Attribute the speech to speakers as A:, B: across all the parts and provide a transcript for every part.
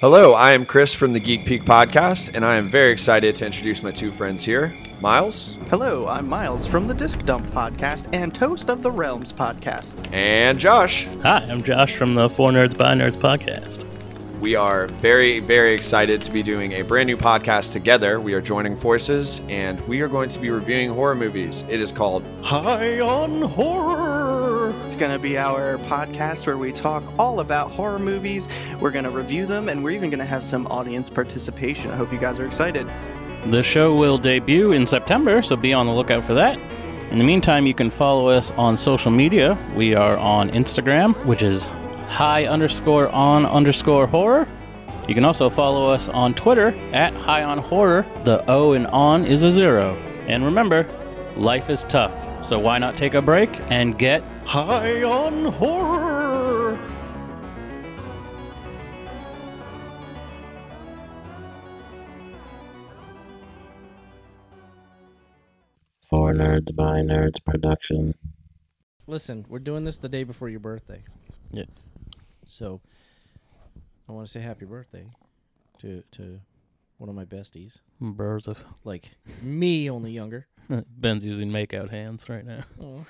A: Hello, I am Chris from the Geek Peak Podcast, and I am very excited to introduce my two friends here Miles
B: Hello, I'm Miles from the Disc Dump Podcast and host of the Realms Podcast.
A: and Josh.
C: Hi, I'm Josh from the Four Nerds by Nerds podcast.
A: We are very, very excited to be doing a brand new podcast together. We are joining forces, and we are going to be reviewing horror movies. It is called
C: High on horror.
B: It's going to be our podcast where we talk all about horror movies. We're going to review them and we're even going to have some audience participation. I hope you guys are excited.
C: The show will debut in September, so be on the lookout for that. In the meantime, you can follow us on social media. We are on Instagram, which is high underscore on underscore horror. You can also follow us on Twitter at high on horror. The O and on is a zero. And remember, life is tough, so why not take a break and get high on horror?
D: For Nerds by Nerds production.
E: Listen, we're doing this the day before your birthday.
C: Yeah.
E: So I want to say happy birthday to to one of my besties.
C: Birds of
E: Like me, only younger.
C: Ben's using makeout hands right now.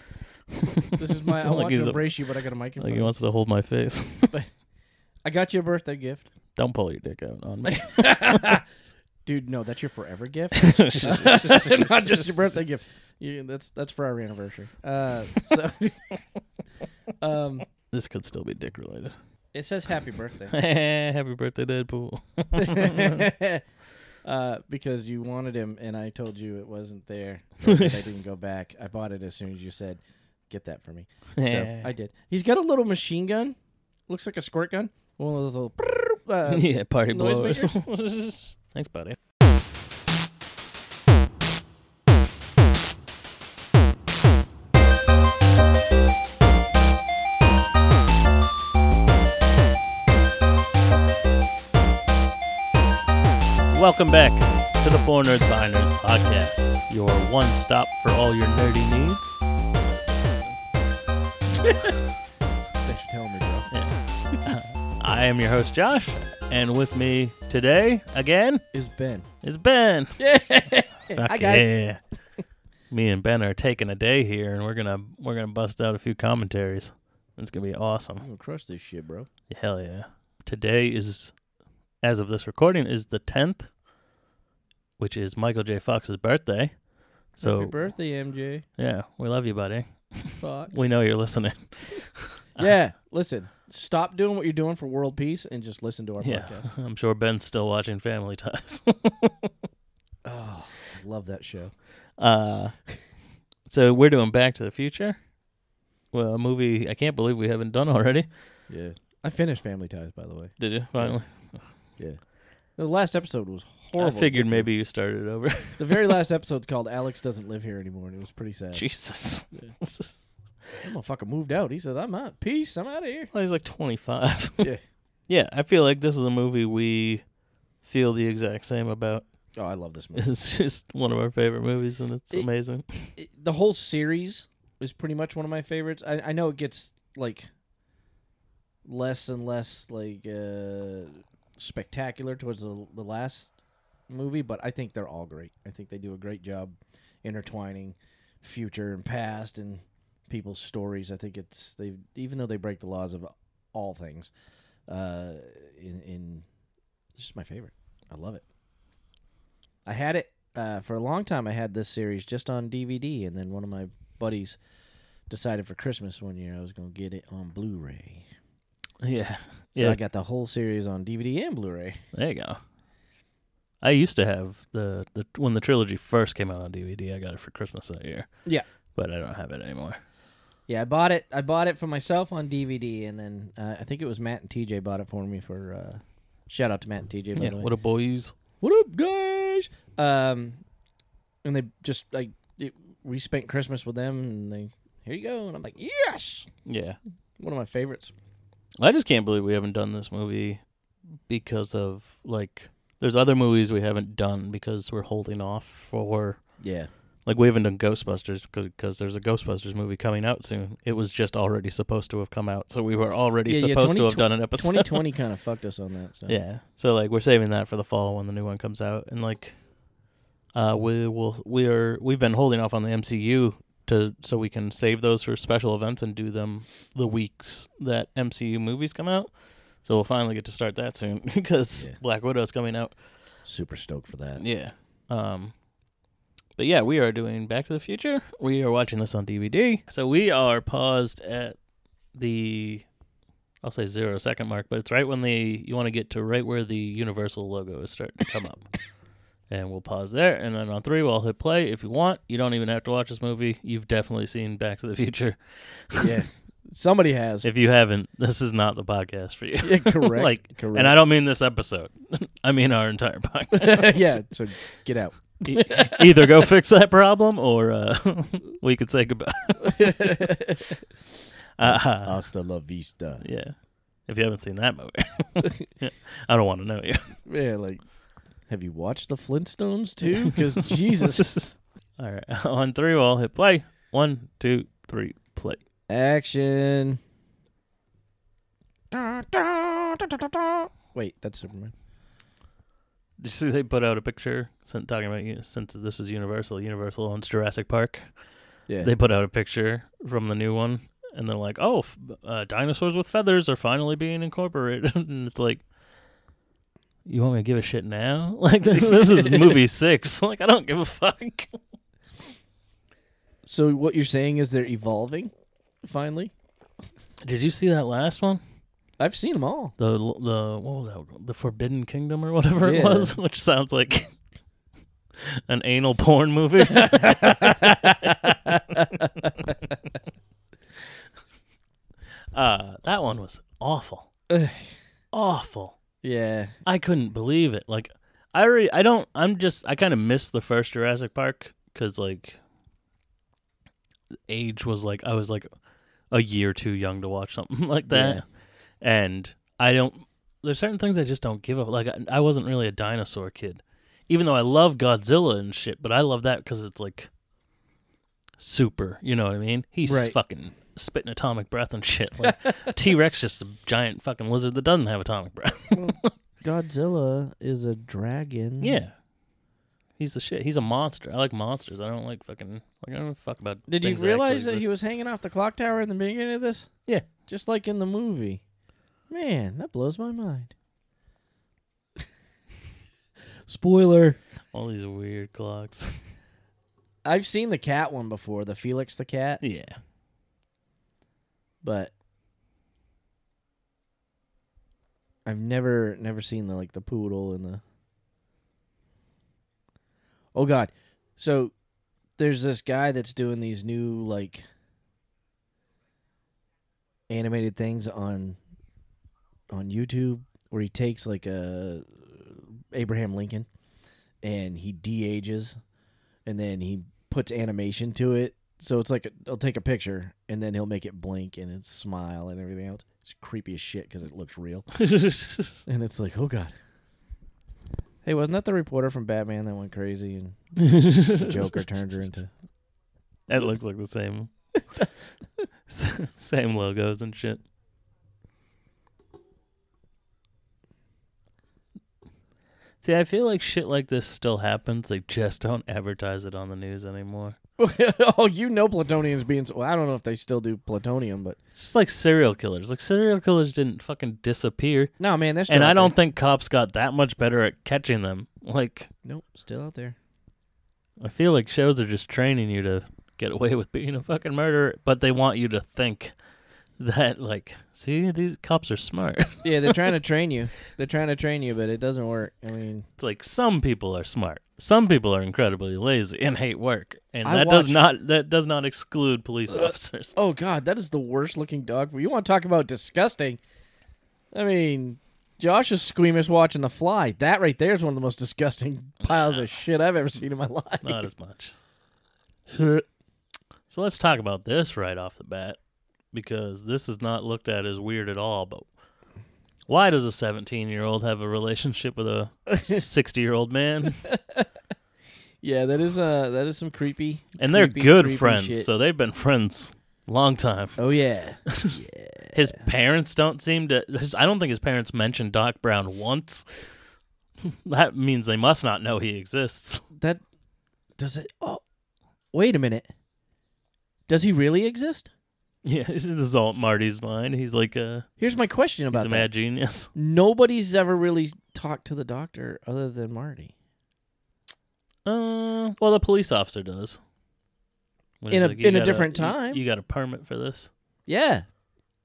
E: This is my I
C: Like
E: want
C: he's
E: to
C: a-
E: embrace you, but I got a mic in
C: Like
E: front.
C: he wants to hold my face.
E: I got you a birthday gift.
C: Don't pull your dick out on me.
E: Dude, no, that's your forever gift. Not just your birthday gift. You, that's that's for our anniversary. Uh, so um
C: this could still be dick related.
E: it says happy birthday.
C: Happy birthday, Deadpool. Mm-hmm.
E: uh, because you wanted him, and I told you it wasn't there. or that I didn't go back. I bought it as soon as you said, "Get that for me." So I did. He's got a little machine gun. Looks like a squirt gun. One of those little. Uh,
C: yeah, party
E: noise
C: blowers. Thanks, buddy. Welcome back to the Four Nerds by Nerds podcast, your one stop for all your nerdy needs.
E: Thanks for telling me, bro.
C: I am your host, Josh, and with me today, again,
E: Is Ben?
C: is Ben.
E: Yeah.
C: Fuck
E: Hi guys.
C: yeah. Me and Ben are taking a day here, and we're gonna we're gonna bust out a few commentaries. It's gonna be awesome.
E: I'm gonna crush this shit, bro.
C: Hell yeah! Today is, as of this recording, is the tenth, which is Michael J. Fox's birthday. So
E: Happy birthday, MJ.
C: yeah, we love you, buddy.
E: Fox.
C: We know you're listening.
E: Yeah. Listen. Stop doing what you're doing for world peace and just listen to our
C: yeah,
E: podcast.
C: I'm sure Ben's still watching Family Ties.
E: Oh, I love that show.
C: Uh, so we're doing Back to the Future. Well, a movie I can't believe we haven't done already.
E: Yeah. I finished Family Ties, by the way.
C: Did you finally?
E: The last episode was horrible.
C: I figured
E: Good
C: maybe you started over.
E: for- the very last episode's called "Alex Doesn't Live Here Anymore," and it was pretty sad.
C: Jesus.
E: That motherfucker moved out. He says, "I'm out. Peace. I'm out of here."
C: Well, he's like 25.
E: Yeah.
C: yeah, I feel like this is a movie we feel the exact same about.
E: Oh, I love this movie.
C: It's just one of our favorite movies, and it's
E: It-
C: amazing.
E: It- the whole series is pretty much one of my favorites. I, I know it gets like less and less like uh, spectacular towards the the last movie, but I think they're all great. I think they do a great job intertwining future and past and people's stories. I think it's they even though they break the laws of all things, uh, in in it's just my favorite. I love it. I had it uh, for a long time. I had this series just on DVD, and then one of my buddies decided for Christmas one year I was going to get it on Blu-ray.
C: Yeah.
E: So
C: Yeah.
E: I got the whole series on DVD and Blu-ray.
C: There you go. I used to have the, the when the trilogy first came out on DVD. I got it for Christmas that year.
E: Yeah.
C: But I don't have it anymore.
E: Yeah, I bought it. I bought it for myself on DVD, and then uh, I think it was Matt and TJ bought it for me for. Uh, shout out to Matt and TJ. By
C: Yeah.
E: the way.
C: What a boys.
E: what up guys um and they just like it, we spent christmas with them and they here you go and i'm like yes
C: Yeah.
E: one of my favorites
C: I just can't believe we haven't done this movie because of like there's other movies we haven't done because we're holding off for
E: yeah
C: Like we haven't done Ghostbusters because there's a Ghostbusters movie coming out soon. It was just already supposed to have come out, so we were already
E: Yeah, yeah,
C: supposed to
E: 20
C: have done an episode.
E: 2020 kind of fucked us on that. So.
C: Yeah. So like we're saving that for the fall when the new one comes out, and like, uh, we will we are we've been holding off on the MCU to so we can save those for special events and do them the weeks that MCU movies come out. So we'll finally get to start that soon because
E: Yeah.
C: Black Widow's coming out.
E: Super stoked for that.
C: Yeah. Um. But yeah, we are doing Back to the Future. We are watching this on DVD. So we are paused at the I'll say zero second mark, but it's right when the you want to get to right where the Universal logo is starting to come up. And we'll pause there, and then on three, we'll hit play if you want. You don't even have to watch this movie. You've definitely seen Back to the Future.
E: yeah. Somebody has.
C: If you haven't, this is not the podcast for you.
E: yeah, correct.
C: like,
E: correct.
C: and I don't mean this episode. I mean our entire podcast.
E: yeah. So get out.
C: E- either go fix that problem or uh, we could say goodbye. uh,
F: Hasta la vista.
C: yeah. If you haven't seen that movie, I don't want to know you.
E: Yeah. Like, have you watched the Flintstones too? Because Jesus.
C: All right. On three, we'll hit play. One, two, three, play.
E: Action. Wait, that's Superman.
C: Did you see they put out a picture since talking about you since this is Universal? Universal owns Jurassic Park.
E: Yeah.
C: They put out a picture from the new one, and they're like, "Oh, f- uh, dinosaurs with feathers are finally being incorporated," and it's like, "You want me to give a shit now? Like this is movie six. Like I don't give a fuck."
E: so what you're saying is they're evolving, finally.
C: Did you see that last one?
E: I've seen them all.
C: The the what was that? The Forbidden Kingdom or whatever
E: Oh. Yeah.
C: it was, which sounds like an anal porn movie. uh, that one was awful.
E: Ugh.
C: awful.
E: Yeah.
C: I couldn't believe it. Like I already, I don't. I'm just. I kind of missed the first Jurassic Park because like age was like I was like a year too young to watch something like that,
E: Yeah.
C: and I don't. There's certain things I just don't give up. Like I, I wasn't really a dinosaur kid, even though I love Godzilla and shit. But I love that because it's like super. You know what I mean? He's
E: Right.
C: fucking spitting atomic breath and shit. Like T Rex, just a giant fucking lizard that doesn't have atomic breath.
E: Godzilla is a dragon.
C: Yeah. He's the shit. He's a monster. I like monsters. I don't like fucking. Like, I don't give a fuck about.
E: Did you
C: things
E: realize
C: actually
E: that he
C: exist.
E: was hanging off the clock tower in the beginning of this?
C: Yeah.
E: Just like in the movie. Man, that blows my mind. Spoiler.
C: all these weird clocks?
E: I've seen the cat one before, the Felix the cat,
C: yeah.
E: but I've never never seen the like the poodle and the Oh god. So there's this guy that's doing these new like animated things on on YouTube where he takes like a Abraham Lincoln and he de-ages and then he puts animation to it. So it's like a, he'll take a picture and then he'll make it blink and it's smile and everything else. It's creepy as shit because it looks real. And it's like, oh god. Hey, wasn't that the reporter from Batman that went crazy and the Joker turned her into?
C: That looks like the same. S- same logos and shit. See, I feel like shit like this still happens. They just don't advertise it on the news anymore.
E: oh, you know, Plutonium's being. Well, I don't know if they still do Plutonium, but
C: It's just like serial killers. Like serial killers didn't fucking disappear.
E: no, man, they're still.
C: and I
E: out there.
C: don't think cops got that much better at catching them. Like,
E: Nope, still out there.
C: I feel like shows are just training you to get away with being a fucking murderer, but they want you to think that, like, see, these cops are smart.
E: Yeah, they're trying to train you. They're trying to train you, but it doesn't work. I mean,
C: it's like some people are smart. Some people are incredibly lazy and hate work, and
E: I
C: that does
E: watched-
C: not that does not exclude police officers.
E: Oh God, that is the worst looking dog. food. You want to talk about disgusting? I mean, Josh is squeamish watching The Fly. That right there is one of the most disgusting piles of shit I've ever seen in my life.
C: Not as much. so let's talk about this right off the bat because this is not looked at as weird at all. But why does a 17 year old have a relationship with a 60 year old man?
E: Yeah, that is uh that is some creepy.
C: And they're
E: creepy,
C: good
E: creepy
C: friends,
E: shit.
C: so they've been friends long time.
E: Oh yeah.
C: His parents don't seem to. His, I don't think his parents mentioned Doc Brown once. that means they must not know he exists.
E: that does it oh wait a minute does he really exist
C: Yeah, this is all Marty's mind. He's like a
E: here's my question
C: he's
E: about
C: a
E: that
C: mad genius.
E: nobody's ever really talked to the doctor other than marty
C: Uh, well, the police officer does. When
E: In
C: he's
E: a-
C: "You
E: in a
C: got
E: different
C: you-
E: time."
C: you, got a permit for this.
E: yeah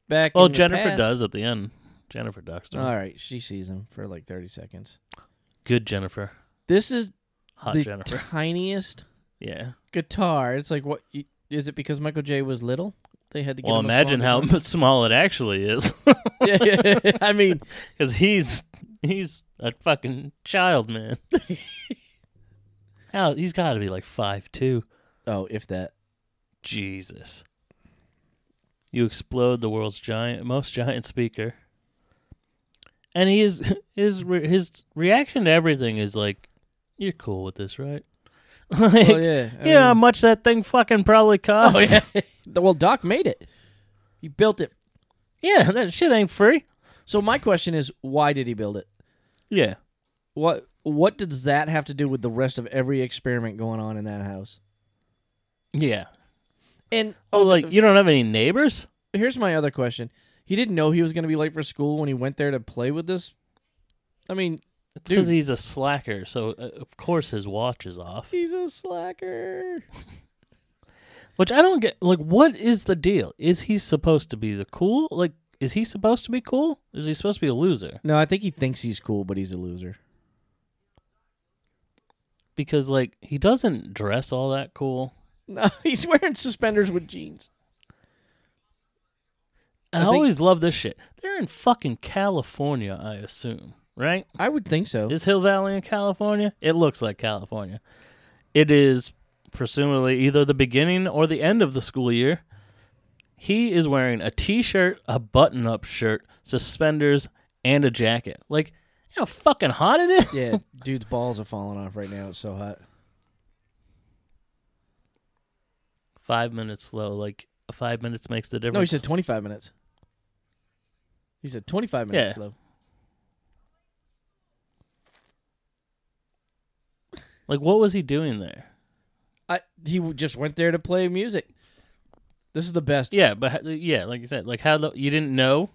E: back
C: Well,
E: in the
C: Jennifer
E: past.
C: does at the end. Jennifer Doxton.
E: all right she sees him for like 30 seconds
C: Good Jennifer.
E: this is
C: Hot
E: the
C: Jennifer.
E: tiniest
C: yeah.
E: guitar it's like what you, is it because michael j was little they had to get
C: Well,
E: him a
C: imagine how
E: small guitar?
C: small it actually is,
E: yeah, yeah. i mean
C: because he's he's a fucking child, man. how he's got to be like five two.
E: oh if that
C: Jesus. You explode the world's giant, most giant speaker. And he is his re- his reaction to everything is like, "You're cool with this, right?" like,
E: oh yeah I
C: you know how
E: mean-
C: much that thing fucking probably costs.
E: oh yeah well doc made it he built it
C: yeah, that shit ain't free.
E: So my question is, why did he build it?
C: Yeah,
E: What what does that have to do with the rest of every experiment going on in that house?
C: yeah.
E: And
C: Oh, like you don't have any neighbors?
E: here's my other question: He didn't know he was going to be late for school when he went there to play with this. I mean,
C: It's because
E: Dude.
C: he's a slacker, so uh, of course his watch is off.
E: he's a slacker.
C: Which I don't get. Like, what is the deal? Is he supposed to be the cool? Like, is he supposed to be cool? Is he supposed to be a loser?
E: No, I think he thinks he's cool, but he's a loser.
C: Because like he doesn't dress all that cool.
E: No, he's wearing suspenders with jeans.
C: I,
E: I think-
C: always love this shit. They're in fucking California, I assume, right?
E: I would think so.
C: Is Hill Valley in California? It looks like California. It is presumably either the beginning or the end of the school year. He is wearing a t shirt, a button up shirt, suspenders, and a jacket. Like, you know how fucking hot it is?
E: yeah, dude's balls are falling off right now. It's so hot.
C: Five minutes slow. Like, five minutes makes the difference.
E: No, he said 25 minutes. He said 25 minutes
C: Yeah.
E: slow.
C: like, what was he doing there?
E: I he w- just went there to play music. This is the best.
C: Yeah, but ha- yeah, like you said, like how the, you didn't know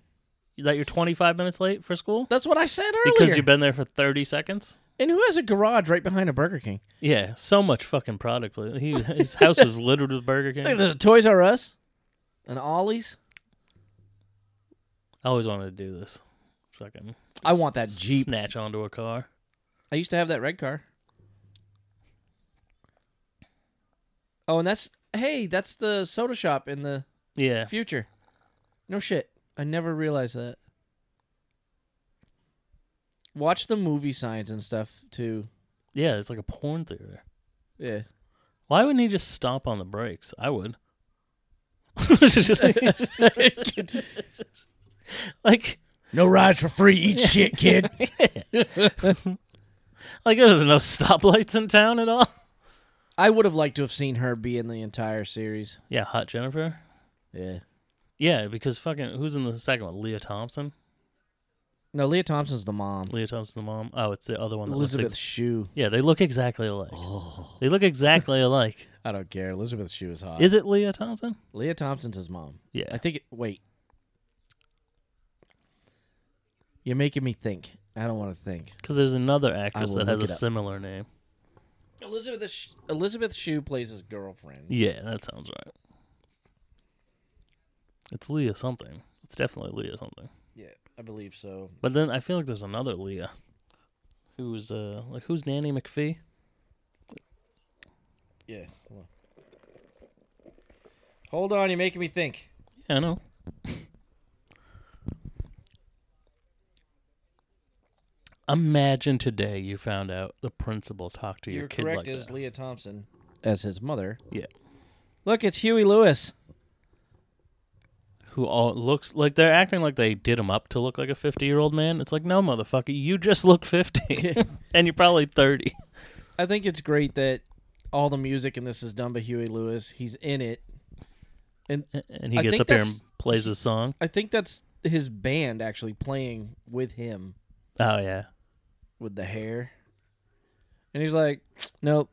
C: that you're 25 minutes late for school
E: That's what I said earlier.
C: because you've been there for 30 seconds.
E: and who has a garage right behind a Burger King?
C: Yeah, so much fucking product. pla- He, his house was littered with Burger
E: Look, at
C: King.
E: there's a Toys R Us, an Ollie's.
C: I always wanted to do this. Fucking
E: I want that Jeep.
C: snatch onto a car.
E: I used to have that red car. Oh, and that's hey, that's the soda shop in the
C: Yeah,
E: future. No shit, I never realized that. Watch the movie signs and stuff too.
C: yeah, it's like a porn theater.
E: Yeah.
C: Why wouldn't he just stomp on the brakes? I would. Just like- like
E: No rides for free. Eat shit, kid.
C: like there's no stoplights in town at all.
E: I would have liked to have seen her be in the entire series.
C: Yeah, hot Jennifer.
E: Yeah.
C: Yeah, because fucking who's in the second one? Leah Thompson.
E: No, Leah Thompson's the mom.
C: Leah Thompson's the mom. Oh, it's the other one. That
E: Elizabeth Oh.
C: Looks ex-
E: Shue.
C: yeah, they look exactly alike. They look exactly alike.
E: I don't care. Elizabeth Shue is hot.
C: Is it Leah Thompson?
E: Leah Thompson's his mom.
C: Yeah.
E: Uh, I think it, wait. You're making me think. I don't want to think.
C: Because there's another actress
E: will
C: that has a
E: look it up.
C: similar name.
E: Elizabeth Sh- Elizabeth Shue plays his girlfriend.
C: Yeah, that sounds right. It's Leah something. It's definitely Leah something.
E: Yeah, I believe so.
C: But then I feel like there's another Leah. Who's uh like who's Nanny McPhee?
E: Yeah. Hold on. Hold on, you're making me think.
C: Yeah, I know. Imagine today you found out the principal talked to your
E: You're
C: kid
E: correct
C: like
E: as
C: that.
E: Leah Thompson as his mother.
C: Yeah.
E: Look, it's Huey Lewis.
C: who all looks like they're acting like they did him up to look like a 50 year old man. It's like, no, motherfucker, you just look 50 and you're probably 30.
E: I think it's great that all the music and this is done by Huey Lewis. He's in it.
C: and he
E: I
C: gets
E: think
C: up here
E: that's-
C: and plays his song.
E: I think that's his band actually playing with him
C: Oh yeah,
E: with the hair. And he's like, nope.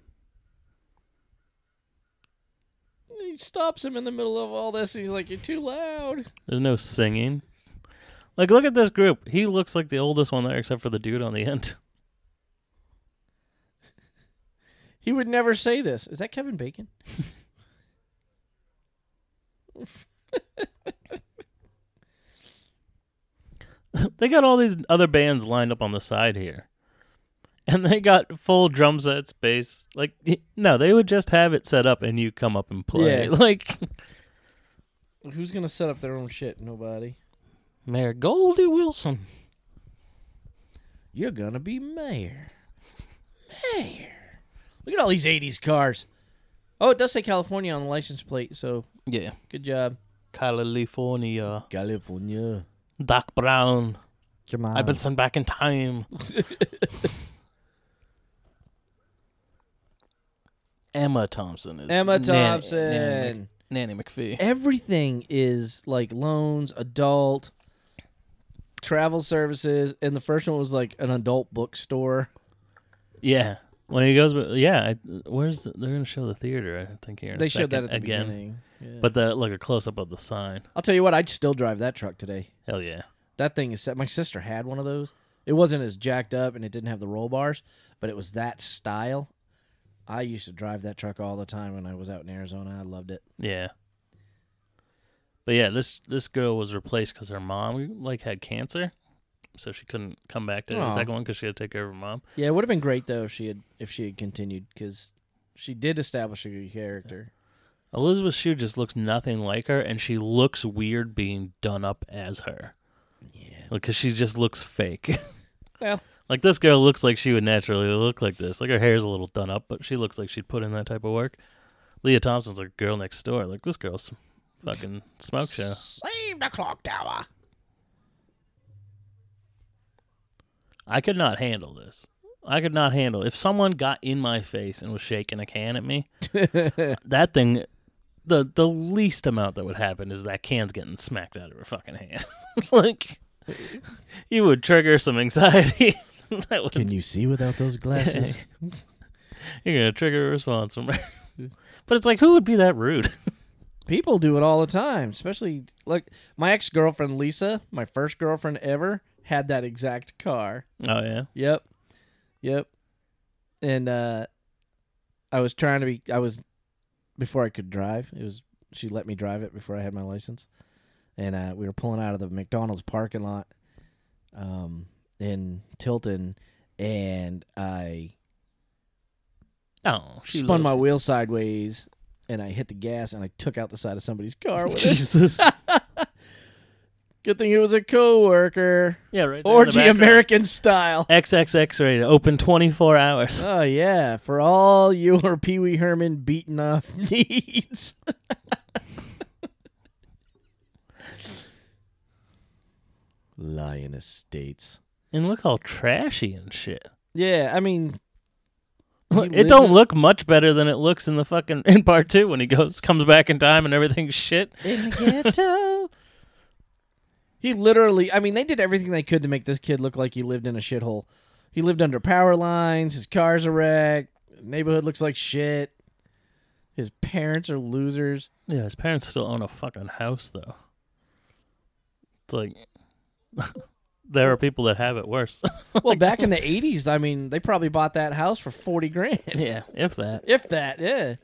E: And He stops him in the middle of all this. And he's like, you're too loud.
C: there's no singing. Like, look at this group. He looks like the oldest one there, except for the dude on the end.
E: He would never say this. Is that Kevin Bacon?
C: they got all these other bands lined up on the side here, and they got full drum set space. Like, no, they would just have it set up, and you come up and play.
E: Yeah.
C: Like,
E: Who's gonna set up their own shit? Nobody.
G: Mayor Goldie Wilson.
E: You're gonna be mayor. Mayor. Look at all these '80s cars. Oh, it does say California on the license plate. So
C: yeah,
E: good job,
C: California,
E: California.
C: Doc Brown.
E: Come on.
C: I've been sent back in time. Emma Thompson is
E: Emma
C: Nan-
E: Thompson.
C: Nanny, Mc- Nanny McPhee.
E: Everything is like loans, adult, travel services, and the first one was like an adult bookstore.
C: Yeah. When he goes, yeah. I, where's the, they're gonna show the theater? I think here. in a
E: They showed that
C: second
E: at the
C: again.
E: beginning. Yeah.
C: But the like a close up of the sign.
E: I'll tell you what, I'd still drive that truck today.
C: Hell yeah.
E: That thing is set. My sister had one of those. It wasn't as jacked up and it didn't have the roll bars, but it was that style. I used to drive that truck all the time when I was out in Arizona. I loved it.
C: Yeah. But yeah, this this girl was replaced because her mom like had cancer, so she couldn't come back to the
E: Aw.
C: second one because she had to take care of her mom.
E: Yeah, it would have been great though if she had if she had continued because she did establish a good character.
C: Elizabeth Shue just looks nothing like her, and she looks weird being done up as her. Yeah, because she just looks fake.
E: Well.
C: like this girl looks like she would naturally look like this. Like her hair's a little done up, but she looks like she'd put in that type of work. Leah Thompson's like girl next door. Like this girl's fucking smoke show.
E: Save the clock tower.
C: I could not handle this. I could not handle if someone got in my face and was shaking a can at me. that thing, the the least amount that would happen is that can's getting smacked out of her fucking hand. like you would trigger some anxiety. that would,
E: Can you see without those glasses?
C: You're gonna trigger a response from her. but it's like, who would be that rude?
E: People do it all the time, especially like my ex girlfriend Lisa, my first girlfriend ever, had that exact car.
C: oh yeah,
E: Yep. Yep. And uh I was trying to be I was before I could drive. It was she let me drive it before I had my license. And uh we were pulling out of the McDonald's parking lot um in Tilton and I
C: oh, she
E: spun my
C: loves
E: wheel sideways and I hit the gas and I took out the side of somebody's car with it.
C: Jesus.
E: Good thing it was a coworker.
C: yeah, right. there in
E: Orgy
C: the background.
E: American style.
C: XXX rated, open twenty four hours.
E: Oh yeah, for all your Pee Wee Herman beaten off needs. Lion Estates.
C: and looks all trashy and shit.
E: Yeah, I mean, he
C: It
E: lives
C: don't
E: in-
C: look much better than it looks in the fucking in part two when he goes comes back in time and everything's shit.
E: in the ghetto. He literally, I mean, they did everything they could to make this kid look like he lived in a shithole. He lived under power lines. His car's a wreck. Neighborhood looks like shit. His parents are losers.
C: Yeah, his parents still own a fucking house though. It's like there are people that have it worse.
E: Well, back in the '80s, I mean, they probably bought that house for forty grand,
C: yeah, if that.
E: if that. Yeah.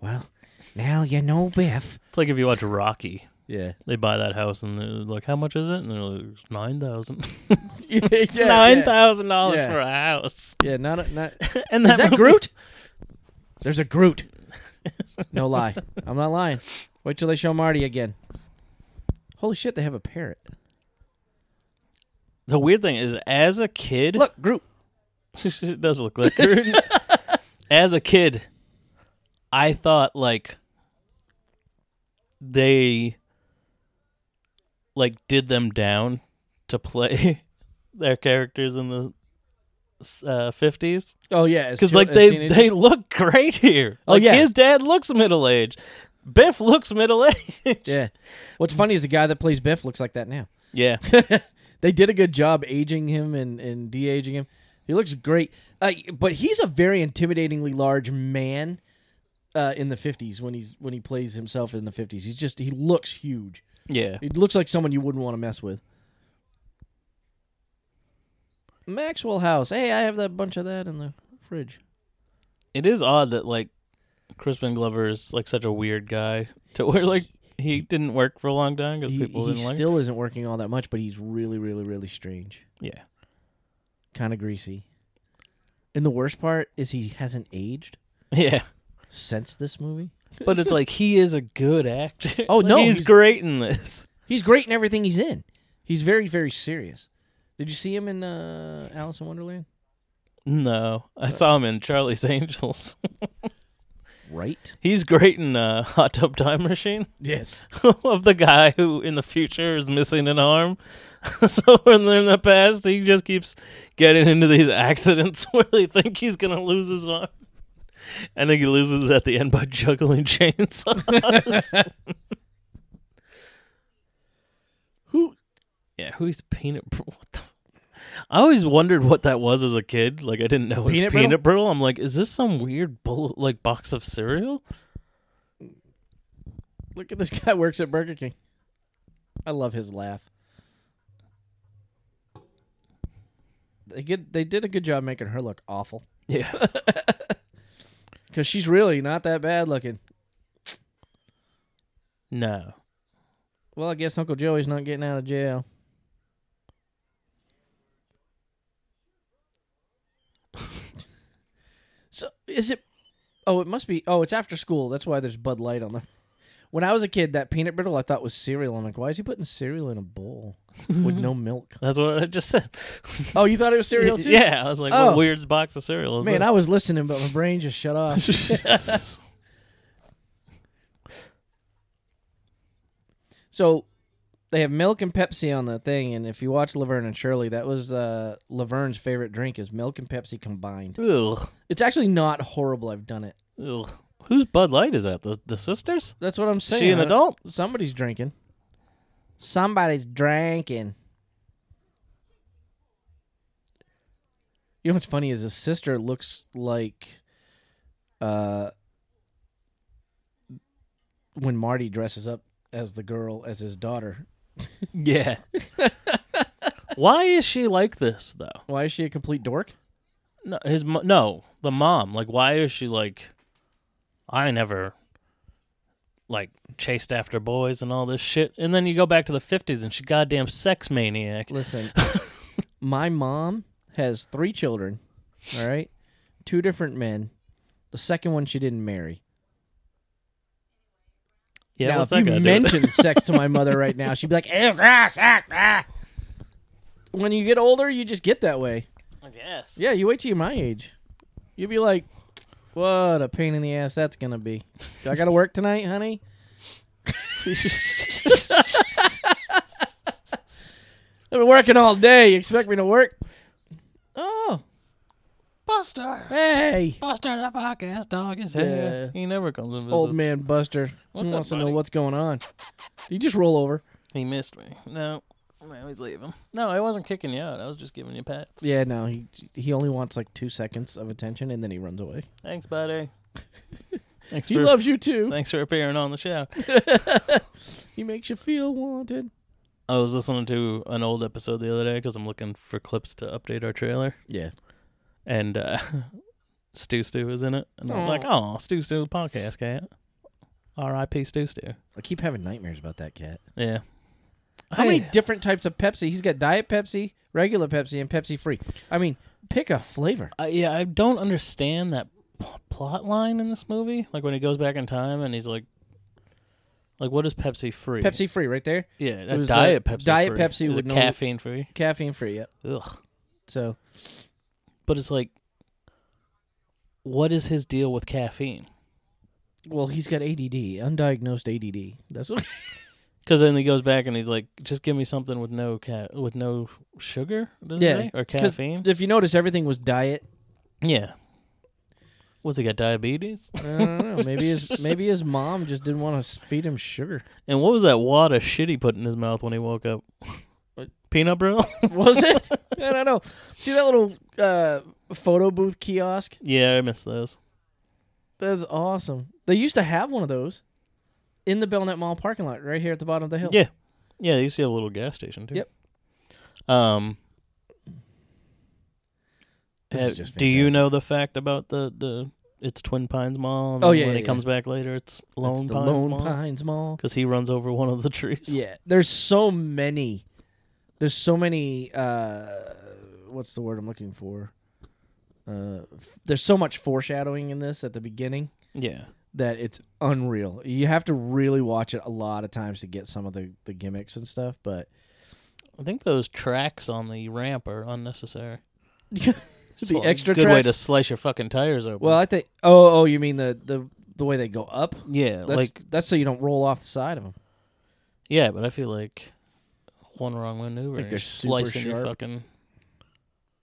E: Well, now you know Biff.
C: It's like if you watch Rocky,
E: Yeah.
C: they buy that house and they're like, "How much is it?" And they're like, 9000
E: yeah,
C: Nine thousand dollars
E: Yeah.
C: for a house.
E: Yeah. Not. A, not.
C: And
E: Is that
C: movie-
E: Groot? There's a Groot. No lie. I'm not lying. Wait till they show Marty again. Holy shit! They have a parrot.
C: The weird thing is, as a kid,
E: Look, Groot.
C: it does look like Groot. As a kid, I thought like they like did them down to play their characters in the uh, fifties?
E: Oh yeah,
C: Because like they they look great here.
E: Oh,
C: Like
E: yeah.
C: his dad looks middle aged. Biff looks middle aged.
E: yeah. What's funny is the guy that plays Biff looks like that now.
C: yeah.
E: they did a good job aging him and and de aging him. He looks great, uh, but he's a very intimidatingly large man uh, in the fifties when he's when he plays himself in the fifties. He's just he looks huge.
C: Yeah.
E: He looks like someone you wouldn't want to mess with. Maxwell House. Hey, I have that bunch of that in the fridge.
C: It is odd that like Crispin Glover is like such a weird guy to where like he didn't work for a long time because
E: He,
C: people
E: he
C: didn't like.
E: still isn't working all that much, but he's really, really, really strange.
C: him. Yeah.
E: Kind of greasy. And the worst part is he hasn't aged
C: Yeah.
E: since this movie.
C: But it's like he is a good actor.
E: Oh,
C: Like,
E: no,
C: he's,
E: he's-
C: great in this.
E: He's great in everything he's in. He's very, very serious. Did you see him in uh, Alice in Wonderland?
C: No, I saw him in Charlie's Angels.
E: Right.
C: he's great in uh, Hot Tub Time Machine.
E: Yes.
C: of the guy who in the future is missing an arm. so when they're in the past, he just keeps getting into these accidents where they think he's gonna lose his arm. I think he loses at the end by juggling chainsaws. who? Yeah, who's peanut? Br- What the? I always wondered what that was as a kid. Like I didn't know it was
E: Peanut
C: peanut,
E: brittle?
C: brittle. I'm like, is this some weird bull- like box of cereal?
E: Look at this guy works at Burger King. I love his laugh. They get they did a good job making her look awful
C: Yeah.
E: because she's really not that bad looking.
C: no.
E: Well, I guess Uncle Joey's not getting out of jail. so is it? Oh, it must be. Oh, it's after school. That's why there's Bud Light on the. When I was a kid, that peanut brittle I thought was cereal. I'm like, why is he putting cereal in a bowl with no milk?
C: That's what I just said.
E: Oh, you thought it was cereal too?
C: Yeah, I was like,
E: Oh.
C: what weird box of cereal is
E: Man, I was listening, but my brain just shut off.
C: that?
E: So they have milk and Pepsi on the thing, and if you watch Laverne and Shirley, that was uh, Laverne's favorite drink is milk and Pepsi combined.
C: Ugh.
E: It's actually not horrible. I've done it.
C: Ugh. Whose Bud Light is that? The, the sisters?
E: That's what I'm saying.
C: she an
E: I don't-
C: adult?
E: Somebody's drinking. Somebody's drinking. You know what's funny is his sister looks like uh when Marty dresses up as the girl as his daughter.
C: Yeah. Why is she like this though?
E: Why is she a complete dork?
C: No, his mo- no, the mom. Like, why is she like? I never like chased after boys and all this shit. And then you go back to the fifties, and she goddamn sex maniac.
E: Listen, my mom has three children, all right? Two different men. The second one she didn't marry.
C: Yeah,
E: now,
C: what's
E: if
C: that
E: you
C: gonna do?
E: mentioned sex to my mother right now, she'd be like, "Ew, gross, ah, ah." When you get older, you just get that way.
C: I guess.
E: Yeah, you wait till you're my age. You'd be like, what a pain in the ass that's going to be. Do I got to work tonight, honey? I've been working all day. You expect me to work? Oh. Buster. Hey.
C: Buster the podcast dog is
E: here.
C: He never comes and visits.
E: Old man Buster.
C: What's
E: he
C: up,
E: wants to know
C: buddy?
E: what's going on. You just roll over.
C: He missed me. No, now he's leaving. No, I wasn't kicking you out. I was just giving you pats.
E: Yeah, no, he he only wants like two seconds of attention and then he runs away.
C: Thanks, buddy. thanks
E: He
C: for
E: loves you too.
C: thanks for appearing on the show.
E: He makes you feel wanted.
C: I was listening to an old episode the other day because I'm looking for clips to update our trailer,
E: Yeah.
C: and uh, Stu Stu was in it, and I was like, "Oh, Stu Stu the podcast cat." R.I.P. Stu Stu.
E: I keep having nightmares about that cat.
C: Yeah.
E: How many
C: Hey.
E: different types of Pepsi? He's got Diet Pepsi, regular Pepsi, and Pepsi Free. I mean, pick a flavor.
C: I yeah, I don't understand that p- plot line in this movie. Like when he goes back in time and he's like, like what is Pepsi free?
E: Pepsi Free, right there.
C: yeah, a
E: was
C: diet
E: the
C: Pepsi.
E: Diet
C: free.
E: Pepsi
C: is
E: with
C: it
E: no-
C: caffeine free.
E: Caffeine free, yep.
C: Ugh.
E: So
C: But it's like, what is his deal with caffeine?
E: well, he's got ADD, undiagnosed ADD. That's what
C: Because then he goes back and he's like, "Just give me something with no ca- with no sugar, does it
E: Yeah,
C: say? or
E: 'cause
C: caffeine."
E: If you notice, everything was diet.
C: yeah. What's he got? Diabetes?
E: I don't know. Maybe his maybe his mom just didn't want to feed him sugar.
C: And what was that wad of shit he put in his mouth when he woke up?
E: What?
C: Peanut brittle?
E: Was it? I don't know. See that little uh, photo booth kiosk?
C: yeah, I miss those.
E: That's awesome. They used to have one of those in the Belknap Mall parking lot, right here at the bottom of the hill.
C: Yeah. Yeah, they used to have a little gas station too.
E: Yep.
C: Um
E: This
C: have-
E: is just
C: Do you
E: fantastic.
C: know the fact about the, the it's Twin Pines Mall? and
E: Oh,
C: then
E: yeah,
C: When
E: yeah,
C: he
E: yeah.
C: comes back later, it's Lone
E: It's the
C: Pines
E: Lone
C: Mall
E: Pines Mall.
C: because he runs over one of the trees.
E: Yeah, there's so many. There's so many. Uh, what's the word I'm looking for? Uh, f- there's so much foreshadowing in this at the beginning
C: yeah,
E: that it's unreal. You have to really watch it a lot of times to get some of the, the gimmicks and stuff, but
C: I think those tracks on the ramp are unnecessary.
E: the
C: It's a
E: extra
C: good way
E: tracks?
C: to slice your fucking tires open.
E: Well, I think. Oh, oh, you mean the the the way they go up?
C: yeah,
E: That's,
C: like
E: that's so you don't roll off the side of them.
C: yeah, but I feel like one wrong maneuver,
E: Like
C: and
E: they're
C: you're
E: super
C: slicing your
E: sharp.
C: fucking.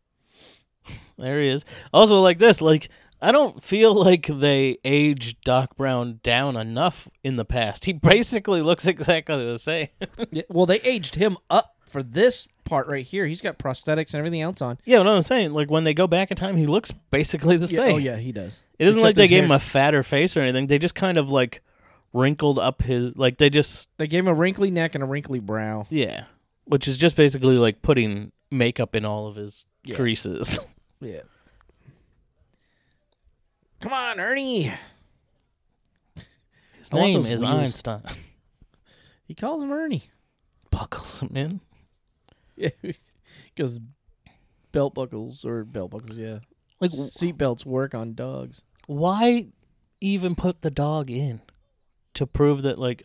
C: there he is. Also, like this, like I don't feel like they aged Doc Brown down enough in the past. He basically looks exactly the same.
E: Yeah, well, they aged him up for this part right here. He's got prosthetics and everything else on.
C: yeah, what I'm saying, like when they go back in time, he looks basically the same.
E: oh yeah, he does.
C: It isn't
E: Except
C: like they
E: his
C: gave
E: hair-
C: him a fatter face or anything. They just kind of like wrinkled up his like they just
E: They gave him a wrinkly neck and a wrinkly brow.
C: yeah, which is just basically like putting makeup in all of his
E: Yeah.
C: creases.
E: Yeah. Come on, Ernie.
C: His
E: I want
C: name
E: those
C: is
E: wheels.
C: Einstein.
E: He calls him Ernie.
C: Buckles him in.
E: Yeah, because belt buckles or belt buckles, yeah,
C: Like, w-
E: seat belts work on dogs.
C: why even put the dog in to prove that like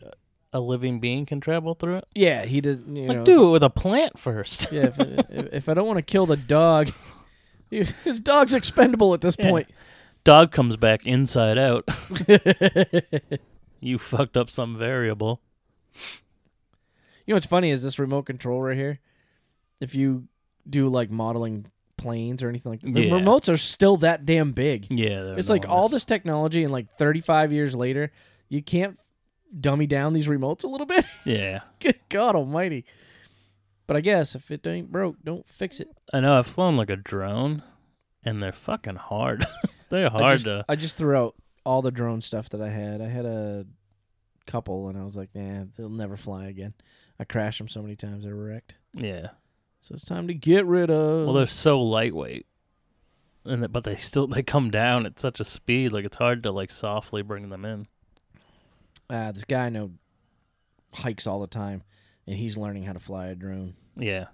C: a living being can travel through it?
E: Yeah, he does. You
C: Like,
E: know,
C: do it with a plant first.
E: Yeah, if, if, if I don't want to kill the dog, his dog's expendable at this
C: Yeah.
E: point.
C: Dog comes back inside out. you fucked up some variable.
E: You know what's funny is this remote control right here. If you do like modeling planes or anything like that, the
C: Yeah.
E: remotes are still that damn big.
C: Yeah, they're
E: it's like all
C: enormous.
E: this technology, and like 35 years later, you can't dummy down these remotes a little bit.
C: Yeah,
E: Good God Almighty! But I guess if it ain't broke, don't fix it.
C: I know. I've flown like a drone, and they're fucking hard. they're
E: I
C: hard
E: just,
C: to.
E: I just threw out all the drone stuff that I had. I had a couple, and I was like, nah, they'll never fly again. I crashed them so many times, they're wrecked.
C: Yeah.
E: So it's time to get rid of.
C: Well, they're so lightweight, and th- but they still they come down at such a speed. Like it's hard to like softly bring them in.
E: Ah, this guy I know hikes all the time, and he's learning how to fly a drone.
C: Yeah.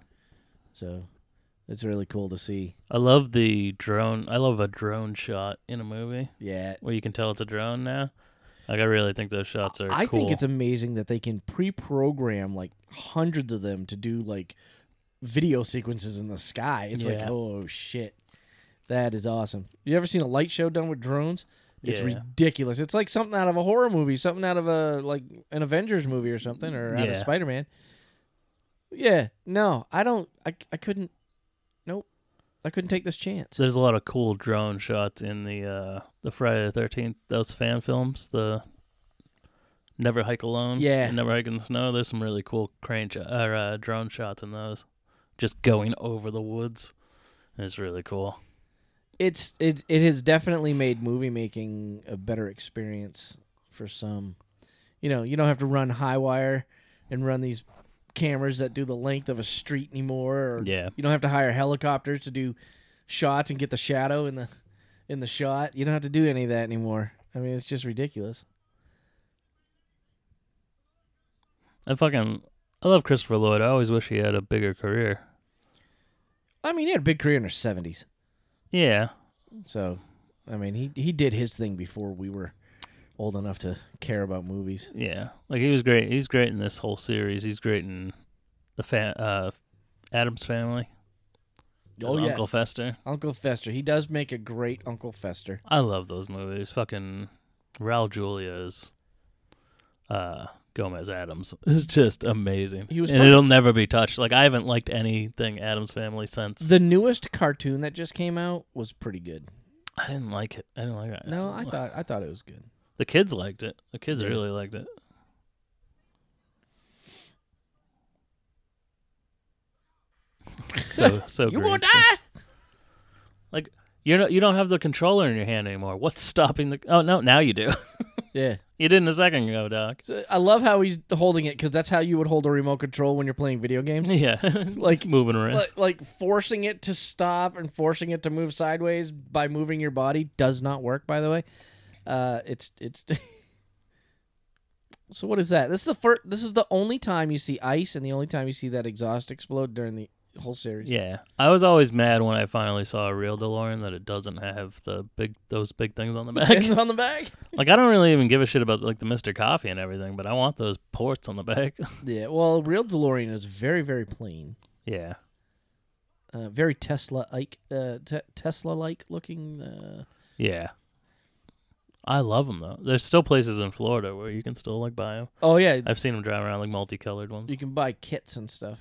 E: So it's really cool to see.
C: I love the drone. I love a drone shot in a movie
E: Yeah.
C: where you can tell it's a drone now. Like I really think those shots are.
E: I
C: cool.
E: think it's amazing that they can pre-program like hundreds of them to do like video sequences in the sky. It's like,
C: Yeah.
E: oh shit, that is awesome. You ever seen a light show done with drones? It's
C: Yeah.
E: ridiculous. It's like something out of a horror movie, something out of a like an Avengers movie or something, or out of
C: Yeah.
E: Spider Man. Yeah, no, I don't. I I couldn't. Nope, I couldn't take this chance.
C: There's a lot of cool drone shots in the uh the Friday the Thirteenth those fan films. The Never Hike Alone,
E: Yeah.
C: and Never Hike in the Snow. There's some really cool crane sho- or uh, drone shots in those, just going over the woods. It's really cool.
E: it's it it has definitely made movie making a better experience for some. You know, you don't have to run high wire and run these cameras that do the length of a street anymore. Or
C: Yeah,
E: You don't have to hire helicopters to do shots and get the shadow in the in the shot. You don't have to do any of that anymore. I mean, it's just ridiculous.
C: I fucking I love Christopher Lloyd. I always wish he had a bigger career.
E: I mean, he had a big career in the seventies,
C: Yeah,
E: so I mean, he he did his thing before we were old enough to care about movies.
C: yeah. Like he was great. He's great in this whole series. He's great in the fa- uh Adam's Family. as
E: Oh, yes.
C: Uncle Fester.
E: Uncle Fester. He does make a great Uncle Fester.
C: I love those movies. Fucking Raul Julia's uh Gomez Adams is just amazing.
E: He was
C: and
E: perfect.
C: it'll never be touched. Like I haven't liked anything Adams Family since.
E: The newest cartoon that just came out was pretty good.
C: I didn't like it. I didn't like it.
E: No, I thought I thought it was good.
C: the kids liked it. The kids really liked it. so so
E: You
C: grateful.
E: won't die.
C: Like you know you don't have the controller in your hand anymore. What's stopping the? Oh no, now you do.
E: Yeah.
C: you didn't a second ago, Doc.
E: So I love how he's holding it because that's how you would hold a remote control when you're playing video games.
C: Yeah,
E: Like-
C: It's moving around.
E: like, like forcing it to stop and forcing it to move sideways by moving your body does not work. By the way, uh, it's it's. so what is that? This is the first. This is the only time you see ice and the only time you see that exhaust explode during the whole series.
C: yeah, I was always mad when I finally saw a real DeLorean that it doesn't have the big those big things on the back.
E: Pins on the back.
C: like I don't really even give a shit about like the Mister Coffee and everything, but I want those ports on the back.
E: Yeah. Well, real DeLorean is very very plain.
C: yeah,
E: Uh, very Tesla like uh, te- Tesla like looking. Uh,
C: yeah. I love them though. There's still places in Florida where you can still like buy them.
E: oh yeah,
C: I've seen them drive around like multicolored ones.
E: you can buy kits and stuff.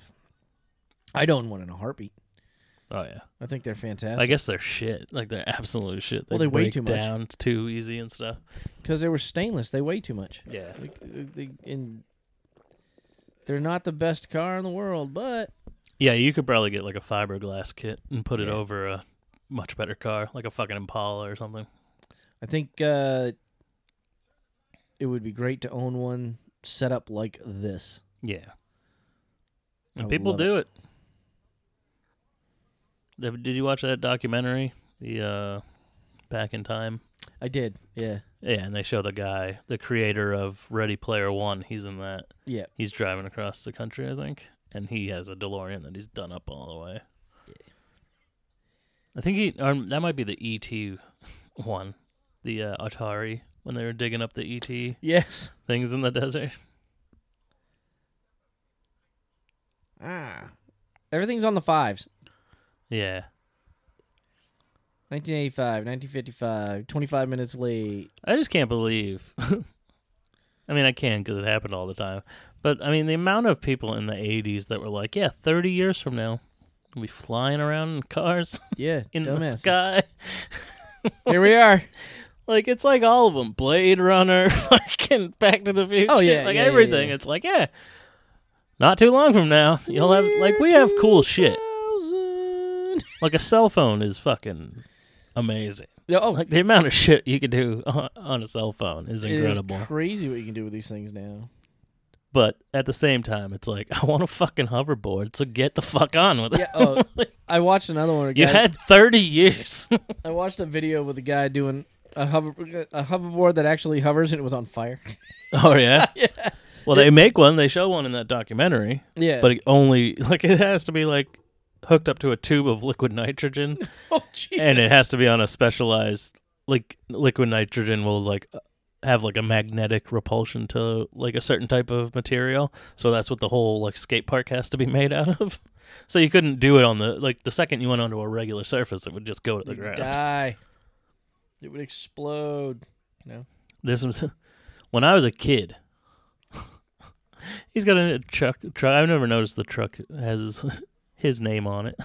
E: I don't want in a heartbeat.
C: Oh yeah.
E: I think they're fantastic.
C: I guess they're shit. Like they're absolute shit. They
E: Well, they weigh
C: break
E: too much.
C: down it's too easy and stuff.
E: because they were stainless. They weigh too much.
C: Yeah.
E: Like, they, and they're not the best car in the world, but
C: Yeah, you could probably get like a fiberglass kit and put it
E: Yeah.
C: over a much better car, like a fucking Impala or something.
E: I think uh, it would be great to own one set up like this.
C: Yeah.
E: I
C: And
E: would
C: people
E: love
C: do it. Did did you watch that documentary? The uh Back in Time?
E: I did. Yeah.
C: Yeah, and they show the guy, the creator of Ready Player One, he's in that.
E: Yeah.
C: He's driving across the country, I think, and he has a DeLorean that he's done up all the way. I think he, or that might be the ET one, the uh, Atari when they were digging up the ET
E: Yes.
C: things in the desert.
E: Ah. Everything's on the fives.
C: Yeah,
E: 1985, 1955, 25 minutes late.
C: I just can't believe. I mean, I can because it happened all the time, but I mean, the amount of people in the '80s that were like, "Yeah, 30 years from now, we'll be flying around in cars
E: Yeah.
C: in the
E: dumbass.
C: sky."
E: Here we are.
C: Like it's like all of them, Blade Runner, fucking Back to the Future,
E: Oh, yeah,
C: like
E: yeah, yeah,
C: everything.
E: yeah.
C: It's like yeah, not too long from now, you'll have like we have cool shit.
E: 2000.
C: Like a cell phone is fucking amazing.
E: Yeah, Oh,
C: Like the amount of shit you can do on, on a cell phone is
E: it is
C: incredible.
E: crazy what you can do with these things now.
C: but at the same time, it's like I want a fucking hoverboard, so get the fuck on with it.
E: Yeah, oh, I watched another one. where a
C: you
E: guy-
C: had thirty years.
E: I watched a video with a guy doing a hover a hoverboard that actually hovers and it was on fire.
C: oh yeah. yeah. Well, they make one. They show one in that documentary.
E: Yeah.
C: but it only like it has to be like hooked up to a tube of liquid nitrogen
E: oh Jesus.
C: and it has to be on a specialized like liquid nitrogen will like uh, have like a magnetic repulsion to like a certain type of material so that's what the whole like skate park has to be made out of so you couldn't do it on the like the second you went onto a regular surface it would just go to the
E: You'd
C: ground
E: die. It would explode.
C: this was when I was a kid. He's got a truck. Truck. I've never noticed the truck has his, his name on it.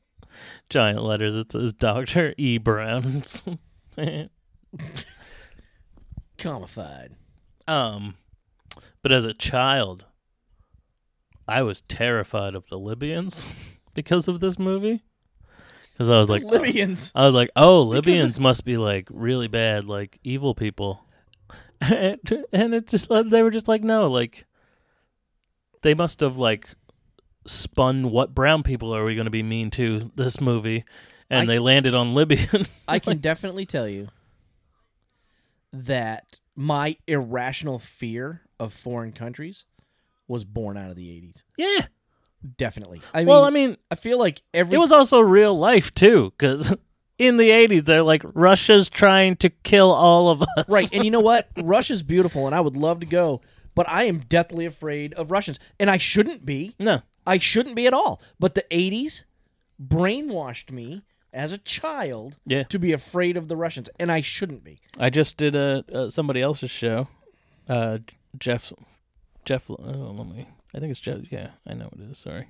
C: Giant letters. It says Doctor E. Brown.
E: Comified.
C: um, but as a child, I was terrified of the Libyans because of this movie. Because I was like,
E: Libyans.
C: I was like, oh, Libyans must be like really bad, like evil people. and it just uh, they were just like, no, like they must have like spun what brown people are we going to be mean to this movie, and
E: I-
C: they landed on Libyan.
E: I can definitely tell you that my irrational fear of foreign countries was born out of the 80s.
C: yeah.
E: Definitely. I
C: well,
E: mean,
C: I mean,
E: I feel like every
C: it was also real life too, because in the '80s they're like Russia's trying to kill all of us.
E: Right. And you know what? Russia's beautiful and I would love to go, but I am deathly afraid of Russians. And I shouldn't be.
C: No.
E: I shouldn't be at all. But the 80s brainwashed me as a child
C: Yeah.
E: to be afraid of the Russians, and I shouldn't be.
C: I just did a, uh somebody else's show, uh, Jeff Jeff. Lo- Oh, let me. I think it's Jeff. Yeah, I know it is. Sorry.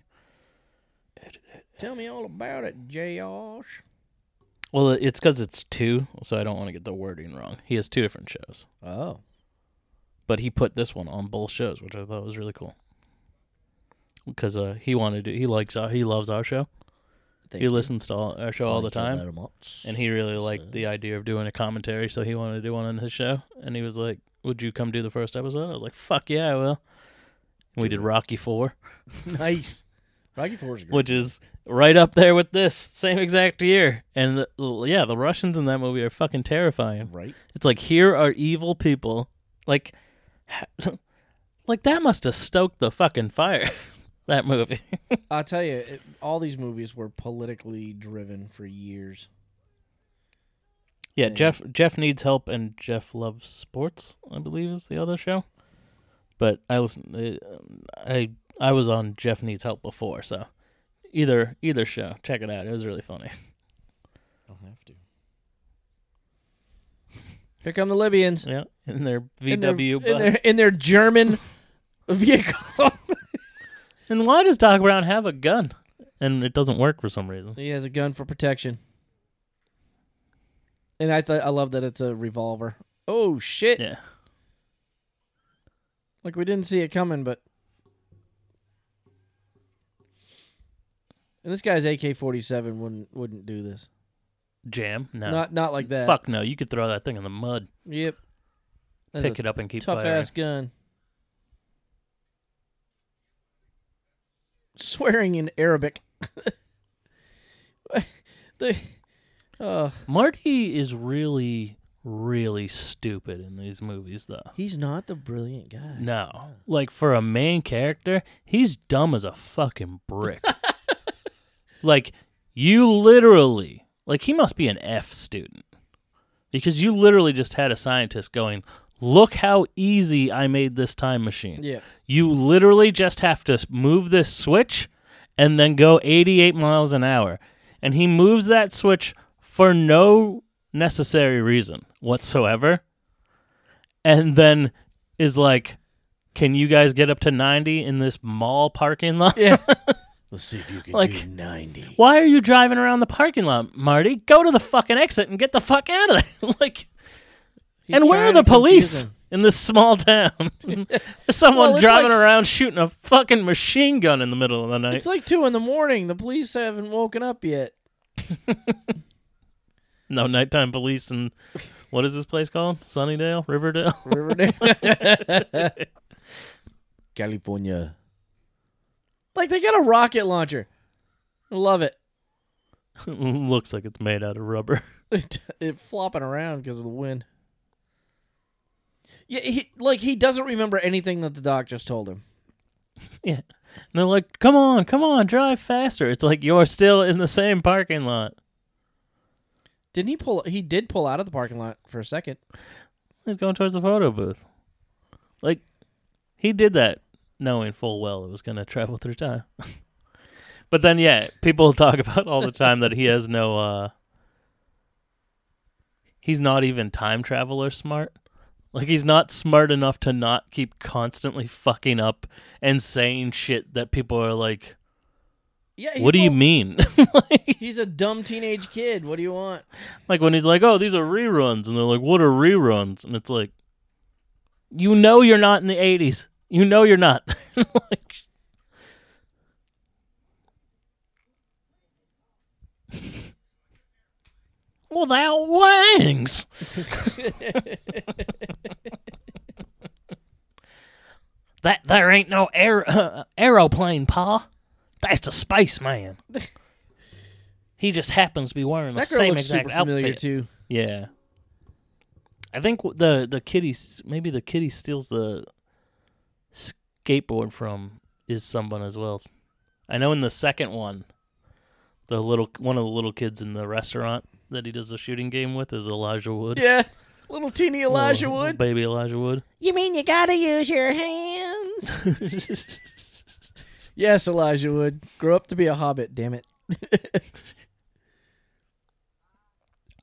E: Tell me all about it, Josh.
C: Well, it's because it's two, so I don't want to get the wording wrong. He has two different shows,
E: Oh,
C: but he put this one on both shows, which I thought was really cool. Because uh, he wanted to, he likes our, he loves our show.
E: thank
C: He listens to all, our show all the
E: Thank you
C: time.
E: very much.
C: and he really liked the idea of doing a commentary, so he wanted to do one on his show. And he was like, "Would you come do the first episode?" I was like, "Fuck yeah, I will." And we did Rocky Four,
E: nice. Rocky Four is great.
C: which is right up there with this same exact year. And the, yeah, the Russians in that movie are fucking terrifying.
E: right?
C: It's like here are evil people, like, like that must have stoked the fucking fire. that movie.
E: I'll tell you, it, all these movies were politically driven for years.
C: Yeah,
E: Yeah.
C: Jeff Jeff needs help and Jeff loves sports. I believe is the other show. But I listen. uh, I I was on Jeff needs help before, so either either show, check it out. It was really funny.
E: I'll have to. Here come the Libyans.
C: Yeah, in their
E: In their-
C: VW
E: in
C: bus.
E: their, in their German vehicle.
C: and why does Doc Brown have a gun? And it doesn't work for some reason.
E: he has a gun for protection. And I thought I love that it's a revolver. Oh shit!
C: Yeah,
E: Like we didn't see it coming, but and this guy's AK forty seven wouldn't wouldn't do this.
C: jam. No,
E: Not not like that.
C: fuck no. You could throw that thing in the mud,
E: Yep. That's
C: pick
E: a
C: it up, and keep
E: tough
C: firing.
E: ass gun. Swearing in Arabic. the, uh,
C: Marty is really really stupid in these movies, though.
E: he's not the brilliant guy.
C: No. Like for a main character, he's dumb as a fucking brick. like you literally, like he must be an F student. Because you literally just had a scientist going, "Look how easy I made this time machine."
E: Yeah.
C: You literally just have to s- move this switch and then go 88 miles an hour. And he moves that switch for no necessary reason whatsoever. And then is like, can you guys get up to 90 in this mall parking lot?
E: Yeah.
B: Let's see if you can
C: Like- do
B: 90.
C: Why are you driving around the parking lot, Marty? Go to the fucking exit and get the fuck out of there. like,
E: He's
C: and where are
E: trying
C: the
E: to
C: police
E: confuse him.
C: in this small town? There's someone
E: Well, it's
C: driving
E: like-
C: around shooting a fucking machine gun in the middle of the night.
E: It's like two in the morning. The police haven't woken up yet.
C: no nighttime police and what is this place called? Sunnydale, Riverdale.
E: Riverdale.
B: California.
E: like they got a rocket launcher. I love it.
C: Looks like it's made out of rubber.
E: it, it flopping around because of the wind. Yeah, he like he doesn't remember anything that the doc just told him.
C: Yeah. And they're like, "Come on, come on, drive faster." It's like you're still in the same parking lot.
E: Didn't he pull? He did pull out of the parking lot for a second.
C: He's going towards the photo booth. Like, he did that knowing full well it was going to travel through time. but then, yeah, people talk about all the time that he has no, uh, he's not even time traveler smart. Like, he's not smart enough to not keep constantly fucking up and saying shit that people are like,
E: Yeah. he
C: what do you
E: pulled-
C: mean?
E: He's a dumb teenage kid. What do you want?
C: Like when he's like, "Oh, these are reruns," and they're like, "What are reruns?" And it's like, you know, you're not in the '80s. You know, you're not. like, well, that wangs. that there ain't no aer- uh, aeroplane, pa. That's a spaceman. He just happens to be wearing the
E: That girl
C: same
E: looks
C: exact
E: super familiar
C: outfit.
E: too.
C: Yeah. I think w- the the kitty s- maybe the kitty steals the skateboard from is someone as well. I know in the second one, the little one of the little kids in the restaurant that he does the shooting game with is Elijah Wood.
E: Yeah. Little teeny Elijah
C: Little- little
E: Wood.
C: baby Elijah Wood.
E: You mean you gotta use your hands? Yes, Elijah Wood. Grow up to be a hobbit, damn it.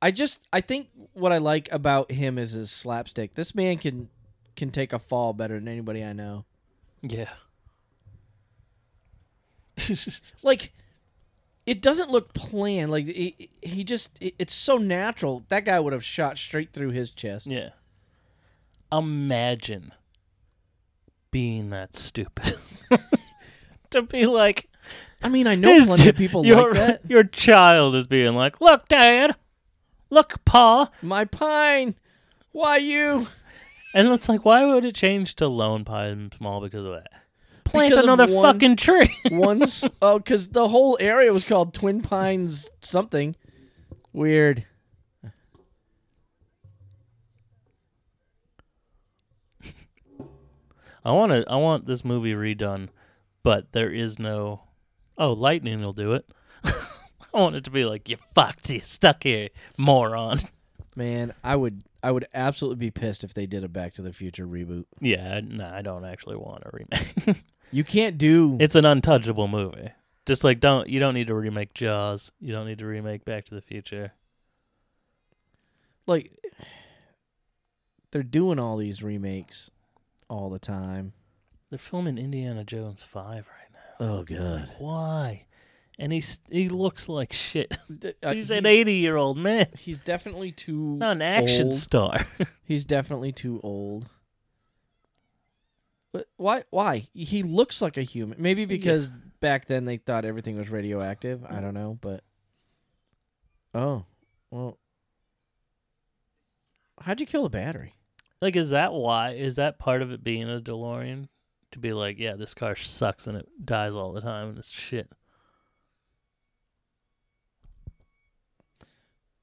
E: I just I think what I like about him is his slapstick. This man can can take a fall better than anybody I know.
C: Yeah.
E: like it doesn't look planned like he, he just it, it's so natural that guy would have shot straight through his chest
C: Yeah. Imagine being that stupid. to be like,
E: i mean i know
C: "Is
E: plenty of
C: j-
E: people
C: your,
E: like that
C: Your child is being like, look, Dad, look, Pa.
E: my pine why you
C: And it's like, why would it change to Lone Pine Small because of that? Plant
E: Because of
C: another
E: one-
C: fucking tree.
E: once oh because the whole area was called twin pines something weird
C: I want to. I want this movie redone, but there is no. Oh, lightning will do it. I want it to be like you fucked. You stuck here, moron.
E: man i would i would absolutely be pissed if they did a back to the future reboot
C: Yeah, I- no, I don't actually want a remake.
E: you can't do
C: it's an untouchable movie. Just like don't you don't need to remake Jaws. You don't need to remake Back to the Future.
E: like they're doing all these remakes all the time
C: They're filming Indiana Jones Five right now.
E: oh
C: It's like, why? And he's he looks like shit. he's an
E: he's-
C: eighty year old man,
E: He's definitely too
C: not an action
E: old.
C: star.
E: He's definitely too old. But why? Why he looks like a human? Maybe because back then they thought everything was radioactive. I don't know, but oh well. How'd you kill the battery?
C: Like, is that why? Is that part of it being a DeLorean? To be like, yeah, this car sucks and it dies all the time and it's shit.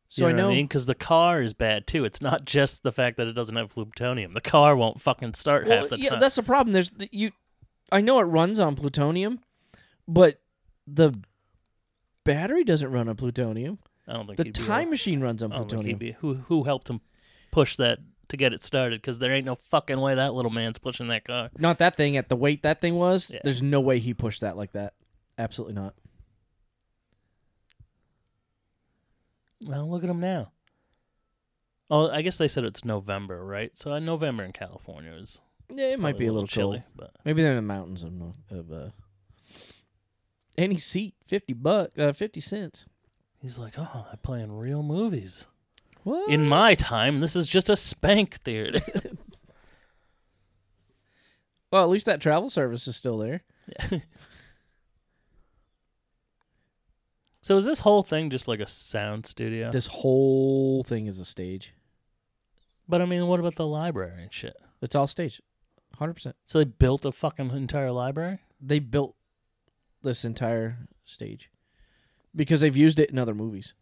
E: So I know.
C: what I mean, because the car is bad too. It's not just the fact that it doesn't have plutonium. The car won't fucking start
E: Well,
C: half the
E: yeah,
C: time.
E: that's the problem. There's the- you. I know it runs on plutonium, but the battery doesn't run on plutonium.
C: I don't think
E: The
C: he'd be Oh,
E: time
C: able-
E: machine runs on
C: I don't think
E: plutonium.
C: he'd be- who who helped him push that to get it started? Because there ain't no fucking way that little man's pushing that car.
E: Not that thing at the weight that thing was.
C: Yeah.
E: There's no way he pushed that like that. Absolutely not.
C: Well, look at him now. Oh, I guess they said it's November, right? So uh, November in California is
E: Yeah, it might
C: probably
E: be a little,
C: chilly,
E: chilly.
C: but
E: Maybe they're in the mountains of North of uh any seat, fifty buck uh fifty cents.
C: He's like, oh, they're playing real movies.
E: What
C: In my time, this is just a spank theater.
E: Well, at least that travel service is still there.
C: so is this whole thing just like a sound studio?
E: This whole thing is a stage.
C: but I mean, what about the library and shit?
E: It's all stage. Hundred percent.
C: So they built a fucking entire library?
E: They built this entire stage. Because they've used it in other movies.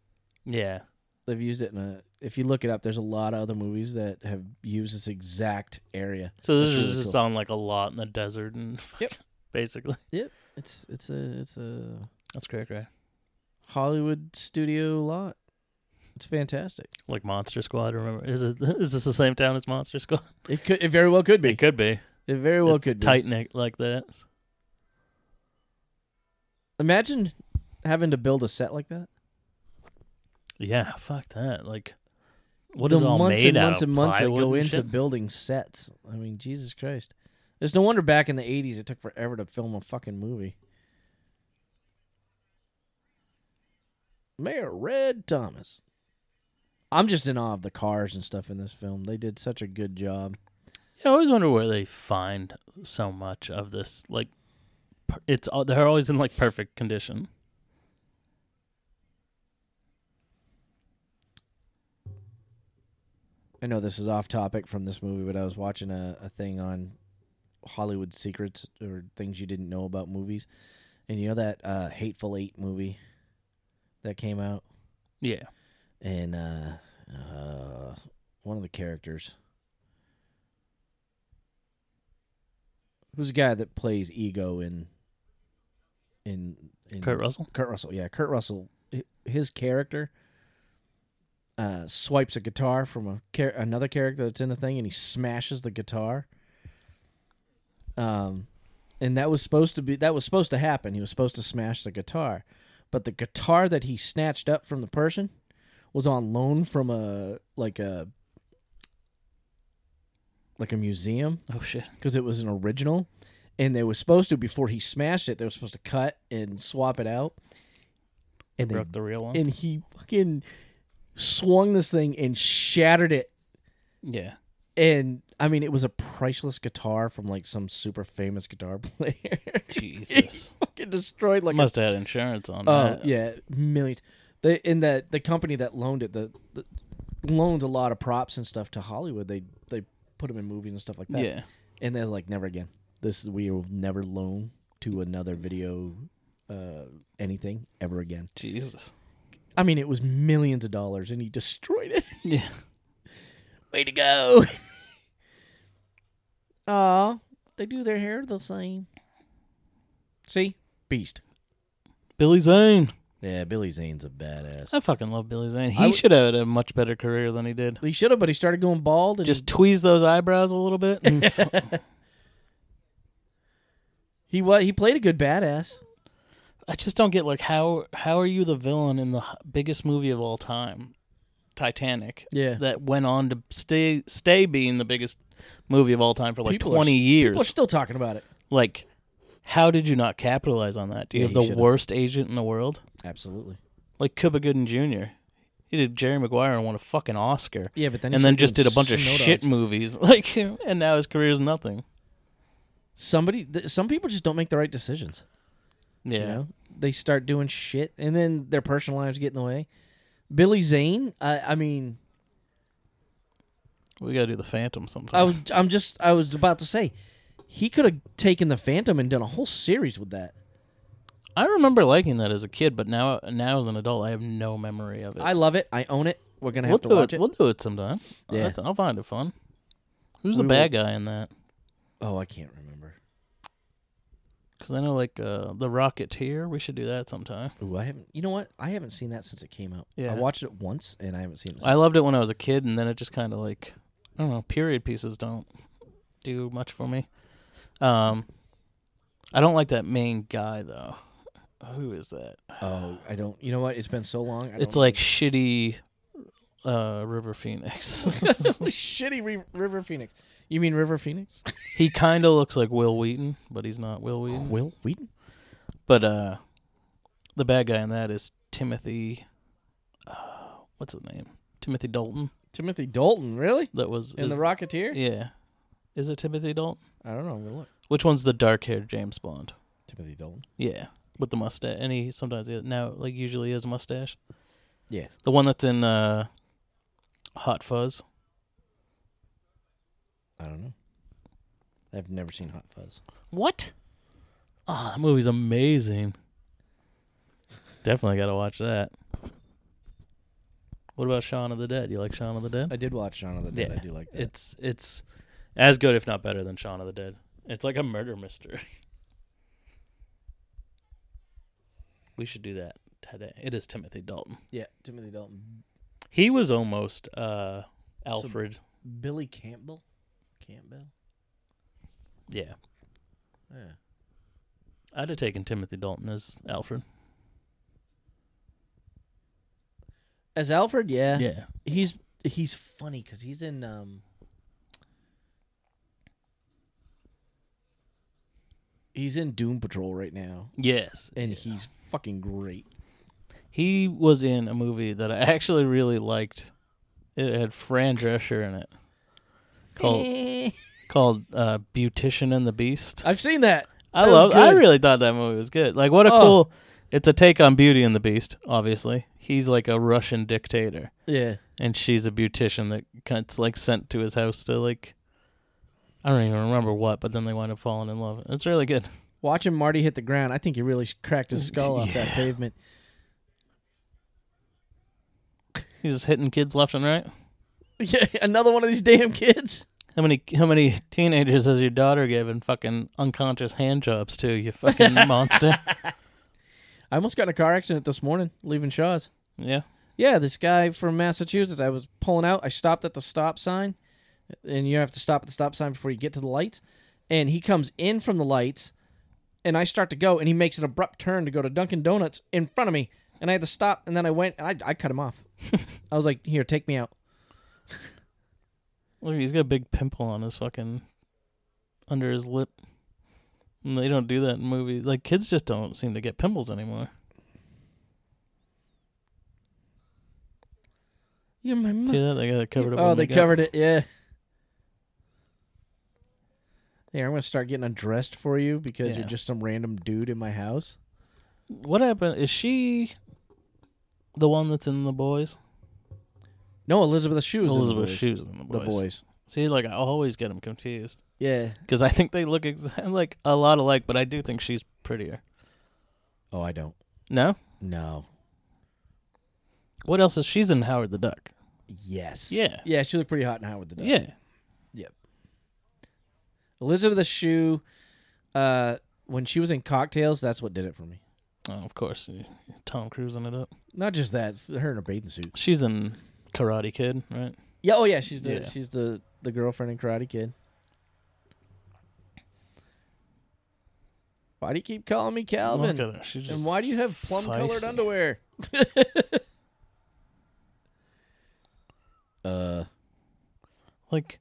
C: Yeah.
E: They've used it in a if you look it up, there's a lot of other movies that have used this exact area.
C: So this
E: That's
C: is
E: really
C: just
E: cool.
C: on like a lot in the desert and
E: Yep.
C: basically.
E: It's it's a it's a
C: That's great, right?
E: Hollywood studio lot. It's fantastic.
C: Like Monster Squad, remember? Is it is this the same town as Monster Squad?
E: It could it very well could be.
C: It could be.
E: It very well
C: it's
E: could be.
C: tight neck like that.
E: Imagine having to build a set like that.
C: Yeah, fuck that. Like what
E: the
C: is it all
E: months
C: made
E: and
C: out
E: months
C: of?
E: and months that
C: Plywood
E: go
C: and
E: into
C: shit?
E: building sets. I mean, Jesus Christ. It's no wonder back in the 80s it took forever to film a fucking movie. Mayor Red Thomas. I'm just in awe of the cars and stuff in this film. They did such a good job.
C: Yeah, I always wonder where they find so much of this. Like, per- it's all they're always in like perfect condition.
E: I know this is off topic from this movie, but I was watching a, a thing on Hollywood secrets or things you didn't know about movies. And you know that uh, Hateful Eight movie that came out?
C: Yeah,
E: And uh, uh, one of the characters. Who's the guy that plays Ego in. in, in
C: Kurt Russell.
E: Kurt Russell, yeah, Kurt Russell. hi- His character uh, swipes a guitar from a char- another character that's in the thing, and he smashes the guitar. Um, and that was supposed to be that was supposed to happen. He was supposed to smash the guitar, but the guitar that he snatched up from the person was on loan from a like a like a museum
C: Oh shit!
E: Oh, because it was an original and they were supposed to before he smashed it. They were supposed to cut and swap it out, and they
C: Broke the real one.
E: and he fucking swung this thing and shattered it.
C: yeah.
E: And I mean, it was a priceless guitar from like some super famous guitar player.
C: Jesus.
E: fucking destroyed like a
C: Must have had insurance on
E: Oh
C: that.
E: yeah, millions. They in the the company that loaned it, the, the loaned a lot of props and stuff to Hollywood. They they put them in movies and stuff like that.
C: Yeah.
E: and they're like, never again. This we will never loan to another video, uh, anything ever again.
C: Jesus.
E: I mean, it was millions of dollars, and he destroyed it.
C: Yeah.
E: Way to go! Aw, they do their hair the same. See, beast.
C: Billy Zane.
E: Yeah, Billy Zane's a badass.
C: I fucking love Billy Zane. He
E: I would-
C: should have had a much better career than he did.
E: He should have, but he started going bald and
C: Just tweeze those eyebrows a little bit. and-
E: Mm. he wa he played a good badass.
C: I just don't get like how how are you the villain in the h- biggest movie of all time, Titanic?
E: Yeah.
C: that went on to stay stay being the biggest movie of all time for like
E: People are
C: twenty
E: s-
C: years.
E: People are still talking about it.
C: like, how did you not capitalize on that? Do you
E: Yeah,
C: have the
E: you should've.
C: worst agent in the world?
E: Absolutely.
C: Like Cuba Gooden Jr. He did Jerry Maguire and won a fucking Oscar,
E: Yeah, but then he
C: and then
E: started
C: just
E: doing
C: did a bunch of
E: Snow
C: shit
E: Dogs.
C: movies. Like, and now his career's nothing.
E: Somebody, th- some people just don't make the right decisions.
C: Yeah,
E: You know, they start doing shit, and then their personal lives get in the way. Billy Zane, I, I mean,
C: we gotta do the Phantom sometime.
E: I was, I'm just, I was about to say, he could have taken the Phantom and done a whole series with that.
C: I remember liking that as a kid, but now now as an adult, I have no memory of it.
E: I love it. I own it. We're gonna
C: we'll
E: have to
C: do
E: watch
C: it,
E: it.
C: We'll do it sometime. I'll-
E: Yeah.
C: I'll find it fun. Who's
E: We
C: the bad guy in that?
E: Oh, I can't remember.
C: Because I know like uh, the Rocketeer. We should do that sometime.
E: Ooh, I haven't. You know what? I haven't seen that since it came out.
C: Yeah.
E: I watched it once, and I haven't seen it. Since.
C: I loved it when I was a kid, and then it just kind of like I don't know. Period pieces don't do much for me. Um, I don't like that main guy though. Who is that?
E: Oh, I don't. You know what? It's been so long. I
C: It's
E: don't-
C: like shitty uh, River Phoenix.
E: shitty Re- River Phoenix. You mean River Phoenix?
C: he kind of looks like Will Wheaton, but he's not Will Wheaton.
E: Will Wheaton.
C: But uh the bad guy in that is Timothy uh, what's his name? Timothy Dalton.
E: Timothy Dalton, really?
C: That was
E: In the
C: is-
E: Rocketeer?
C: Yeah. Is it Timothy Dalton?
E: I don't know. I'm gonna look.
C: Which one's the dark haired James Bond?
E: Timothy Dalton.
C: Yeah. With the mustache and he sometimes he- now like usually has a mustache.
E: Yeah.
C: The one that's in uh Hot Fuzz.
E: I don't know. I've never seen Hot Fuzz.
C: What? Ah, that movie's amazing. Definitely gotta watch that. What about Shaun of the Dead? You like Shaun of the Dead?
E: I did watch Shaun of the Dead. I do like that.
C: It's it's as good if not better than Shaun of the Dead. It's like a murder mystery. we should do that today. It is Timothy Dalton.
E: yeah, Timothy Dalton.
C: He was almost uh Alfred.
E: Billy Campbell. Campbell.
C: yeah.
E: Yeah.
C: I'd have taken Timothy Dalton as Alfred.
E: As Alfred, yeah.
C: Yeah.
E: He's he's funny because he's in um. He's in Doom Patrol right now,
C: Yes.
E: and he's fucking great.
C: He was in a movie that I actually really liked. It had Fran Drescher in it. Called called uh, Beautician and the Beast.
E: I've seen that.
C: I
E: That was
C: love. I
E: good.
C: really thought that movie was good. Like, what a
E: Oh.
C: cool! It's a take on Beauty and the Beast. Obviously, he's like a Russian dictator,
E: Yeah.
C: and she's a beautician that gets like sent to his house to like. I don't even remember what, but then they wind up falling in love. It's really good.
E: Watching Marty hit the ground, I think he really cracked his skull off that pavement.
C: He's just hitting kids left and right.
E: Yeah, another one of these damn kids.
C: How many how many teenagers has your daughter given fucking unconscious hand jobs to? You fucking monster.
E: I almost got in a car accident this morning leaving Shaw's.
C: Yeah.
E: Yeah, this guy from Massachusetts. I was pulling out. I stopped at the stop sign, and you have to stop at the stop sign before you get to the lights. And he comes in from the lights, and I start to go, and he makes an abrupt turn to go to Dunkin' Donuts in front of me, and I had to stop, and then I went, and I, I cut him off. I was like, "Here, take me out."
C: Look, he's got a big pimple on his fucking under his lip. And They don't do that in movies. Like kids just don't seem to get pimples anymore.
E: You're my
C: See that they got it covered up.
E: Oh,
C: with
E: they
C: makeup.
E: covered it. Yeah. Yeah, I'm gonna start getting undressed for you because
C: Yeah.
E: you're just some random dude in my house.
C: What happened? Is she the one that's in the boys?
E: No, Elizabeth Shoes.
C: Elizabeth
E: the boys.
C: Shoes in the
E: The
C: boys.
E: boys.
C: See, like I always get them confused
E: Yeah.
C: because I think they look exact, like a lot alike, but I do think she's prettier.
E: Oh, I don't.
C: No,
E: No.
C: what else is she's in Howard the Duck?
E: Yes.
C: Yeah.
E: Yeah, she looked pretty hot in Howard the Duck.
C: Yeah,
E: Elizabeth the Shoe. Uh, when she was in Cocktails, that's what did it for me.
C: oh, of course. Tom Cruise in it up.
E: Not just that, it's her in a bathing suit.
C: She's in Karate Kid, right?
E: Yeah. Oh yeah, she's the
C: Yeah.
E: she's the the girlfriend in Karate Kid. Why do you keep calling me Calvin?
C: Look at her. She's just
E: And why do you have plum colored
C: feisty.
E: underwear? uh
C: like?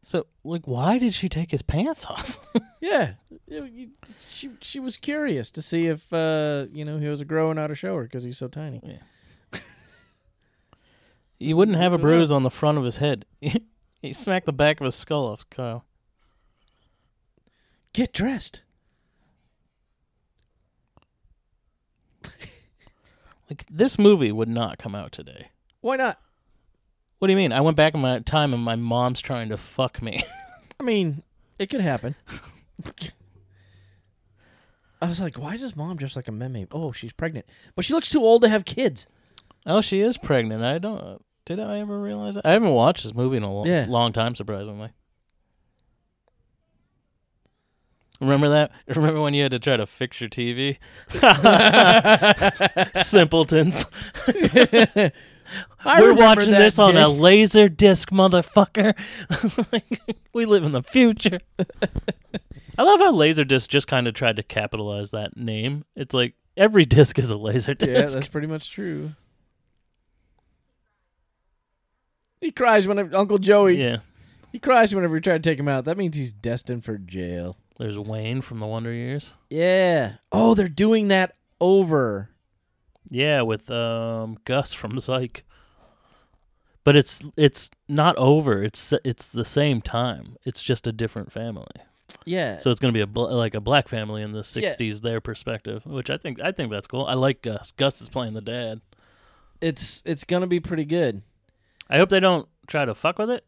C: So, like, why did she take his pants off?
E: yeah. You- you- She she was curious to see if uh you know he was a growing out of shower because he's so tiny.
C: You wouldn't have a
E: Look at that.
C: bruise on the front of his head. he smacked the back of his skull off, Kyle.
E: Get dressed.
C: Like this movie would not come out today.
E: Why not?
C: What do you mean? I went back in my time and my mom's trying to fuck me.
E: I mean, it could happen. I was like, why is his mom just like a meme? Oh, she's pregnant, but she looks too old to have kids.
C: oh, she is pregnant. I don't. Did I ever realize that? I haven't watched this movie in a long,
E: Yeah.
C: long time, surprisingly. Remember that? Remember when you had to try to fix your TV? Simpletons.
E: I
C: We're
E: remember
C: watching
E: that
C: this on
E: day.
C: a laser disc, motherfucker. we live in the future. I love how Laserdisc just kind of tried to capitalize that name. It's like every disc is a laser
E: Yeah,
C: disc.
E: that's pretty much true. He cries whenever Uncle Joey.
C: yeah.
E: He cries whenever we try to take him out. That means he's destined for jail.
C: There's Wayne from the Wonder Years.
E: Yeah. Oh, they're doing that over.
C: Yeah, with um, Gus from Psych. But it's it's not over. It's it's the same time. It's just a different family.
E: Yeah.
C: So it's going to be a bl- like a black family in the
E: Yeah.
C: '60s, their perspective, which I think I think that's cool. I like Gus. Gus is playing the dad.
E: it's it's gonna be pretty good.
C: I hope they don't try to fuck with it,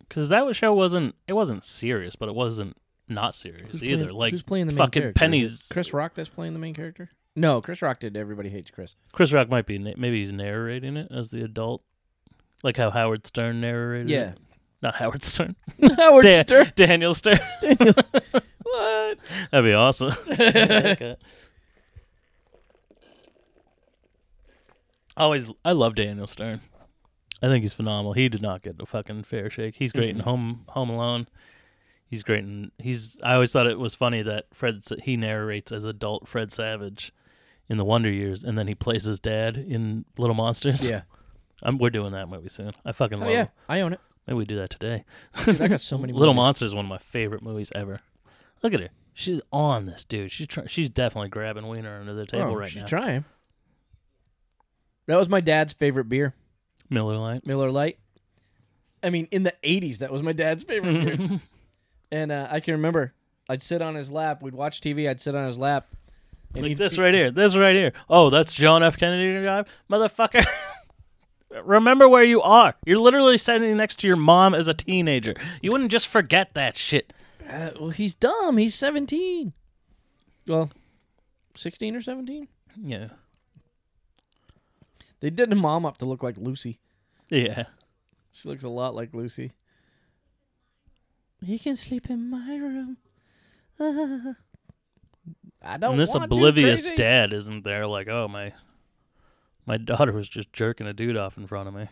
C: because that was- show wasn't it wasn't serious, but it wasn't not serious
E: Who's
C: either.
E: playing-
C: like
E: who's playing the main
C: fucking
E: character? Is
C: pennies.
E: it Chris Rock that's playing the main character. No, Chris Rock did. Everybody hates Chris.
C: Chris Rock might be na- maybe he's narrating it as the adult, like how Howard Stern narrated. it.
E: Yeah.
C: not Howard Stern.
E: Howard
C: Dan-
E: Stern.
C: Daniel Stern.
E: What?
C: That'd be awesome. Okay. Always, I love Daniel Stern. I think he's phenomenal. He did not get a fucking fair shake. He's great in Home Home Alone. He's great in he's. I always thought it was funny that Fred Sa- he narrates as adult Fred Savage in The Wonder Years, and then he plays his dad in Little Monsters.
E: Yeah.
C: I'm, we're doing that movie soon. I fucking
E: Oh
C: love.
E: yeah.
C: it.
E: I own it.
C: Maybe we do that today.
E: I got so many.
C: Little
E: movies.
C: Monsters is one of my favorite movies ever. Look at her. She's on this dude. She's try- she's definitely grabbing wiener under the table
E: Oh,
C: right
E: she's
C: now.
E: Trying. That was my dad's favorite beer,
C: Miller Lite.
E: Miller Lite. I mean, in the '80s, that was my dad's favorite beer. and uh, I can remember, I'd sit on his lap. We'd watch TV. I'd sit on his lap. And
C: Like
E: he'd
C: this
E: be-
C: right here. This right here. Oh, that's John F. Kennedy Drive, motherfucker. Remember where you are. You're literally sitting next to your mom as a teenager. You wouldn't just forget that shit.
E: Uh, well, he's dumb. He's 17. Well, 16 or 17.
C: Yeah.
E: They did the mom up to look like Lucy.
C: Yeah.
E: She looks a lot like Lucy. He can sleep in my room. Ah. I don't.
C: and this
E: want to,
C: oblivious
E: crazy.
C: dad isn't there like, "Oh, my my daughter was just jerking a dude off in front of me."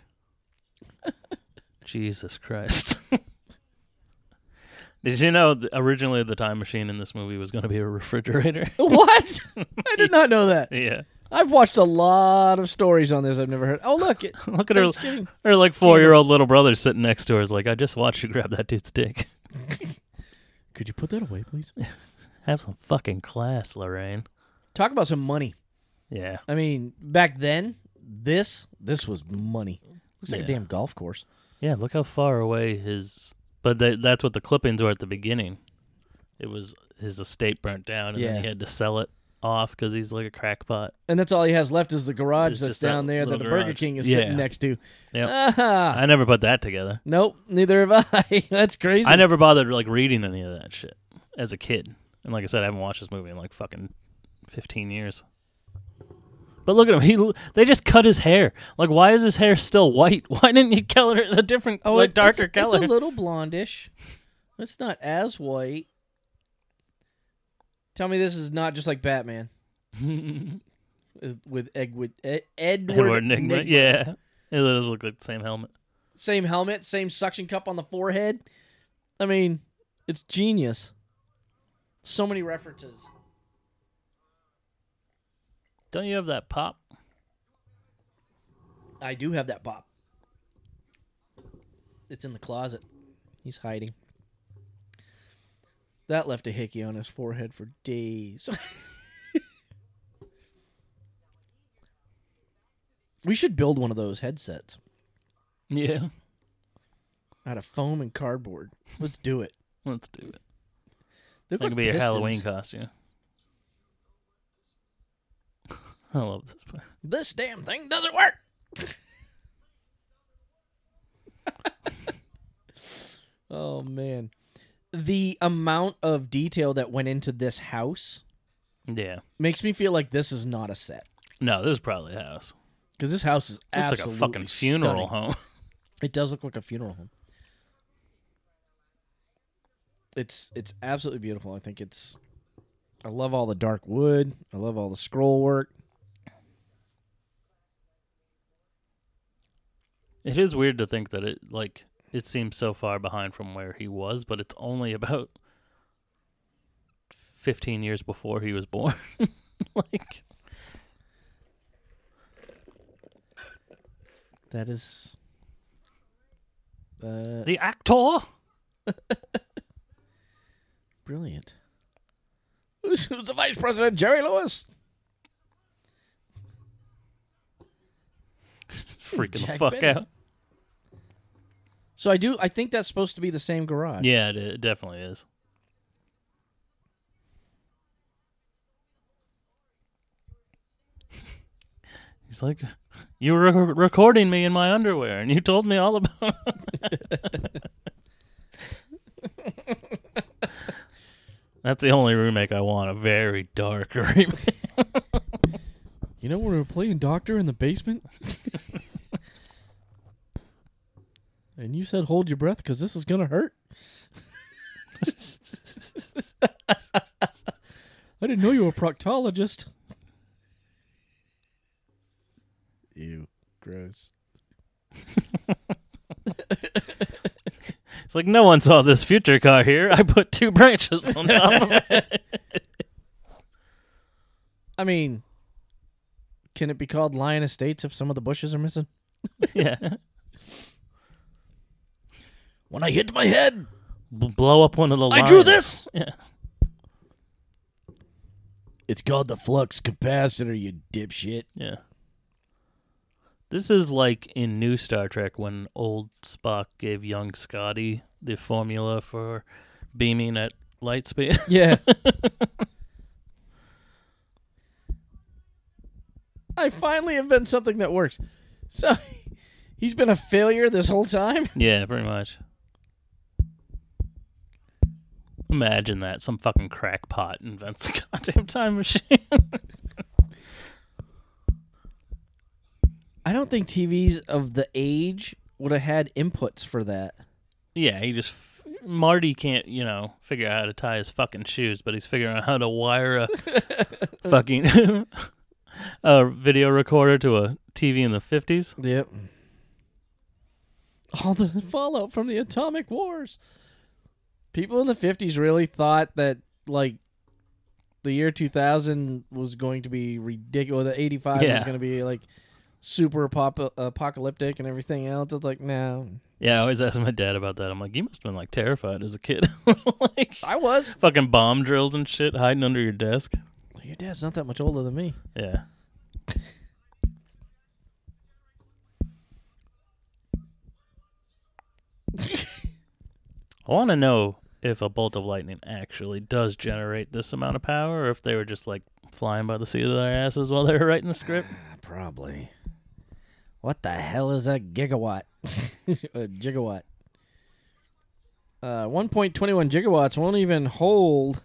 C: Jesus Christ. Did you know th- originally the time machine in this movie was going to be a refrigerator?
E: What? I did not know that.
C: yeah.
E: I've watched a lot of stories on this. I've never heard. Oh look, it,
C: Look at her
E: Thanksgiving.
C: her like 4-year-old little brother sitting next to her is like, "I just watched you grab that dude's dick."
E: Could you put that away, please?
C: Have some fucking class, Lorraine.
E: Talk about some money.
C: Yeah.
E: I mean, back then, this this was money. Looks like a
C: Yeah.
E: damn golf course.
C: Yeah, look how far away his. But tha that's what the clippings were at the beginning. It was his estate burnt down, and
E: Yeah.
C: then he had to sell it off because he's like a crackpot.
E: And that's all he has left is the garage
C: It's
E: that's
C: just that
E: down there that
C: little
E: the Burger
C: garage.
E: King is
C: Yeah.
E: sitting next to.
C: Yep.
E: Ah,
C: I never put that together.
E: nope, neither have I. that's crazy.
C: I never bothered like reading any of that shit as a kid. And like I said, I haven't watched this movie in like fucking fifteen years. But look at him. He l- they just cut his hair. Like, why is his hair still white? Why didn't you color it a different,
E: Oh,
C: like
E: it-
C: darker
E: it's a,
C: color?
E: It's a little blondish. It's not as white. Tell me this is not just like Batman is- with Edward, Ed, Edward,
C: Edward Nigma.
E: Nigma.
C: Yeah, it does look like the same helmet.
E: Same helmet, same suction cup on the forehead. I mean, it's genius. So many references.
C: Don't you have that pop?
E: I do have that pop. It's in the closet. He's hiding. That left a hickey on his forehead for days. we should build one of those headsets
C: Yeah.
E: out of foam and cardboard. Let's do it.
C: Let's do it.
E: They're
C: That
E: like
C: could be
E: pistons.
C: a Halloween costume. I love this part.
E: This damn thing doesn't work. oh man. The amount of detail that went into this house
C: Yeah.
E: makes me feel like this is not a set
C: No, this is probably a house.
E: because this house is
C: It's like a
E: absolutely
C: fucking funeral
E: stunning.
C: home.
E: It does look like a funeral home. It's it's absolutely beautiful. I think it's I love all the dark wood. I love all the scroll work.
C: It is weird to think that it like it seems so far behind from where he was, but it's only about fifteen years before he was born. like
E: That is uh,
C: the actor.
E: Brilliant. Who's, who's the vice president? Jerry Lewis.
C: Freaking the
E: Jack
C: fuck
E: Benny.
C: out.
E: So I do. I think that's supposed to be the same garage.
C: Yeah, it, it definitely is. He's like, you were rec- recording me in my underwear, and you told me all about. That's the only remake I want—a very dark remake.
E: You know when we were playing doctor in the basement, and you said hold your breath because this is gonna hurt. I didn't know you were a proctologist. Ew, gross.
C: It's like no one saw this future car here. I put two branches on top of it.
E: I mean, can it be called Lion Estates if some of the bushes are missing?
C: Yeah,
E: When I hit my head,
C: B- blow up one of the. Lines. Yeah.
E: It's called the flux capacitor, you dipshit.
C: Yeah. This is like in new Star Trek when old Spock gave young Scotty the formula for beaming at light speed.
E: Yeah. I finally invent something that works. So he's been a failure this whole time.
C: yeah, pretty much. Imagine that. Some fucking crackpot invents a goddamn time machine.
E: I don't think TVs of the age would have had inputs for that.
C: yeah, he just. F- Marty can't, you know, figure out how to tie his fucking shoes, but he's figuring out how to wire a fucking. a video recorder to a TV in the 50s.
E: Yep. All the fallout from the atomic wars. People in the 50s really thought that, like, the year 2000 was going to be ridiculous. The 85
C: Yeah.
E: was going to be, like, super apop- apocalyptic and everything else. It's like, no,
C: Yeah, I always ask my dad about that. I'm like, you must have been like terrified as a kid. like
E: I was.
C: fucking bomb drills and shit hiding under your desk.
E: Your dad's not that much older than me.
C: Yeah. I want to know if a bolt of lightning actually does generate this amount of power, or if they were just like flying by the seat of their asses while they were writing the script.
E: Probably. What the hell is a gigawatt? a gigawatt. Uh, 1.21 gigawatts won't even hold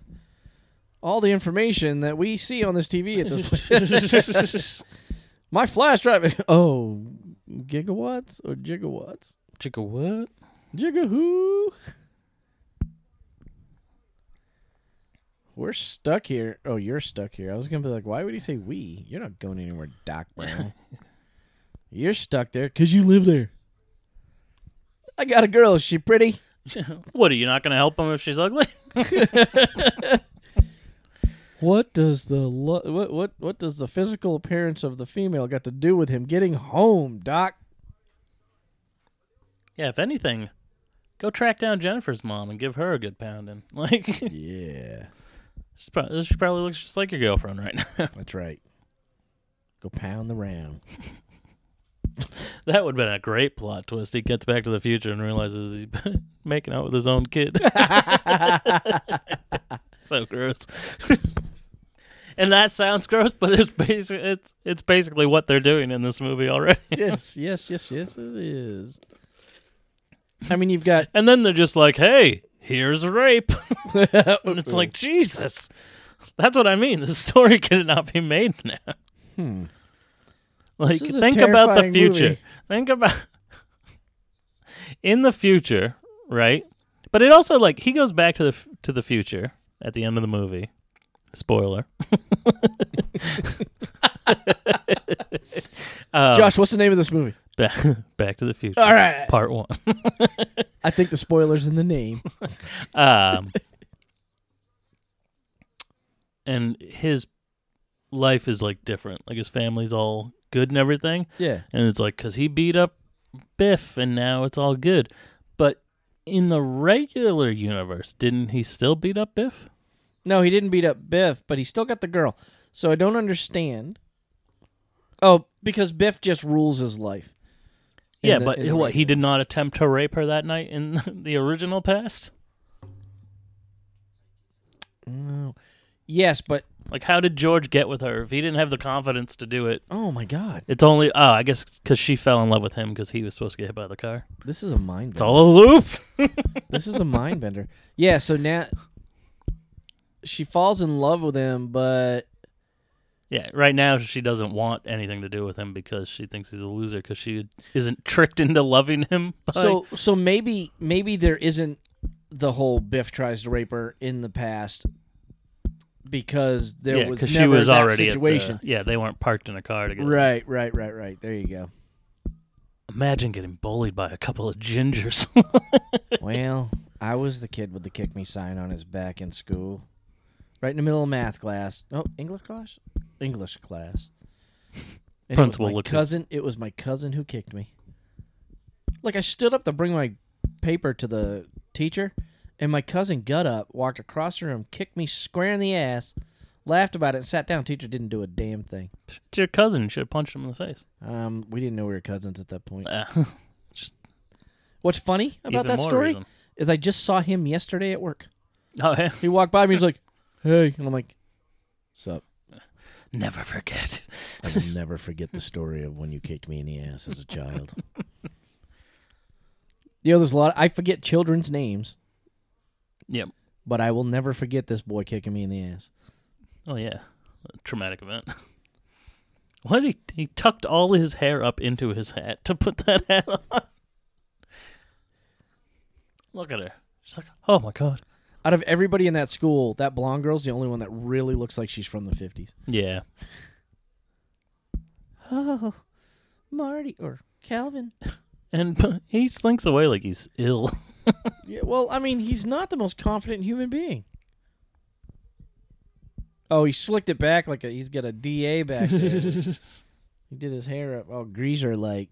E: all the information that we see on this TV at this point. My flash drive. Oh, gigawatts or gigawatts?
C: Chicka, what?
E: Jigahoo. We're stuck here. Oh, you're stuck here. I was gonna be like, why would he say we? You're not going anywhere, Doc Brown. you're stuck there because you live there. I got a girl. Is she pretty?
C: what are you not going to help them if she's ugly?
E: What does the lo- what what what does the physical appearance of the female got to do with him getting home, Doc?
C: yeah, if anything, go track down Jennifer's mom and give her a good pounding. Like
E: Yeah,
C: she's probably, she probably looks just like your girlfriend right now.
E: that's right. Go pound the round.
C: That would have been a great plot twist. He gets back to the future and realizes he's been making out with his own kid. so gross. and that sounds gross, but it's basic, it's it's basically what they're doing in this movie already.
E: yes, yes, yes, yes, it is. I mean, you've got
C: And then they're just like, "Hey, here's rape," and it's like, "Jesus." That's what I mean. The story could not be made now.
E: hmm.
C: Like
E: This is a
C: think about the
E: terrifying
C: future.
E: movie.
C: Think about in the future, right? But it also like he goes back to the f- to the future at the end of the movie. Spoiler. um,
E: Josh. What's the name of this movie?
C: back, back to the future.
E: All right.
C: Part 1.
E: I think the spoilers in the name.
C: Um and his life is like different. Like his family's all good and everything.
E: Yeah,
C: And it's like, because he beat up Biff and now it's all good. But in the regular universe, didn't he still beat up Biff?
E: no, he didn't beat up Biff, but he still got the girl. So I don't understand. Oh, because Biff just rules his life. In
C: yeah,
E: the-
C: but
E: in the
C: what, he
E: regular.
C: did not attempt to rape her that night in the original past?
E: No. Yes, but
C: Like, how did George get with her if he didn't have the confidence to do it?
E: oh my god,
C: It's only, oh, I guess because she fell in love with him because he was supposed to get hit by the car.
E: this is a mind.
C: It's all a loop.
E: this is a mind bender. Yeah, so now she falls in love with him, but
C: yeah, right now she doesn't want anything to do with him because she thinks he's a loser because she isn't tricked into loving him. By,
E: so so maybe maybe there isn't the whole Biff tries to rape her in the past because there
C: yeah,
E: was
C: because
E: never
C: she was
E: that
C: already at the-
E: situation.
C: yeah, they weren't parked in a car together.
E: Right, right, right, right. There you go.
C: Imagine getting bullied by a couple of gingers.
E: well, I was the kid with the kick me sign on his back in school. Right in the middle of math class. Oh, English class? English class. And
C: Principal
E: it was my
C: looked at-
E: cousin. It was my cousin who kicked me. Like I stood up to bring my paper to the teacher, and my cousin got up, walked across the room, kicked me square in the ass, laughed about it, sat down. Teacher didn't do a damn thing.
C: it's your cousin. You should have punched him in the face.
E: Um, we didn't know we were cousins at that point.
C: Ah, even
E: What's funny about that
C: more
E: story
C: reason.
E: is I just saw him yesterday at work.
C: Oh, yeah.
E: He walked by me. He's like, "Hey," and I'm like, "Sup?"
C: Never forget.
E: I will never forget the story of when you kicked me in the ass as a child. you know, there's a lot. I forget children's names.
C: Yep.
E: But I will never forget this boy kicking me in the ass.
C: Oh yeah, a traumatic event. Why did he? He tucked all his hair up into his hat to put that hat on. Look at her. She's like, oh my god.
E: Out of everybody in that school, that blonde girl's the only one that really looks like she's from the fifties.
C: Yeah.
E: Oh, Marty or Calvin.
C: And p- he slinks away like he's ill.
E: Yeah, well, I mean, he's not the most confident human being. Oh, he slicked it back like a, he's got a DA back there. he He did his hair up all greaser like.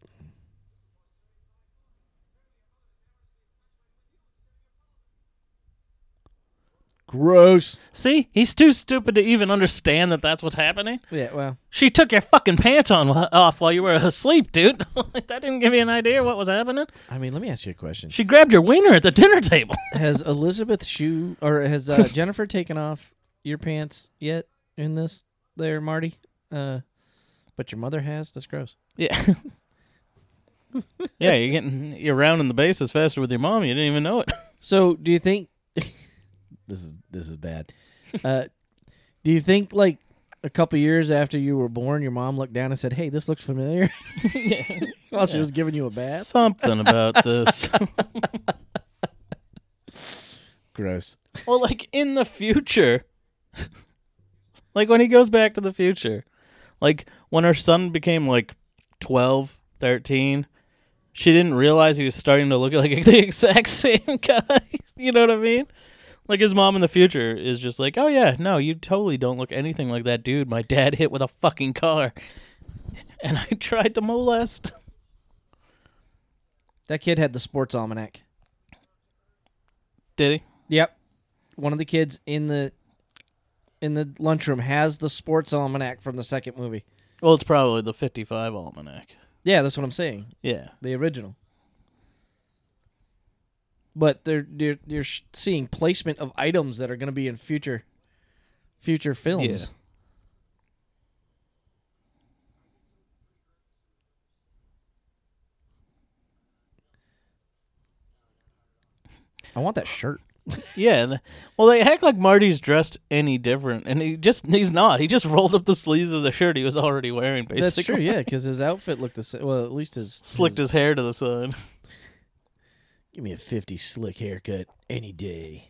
E: Gross.
C: See, he's too stupid to even understand that that's what's happening.
E: Yeah, well,
C: She took your fucking pants on off while you were asleep, dude. Like, that didn't give you an idea what was happening.
E: I mean, let me ask you a question.
C: She grabbed your wiener at the dinner table.
E: has Elizabeth Shue or has uh, Jennifer taken off your pants yet in this there, Marty? Uh, but your mother has. That's gross.
C: Yeah. yeah, you're getting you're rounding the bases faster with your mom. You didn't even know it.
E: So, do you think this is this is bad? Uh, do you think like a couple years after you were born, your mom looked down and said, "Hey, this looks familiar," while she was giving you a bath?
C: Something about this.
E: Gross.
C: well, like in the future, like when he goes back to the future, like when her son became like 12, 13, she didn't realize he was starting to look like the exact same guy. you know what I mean? Like his mom in the future is just like, oh yeah, no, you totally don't look anything like that dude my dad hit with a fucking car. And I tried to molest.
E: That kid had the sports almanac.
C: Did he?
E: Yep. One of the kids in the in the lunchroom has the sports almanac from the second movie.
C: Well, it's probably the 55 almanac.
E: Yeah, that's what I'm saying.
C: Yeah.
E: The original. But they're they're, they're sh- seeing placement of items that are going to be in future future films.
C: Yeah.
E: I want that shirt.
C: Yeah. th- Well, they act like Marty's dressed any different, and he just—he's not. He just rolled up the sleeves of the shirt he was already wearing. Basically,
E: That's true, yeah, because his outfit looked the same. Well, at least his
C: Slicked his hair to the side.
E: Give me a fifty slick haircut any day.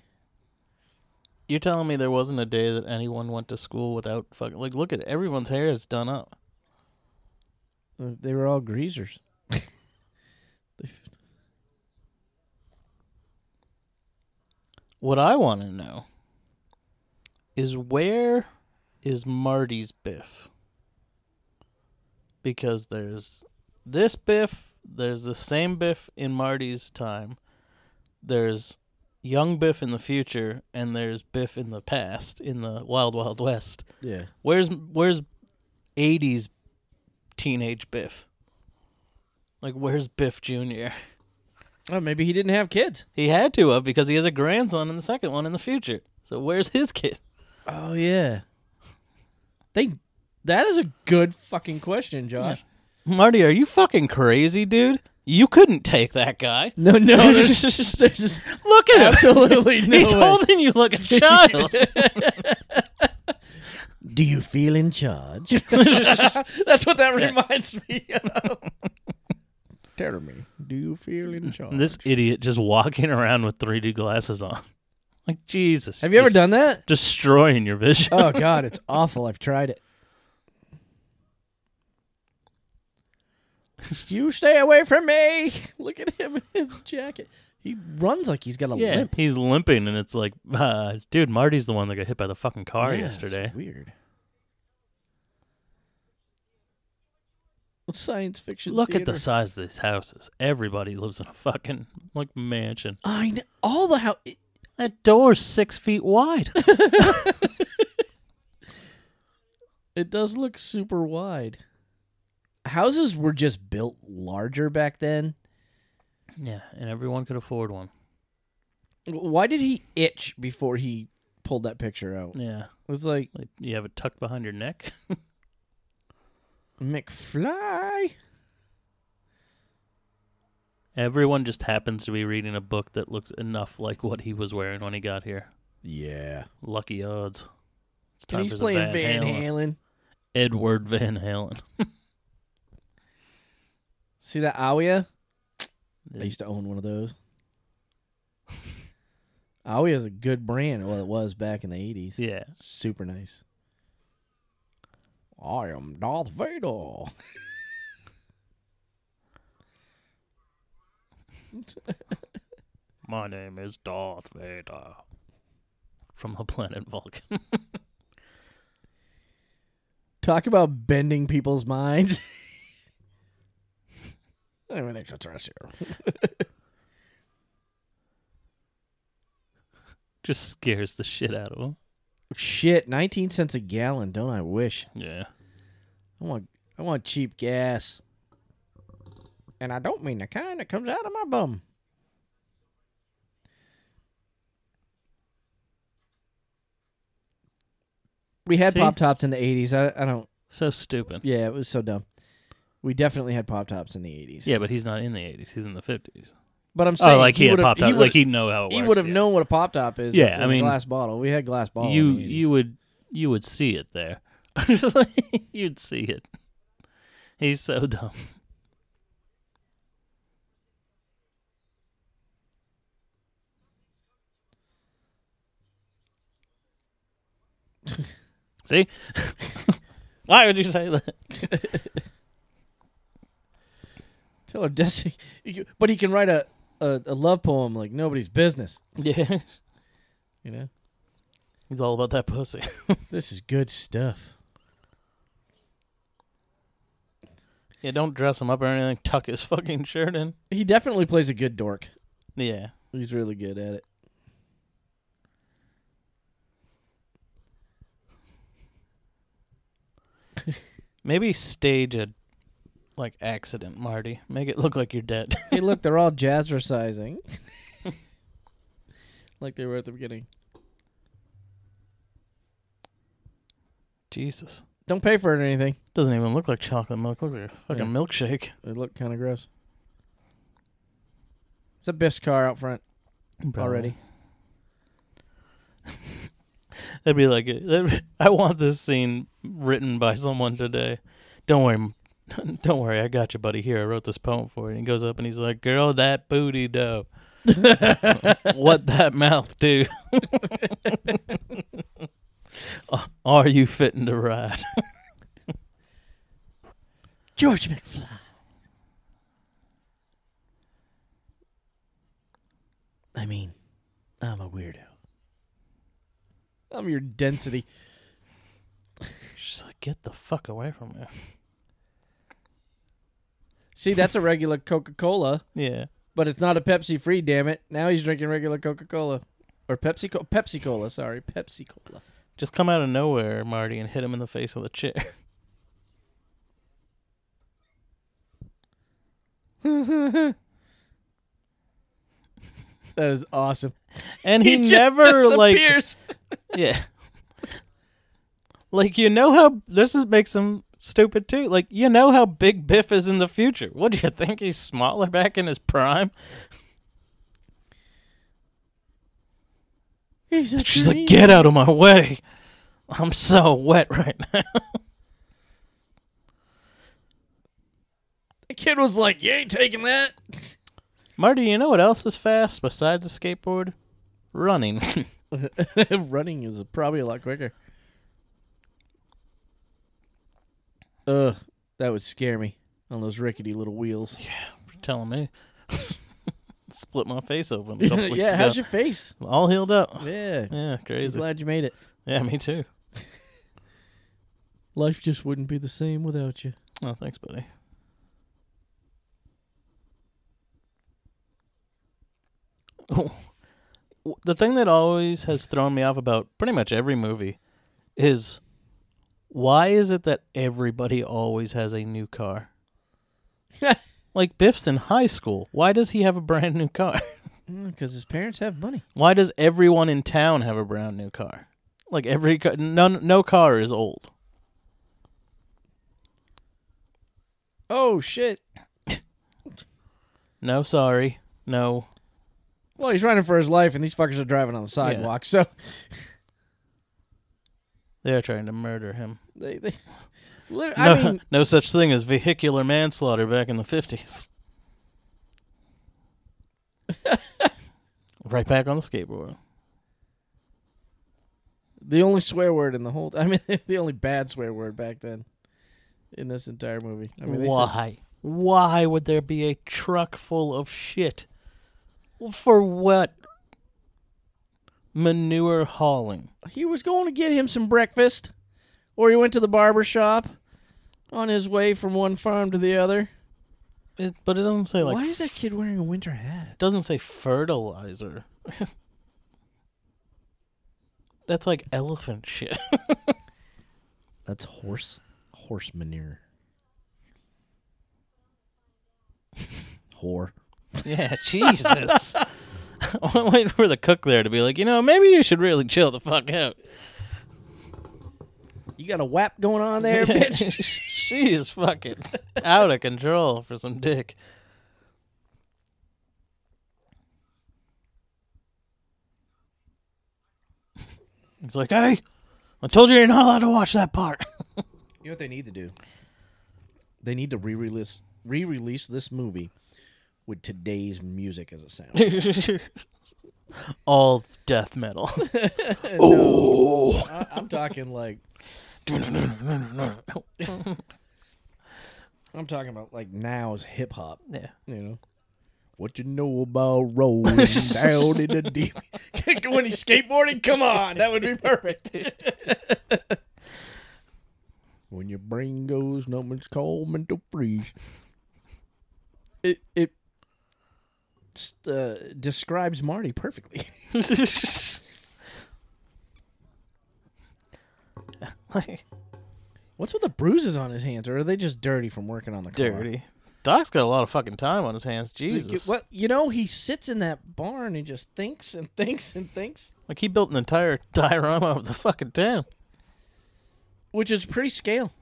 C: You're telling me there wasn't a day that anyone went to school without fucking like look at it, everyone's hair is done up.
E: They were all greasers.
C: What I want to know is where is Marty's Biff? Because there's this Biff, there's the same Biff in Marty's time, there's young Biff in the future, and there's Biff in the past, in the Wild Wild West.
E: Yeah.
C: Where's where's 80s teenage Biff? Like where's Biff Jr.?
E: Oh, maybe he didn't have kids.
C: He had to have because he has a grandson in the second one in the future. So where's his kid?
E: Oh yeah. They that is a good fucking question, Josh.
C: Marty, are you fucking crazy, dude? You couldn't take that guy.
E: No, no. There's,
C: Look
E: there's just
C: at him.
E: absolutely no
C: He's
E: way.
C: holding you like a child.
E: Do you feel in charge? That's what that reminds me of. Tell me, do you feel in charge?
C: this idiot just walking around with 3D glasses on. Like Jesus.
E: have you ever
C: just
E: done that?
C: destroying your vision?
E: Oh god, it's awful. I've tried it. You stay away from me. Look at him in his jacket. He runs like he's got a
C: yeah,
E: Oh, limp.
C: he's limping, and it's like, uh, dude, Marty's the one that got hit by the fucking car
E: Yeah, it's
C: yesterday.
E: weird. Well, science fiction.
C: Look at
E: theater.
C: the size of these houses. Everybody lives in a fucking like mansion.
E: I know, all the how.
C: That door's six feet wide.
E: It does look super wide. Houses were just built larger back then.
C: yeah, and everyone could afford one.
E: Why did he itch before he pulled that picture out?
C: Yeah,
E: It was like
C: like, you have it tucked behind your neck.
E: McFly.
C: everyone just happens to be reading a book that looks enough like what he was wearing when he got here.
E: Yeah.
C: Lucky odds. It's
E: And he's
C: for some
E: playing Van Halen.
C: Edward Van Halen.
E: See that Aoya? I
C: Yeah.
E: used to own one of those. Aoya is a good brand. Well, it was back in the 80s.
C: yeah.
E: Super nice. I am Darth Vader.
C: My name is Darth Vader from the planet Vulcan.
E: Talk about bending people's minds. I'm an extraterrestrial.
C: Just scares the shit out of him.
E: Shit, 19 cents a gallon. Don't I wish?
C: Yeah.
E: I want I want cheap gas. And I don't mean the kind that comes out of my bum. We had
C: See?
E: pop tops in the 80s. I, I don't
C: So stupid.
E: Yeah, it was so dumb. We definitely had pop tops in the 80s.
C: Yeah, but he's not in the 80s. He's in the 50s.
E: But I'm saying
C: oh, like he, had
E: would've-
C: popped up.
E: would've-
C: Like he'd know how it works.
E: he would have
C: yeah.
E: known what a pop top is.
C: Yeah,
E: with
C: I
E: a
C: mean,
E: glass bottle. We had glass bottle.
C: You
E: in the 80s.
C: you would you would see it there. You'd see it. He's so dumb. see? Why would you say that?
E: tell her Desi, but he can write a, a a love poem like nobody's business.
C: Yeah.
E: You know,
C: He's all about that pussy.
E: this is good stuff.
C: Yeah, don't dress him up or anything. Tuck his fucking shirt in.
E: He definitely plays a good dork.
C: Yeah.
E: He's really good at it.
C: Maybe stage a like accident, Marty. Make it look like you're dead.
E: Hey, look, they're all jazzercising, like they were at the beginning.
C: Jesus.
E: Don't pay for it or anything.
C: Doesn't even look like chocolate milk. Look like a fucking
E: Yeah.
C: milkshake.
E: They look kind of gross. It's a Biff's car out front already.
C: That'd be like, that'd be- I want this scene written by someone today. Don't worry, m- don't worry. I got you, buddy. Here, I wrote this poem for you. And he goes up and he's like, "Girl, that booty dough. what that mouth do? Uh, Are you fitting to ride?"
E: George McFly. I mean, I'm a weirdo. I'm your density.
C: She's like, "Get the fuck away from me."
E: See, that's a regular Coca Cola,
C: Yeah,
E: but it's not a Pepsi free, damn it. Now he's drinking regular Coca Cola. Or Pepsi Co- Pepsi Cola, sorry. Pepsi Cola.
C: just come out of nowhere, Marty, and hit him in the face with a chair.
E: That is awesome.
C: and he,
E: just
C: never like
E: disappears.
C: yeah like you know how this is makes him stupid too like you know how big biff is in the future what do you think he's smaller back in his prime
E: He's a
C: she's like
E: dream.
C: get out of my way i'm so wet right now
E: The kid was like, You ain't taking that.
C: marty you know what else is fast besides a skateboard running
E: Running is probably a lot quicker. Ugh, that would scare me on those rickety little wheels.
C: You're telling me split my face open a couple weeks
E: yeah, how's
C: ago.
E: your face?
C: all healed up
E: Yeah,
C: yeah
E: I'm
C: crazy
E: glad you made it.
C: yeah me too
E: Life just wouldn't be the same without you.
C: oh thanks buddy Oh, w- the thing that always has thrown me off about pretty much every movie is why is it that everybody always has a new car? like Biff's in high school. Why does he have a brand new car?
E: Because Mm, his parents have money.
C: Why does everyone in town have a brand new car? Like every car, none, no car is old.
E: Oh shit!
C: No, sorry, no.
E: Well, he's running for his life, and these fuckers are driving on the sidewalk. So
C: They're trying to murder him.
E: they, they lit-
C: No,
E: I mean,
C: no such thing as vehicular manslaughter back in the 50s. right back on the skateboard.
E: the only swear word in the whole. I mean, the only bad swear word back then in this entire movie. I mean, they said-
C: Why? Why would there be a truck full of shit? For what? Manure hauling.
E: he was going to get him some breakfast or he went to the barber shop on his way from one farm to the other
C: It, but it doesn't say like
E: Why is that kid wearing a winter hat?
C: It doesn't say fertilizer. That's like elephant shit.
E: That's horse horse manure. Whore.
C: yeah, Jesus. I'm waiting for the cook there to be like, you know, maybe you should really chill the fuck out.
E: You got a whap going on there, bitch.
C: she is fucking out of control for some dick. It's like, hey, I told you you're not allowed to watch that part.
E: You know what they need to do? They need to re-release re-release this movie with today's music as a sound.
C: All death metal.
E: I, I'm talking like I'm talking about like now's hip hop.
C: yeah.
E: You know. What you know about rolling down in the deep? when he's skateboarding, come on, that would be perfect. when your brain goes numb, it's called mental freeze. It it s- uh, describes Marty perfectly. What's with the bruises on his hands, or are they just dirty from working on the car?
C: Dirty. Doc's got a lot of fucking time on his hands.
E: Like,
C: Jesus.
E: Well, you know, he sits in that barn and just thinks and thinks and thinks,
C: Like he built an entire diorama of the fucking town.
E: which is pretty scale.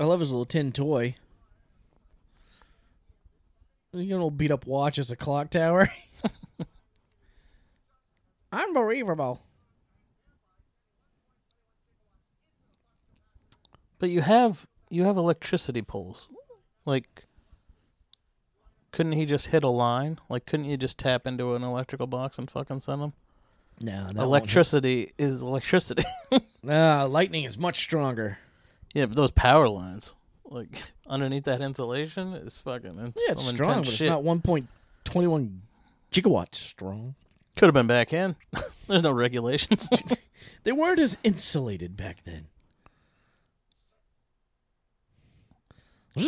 E: I love his little tin toy. You got an old beat up watch as a clock tower. Unbelievable.
C: But you have you have electricity poles. Like couldn't he just hit a line? Like couldn't you just tap into an electrical box and fucking send them?
E: No, no.
C: Electricity is electricity.
E: No, lightning is much stronger.
C: yeah, but those power lines like underneath that insulation is fucking it's
E: Yeah, it's
C: some
E: strong,
C: intense
E: but it's
C: shit.
E: not 1.21 gigawatts strong.
C: Could have been back in. There's no regulations.
E: They weren't as insulated back then.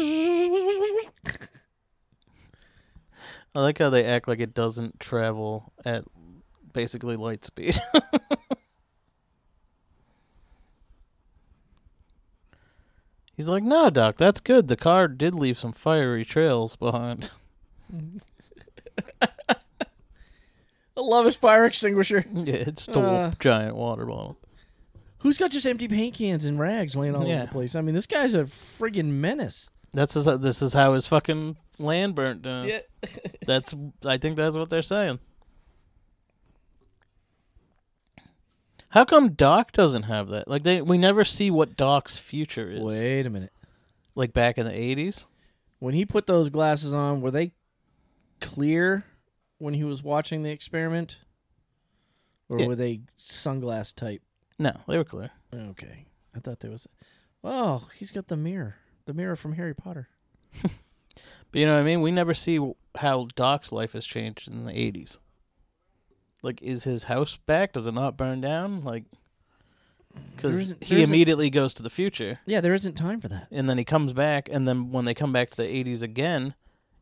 C: I like how they act like it doesn't travel at basically light speed. He's like, no, Doc, that's good. The car did leave some fiery trails behind.
E: I love his fire extinguisher.
C: yeah, it's the
E: Uh.
C: giant water bottle.
E: Who's got just empty paint cans and rags laying all over
C: Yeah.
E: the place? I mean, this guy's a friggin' menace.
C: That's his, uh, this is how his fucking land burnt down. That's I think that's what they're saying. How come Doc doesn't have that? Like they we never see what Doc's future is.
E: Wait a minute.
C: Like back in the eighties.
E: When he put those glasses on, were they clear when he was watching the experiment? Or
C: Yeah.
E: were they sunglass type?
C: No, they were clear.
E: Okay. I thought there was. Oh, he's got the mirror. The mirror from Harry Potter.
C: But you know what I mean? We never see w- how Doc's life has changed in the 80s. Like, is his house back? Does it not burn down? Like,
E: There
C: because
E: isn't- there
C: he
E: isn't-
C: immediately goes to the future,
E: Yeah, there isn't time for that.
C: and then he comes back, and then when they come back to the 80s again,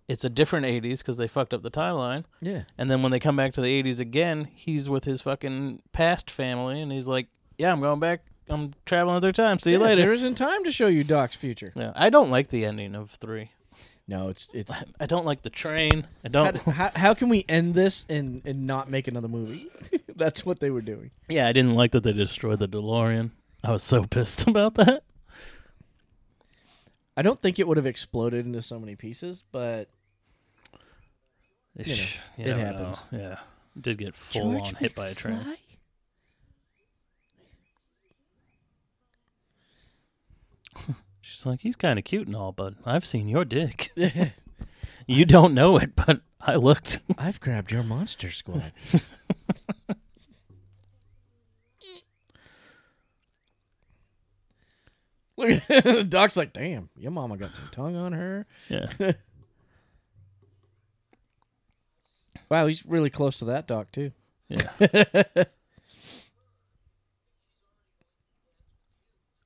C: it's a different 80s because they fucked up the timeline.
E: Yeah.
C: And then when they come back to the 80s again, he's with his fucking past family, and he's like, "Yeah, I'm going back. I'm traveling through time. See you
E: Yeah, There
C: later."
E: isn't time to show you Doc's future.
C: Yeah, I don't like the ending of three.
E: No, it's it's
C: I don't like the train. I
E: how,
C: don't.
E: how, how can we end this and and not make another movie? That's what they were doing.
C: Yeah, I didn't like that they destroyed the DeLorean. I was so pissed about that.
E: I don't think it would have exploded into so many pieces, but know,
C: Ish, you
E: it
C: never
E: happens.
C: know. Yeah, did get full on hit by a train. She's like, he's kind of cute and all, but I've seen your dick.
E: McFly?
C: You don't know it, but I looked.
E: I've grabbed your monster squad. Look, Doc's like, damn, your mama got some tongue on her.
C: Yeah,
E: Wow, he's really close to that Doc too.
C: yeah.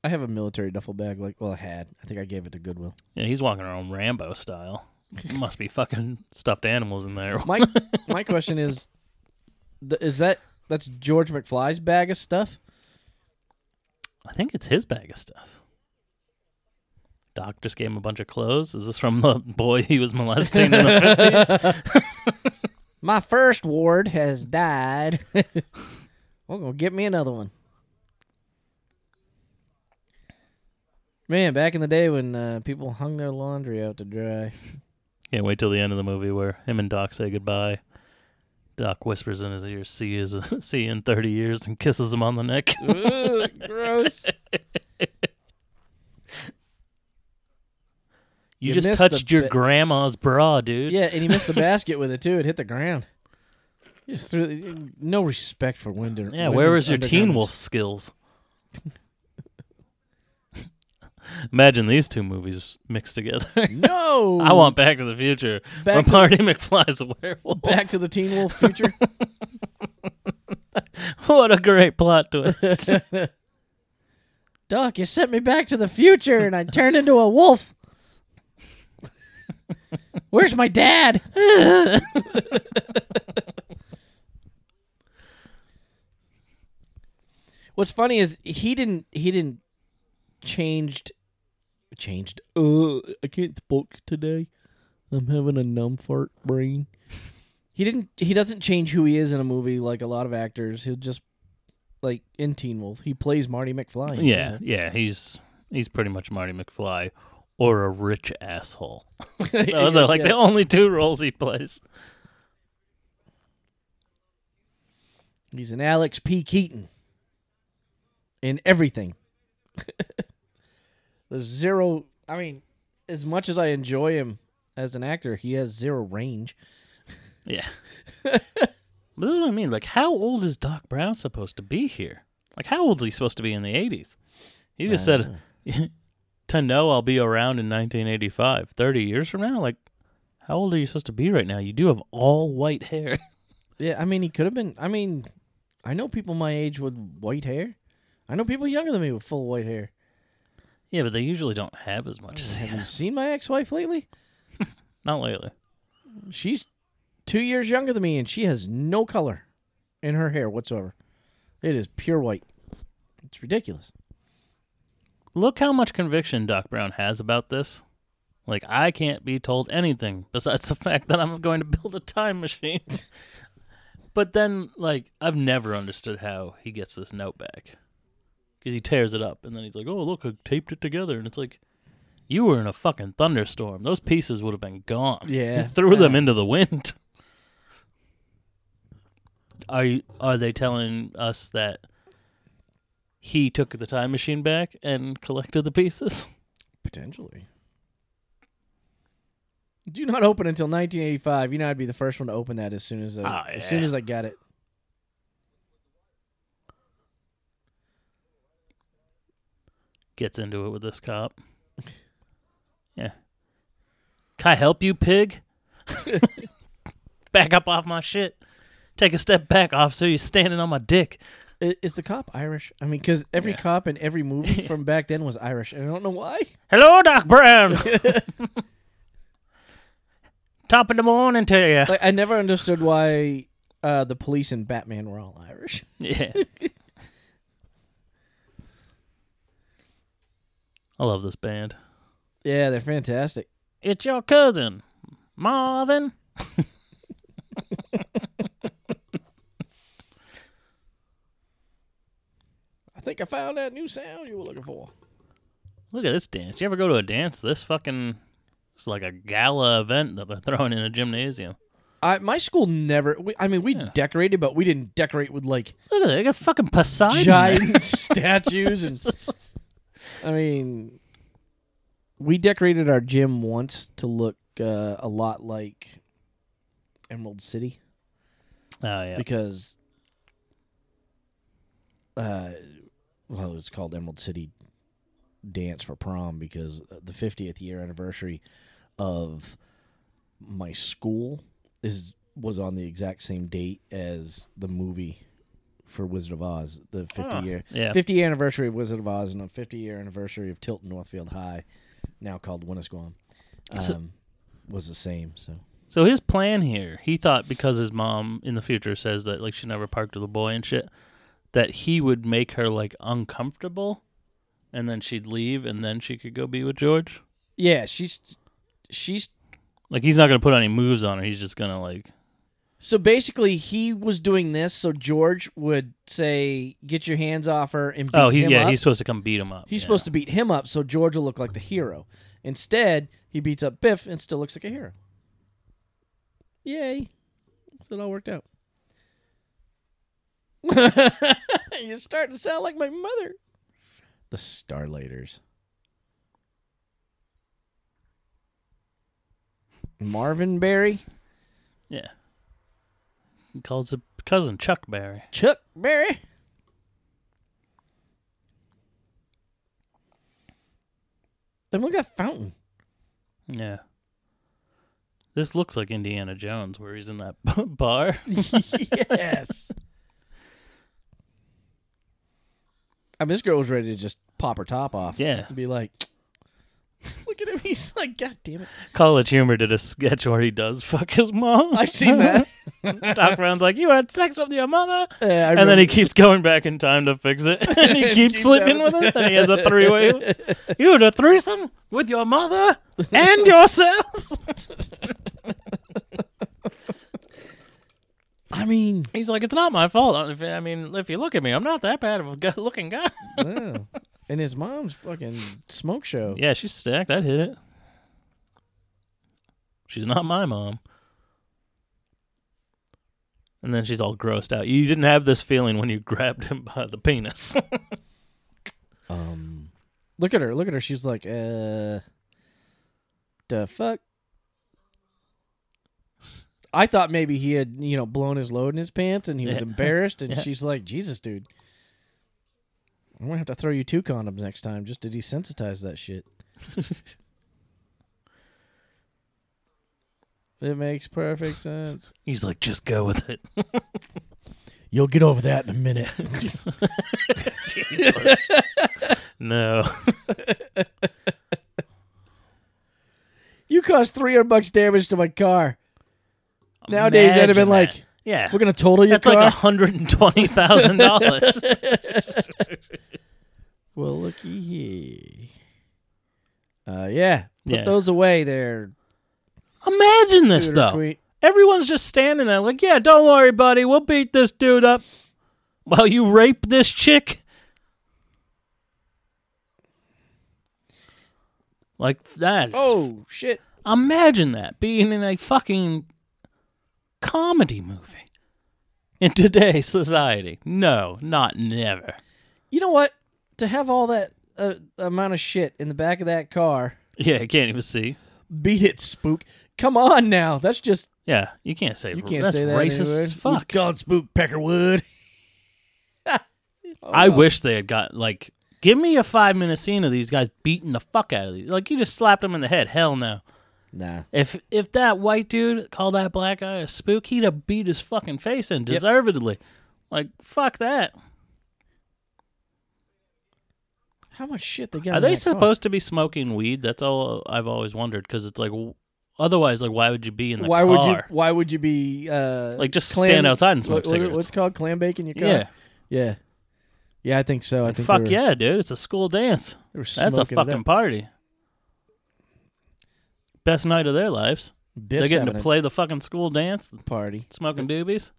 E: I have a military duffel bag. Like, well, I had. I think I gave it to Goodwill.
C: Yeah, he's walking around Rambo style. Must be fucking stuffed animals in there.
E: My my question is, th- is that that's George McFly's bag of stuff?
C: I think it's his bag of stuff. Doc just gave him a bunch of clothes. Is this from the boy he was molesting in the 50s?
E: My first ward has died. We're gonna get me another one. Man, back in the day when uh, people hung their laundry out to dry.
C: Can't wait till the end of the movie where him and Doc say goodbye. Doc whispers in his ear, "See you, see you in thirty years," and kisses him on the neck.
E: Ugh, gross.
C: You,
E: You
C: just
E: missed the
C: touched your
E: bit.
C: grandma's bra, dude.
E: Yeah, and he missed the basket with it too. It hit the ground. He just threw it- no respect for winter.
C: Yeah, where
E: women's
C: is your Teen
E: undergarments.
C: Wolf skills? Imagine these two movies mixed together.
E: No,
C: I want Back to the Future.
E: Back
C: when
E: to-
C: Marty McFly's a werewolf.
E: Back to the Teen Wolf future.
C: what a great plot twist.
E: Doc, you sent me back to the future, and I turned into a wolf. Where's my dad? What's funny is he didn't he didn't changed changed. Uh, I can't spoke today. I'm having a numb fart brain. He didn't he doesn't change who he is in a movie like a lot of actors. He'll just like in Teen Wolf, he plays Marty McFly. in Teen
C: yeah,
E: Wolf.
C: yeah, he's he's pretty much Marty McFly or a rich asshole.
E: Yeah,
C: Those are like
E: yeah.
C: the only two roles he plays.
E: He's an Alex P. Keaton in everything. There's zero. I mean, as much as I enjoy him as an actor, he has zero range.
C: Yeah. but this is what I mean. Like, how old is Doc Brown supposed to be here? Like, how old is he supposed to be in the 80s? He just said, to know I'll be around in 1985, 30 years from now? Like, how old are you supposed to be right now? You do have all white hair.
E: Yeah, I mean, he could have been. I mean, I know people my age with white hair. I know people younger than me with full white hair.
C: yeah, but they usually don't have as much as
E: Have you seen my ex-wife lately?
C: Not lately.
E: She's two years younger than me, and she has no color in her hair whatsoever. It is pure white. It's ridiculous.
C: Look how much conviction Doc Brown has about this. Like, I can't be told anything besides the fact that I'm going to build a time machine. but then, like, I've never understood how he gets this note back. Because he tears it up and then he's like, oh, look, I taped it together. And it's like, you were in a fucking thunderstorm. Those pieces would have been gone. You
E: Yeah.
C: threw them into the wind. Are you, are they telling us that he took the time machine back and collected the pieces?
E: Potentially. Do not open until 1985. You know, I'd be the first one to open that as soon as I,
C: Ah,
E: as soon
C: yeah.
E: as I got it.
C: Gets into it with this cop. Yeah. Can I help you, pig? back up off my shit. Take a step back, officer. You're standing on my dick.
E: I- Is the cop Irish? I mean, because every
C: Yeah.
E: cop in every movie from back then was Irish, and I don't know why.
C: Hello, Doc Brown. Top of the morning to you.
E: Like, I never understood why uh, the police and Batman were all Irish.
C: Yeah. I love this band.
E: Yeah, they're fantastic.
C: It's your cousin, Marvin.
E: I think I found that new sound you were looking for.
C: Look at this dance. You ever go to a dance this fucking it's like a gala event that they're throwing in a gymnasium.
E: I my school never. We, I mean, we
C: Yeah.
E: decorated, but we didn't decorate with like
C: Look at that. They got fucking Poseidon. there.
E: giant statues and I mean we decorated our gym once to look uh, a lot like Emerald City
C: Oh yeah.
E: because uh well it's called Emerald City Dance for Prom because the 50th year anniversary of my school is was on the exact same date as the movie for Wizard of Oz, the 50
C: Ah,
E: year
C: Yeah.
E: 50 year anniversary of Wizard of Oz and a 50 year anniversary of Tilton Northfield High, now called Winnisquam, um,
C: So-
E: was the same. So
C: So his plan here, he thought because his mom in the future says that like she never parked with a boy and shit, that he would make her like uncomfortable, and then she'd leave, and then she could go be with George.
E: yeah, she's she's
C: Like he's not gonna put any moves on her. He's just gonna like
E: So basically, he was doing this so George would say, "Get your hands off her!" and beat
C: oh he's
E: him
C: yeah
E: up.
C: he's supposed to come beat him up.
E: He's
C: yeah.
E: supposed to beat him up so George will look like the hero. Instead, he beats up Biff and still looks like a hero. Yay! So it all worked out. You're starting to sound like my mother. The Starlighters. Marvin Berry,
C: yeah. He calls his cousin Chuck Barry.
E: Chuck Berry. Then we got Fountain.
C: Yeah. This looks like Indiana Jones where he's in that bar.
E: yes. I mean, this girl was ready to just pop her top off.
C: Yeah.
E: And be like, look at him. He's like, God damn it.
C: College Humor did a sketch where he does fuck his mom.
E: I've seen that.
C: Doc Brown's like, "You had sex with your mother,"
E: Uh, I
C: and then
E: remember-
C: he keeps going back in time to fix it, and he keeps
E: Keeps
C: sleeping
E: having-
C: with her. Then he has a three-way. You had a threesome with your mother and yourself.
E: I mean,
C: He's like, "It's not my fault. If- I mean, if you look at me, I'm not that bad of a good-looking guy."
E: wow. and his mom's fucking smoke show.
C: Yeah, she's stacked. I'd hit it. She's not my mom. And then she's all grossed out. You didn't have this feeling when you grabbed him by the penis.
E: Um, look at her. Look at her. She's like, uh, the fuck. I thought maybe he had, you know, blown his load in his pants and he was
C: Yeah.
E: embarrassed. And
C: Yeah.
E: she's like, Jesus, dude, I'm going to have to throw you two condoms next time just to desensitize that shit. it makes perfect sense.
C: He's like, "Just go with it."
E: You'll get over that in a minute.
C: No.
E: you caused 300 bucks damage to my car. Nowadays, that'd have
C: Imagine
E: been like,
C: that. yeah,
E: we're going to total your
C: that's
E: car.
C: like hundred and twenty thousand dollars.
E: Well, looky here. Uh, yeah. Put
C: Yeah.
E: those away there.
C: Imagine this
E: Scooter
C: though.
E: Queen.
C: Everyone's just standing there, like, "Yeah, don't worry, buddy. We'll beat this dude up." While you rape this chick. Like that. is-
E: Oh shit!
C: Imagine that being in a fucking comedy movie in today's society. No, not never.
E: You know what? To have all that uh, amount of shit in the back of that car,
C: Yeah, you can't even see.
E: beat it, spook. Come on now. That's just
C: Yeah, you can't say
E: you can't
C: that's
E: say that.
C: racist
E: anywhere.
C: as fuck.
E: God, spook Peckerwood. Oh,
C: I wish they had got like give me a five minute scene of these guys beating the fuck out of these. Like you just slapped them in the head. Hell no.
E: Nah.
C: If if that white dude called that black guy a spook, he'd have beat his fucking face in deservedly. Like fuck that.
E: How much shit they got?
C: Are
E: in
C: they
E: that car?
C: supposed to be smoking weed? That's all I've always wondered because it's like w- otherwise, like why would you be in the
E: Why
C: car?
E: would you? Why would you be uh,
C: Like, just
E: clam-
C: stand outside and smoke
E: what- what-
C: cigarettes.
E: What's it called clam bake in your car?
C: Yeah.
E: yeah, yeah. I think so. I think they
C: Fuck
E: were-
C: yeah, dude! It's a school dance.
E: they were
C: That's a
E: smoking it up.
C: fucking party. Best night of their lives.
E: Biff's
C: They're getting
E: having
C: to
E: a
C: play the fucking school dance,
E: party.
C: smoking doobies.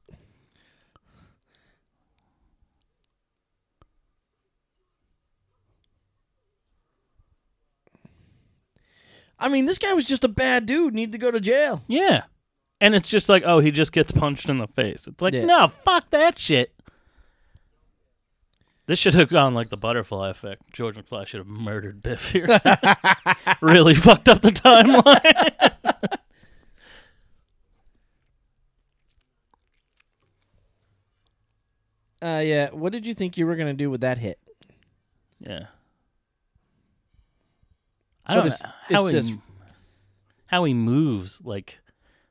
E: I mean, this guy was just a bad dude. Needed to go to jail.
C: Yeah. And it's just like, oh, he just gets punched in the face. It's like,
E: Yeah.
C: no, fuck that shit. This should have gone like the butterfly effect. George McFly should have murdered Biff here. really fucked up the timeline.
E: Uh, yeah. What did you think you were gonna do with that hit?
C: yeah. I
E: But
C: don't
E: it's-
C: know how,
E: it's
C: he,
E: this-
C: how he moves. Like,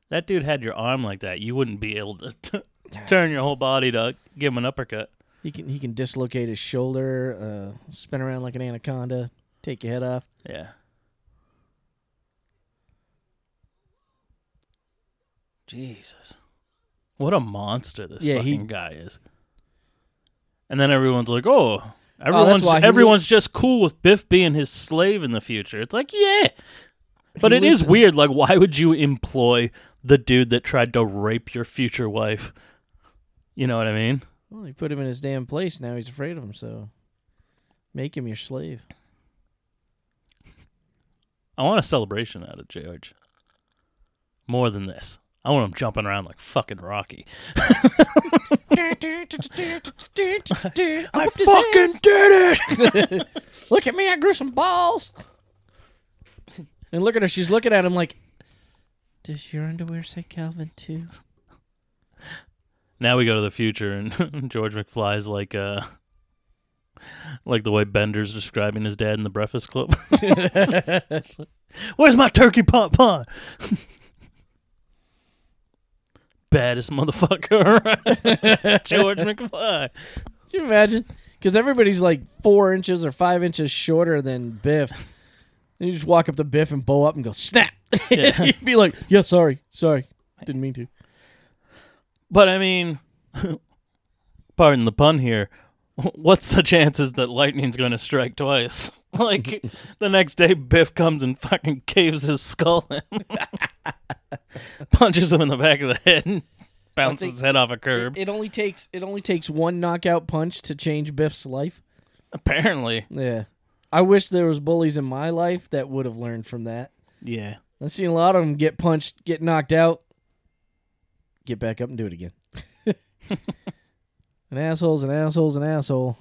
C: that dude had your arm like that. You wouldn't be able to t- turn your whole body to give him an uppercut.
E: He can he can dislocate his shoulder, uh, spin around like an anaconda, take your head off.
C: Yeah. Jesus. What a monster this
E: Yeah, he-
C: fucking guy is. And then everyone's like, "Oh, everyone's
E: why he
C: everyone's just cool with Biff being his slave in the future." It's like, "Yeah." But
E: He
C: it is
E: listened.
C: weird like why would you employ the dude that tried to rape your future wife? You know what I mean?
E: Well, you put him in his damn place. Now he's afraid of him. So make him your slave.
C: I want a celebration out of George. More than this. I want him jumping around like fucking Rocky.
E: I
C: fucking did it!
E: Look at me, I grew some balls. and look at her, she's looking at him like, Does your underwear say Calvin too?
C: Now we go to the future, and George McFly's like, uh, like the way Bender's describing his dad in the Breakfast Club. Where's my turkey pot pie? Baddest motherfucker around. George McFly.
E: Can you imagine? Because everybody's like four inches or five inches shorter than Biff. And you just walk up to Biff and bow up and go, Snap!
C: Yeah.
E: He'd be like, Yeah, sorry, sorry. Didn't mean to.
C: But I mean, pardon the pun here. What's the chances that lightning's going to strike twice? Like the next day, Biff comes and fucking caves his skull in, punches him in the back of the head, and bounces his head off a curb.
E: It, it only takes it only takes one knockout punch to change Biff's life.
C: Apparently,
E: Yeah. I wish there was bullies in my life that would have learned from that.
C: yeah.
E: I've seen a lot of them get punched, get knocked out, get back up and do it again. an asshole's an asshole's an asshole.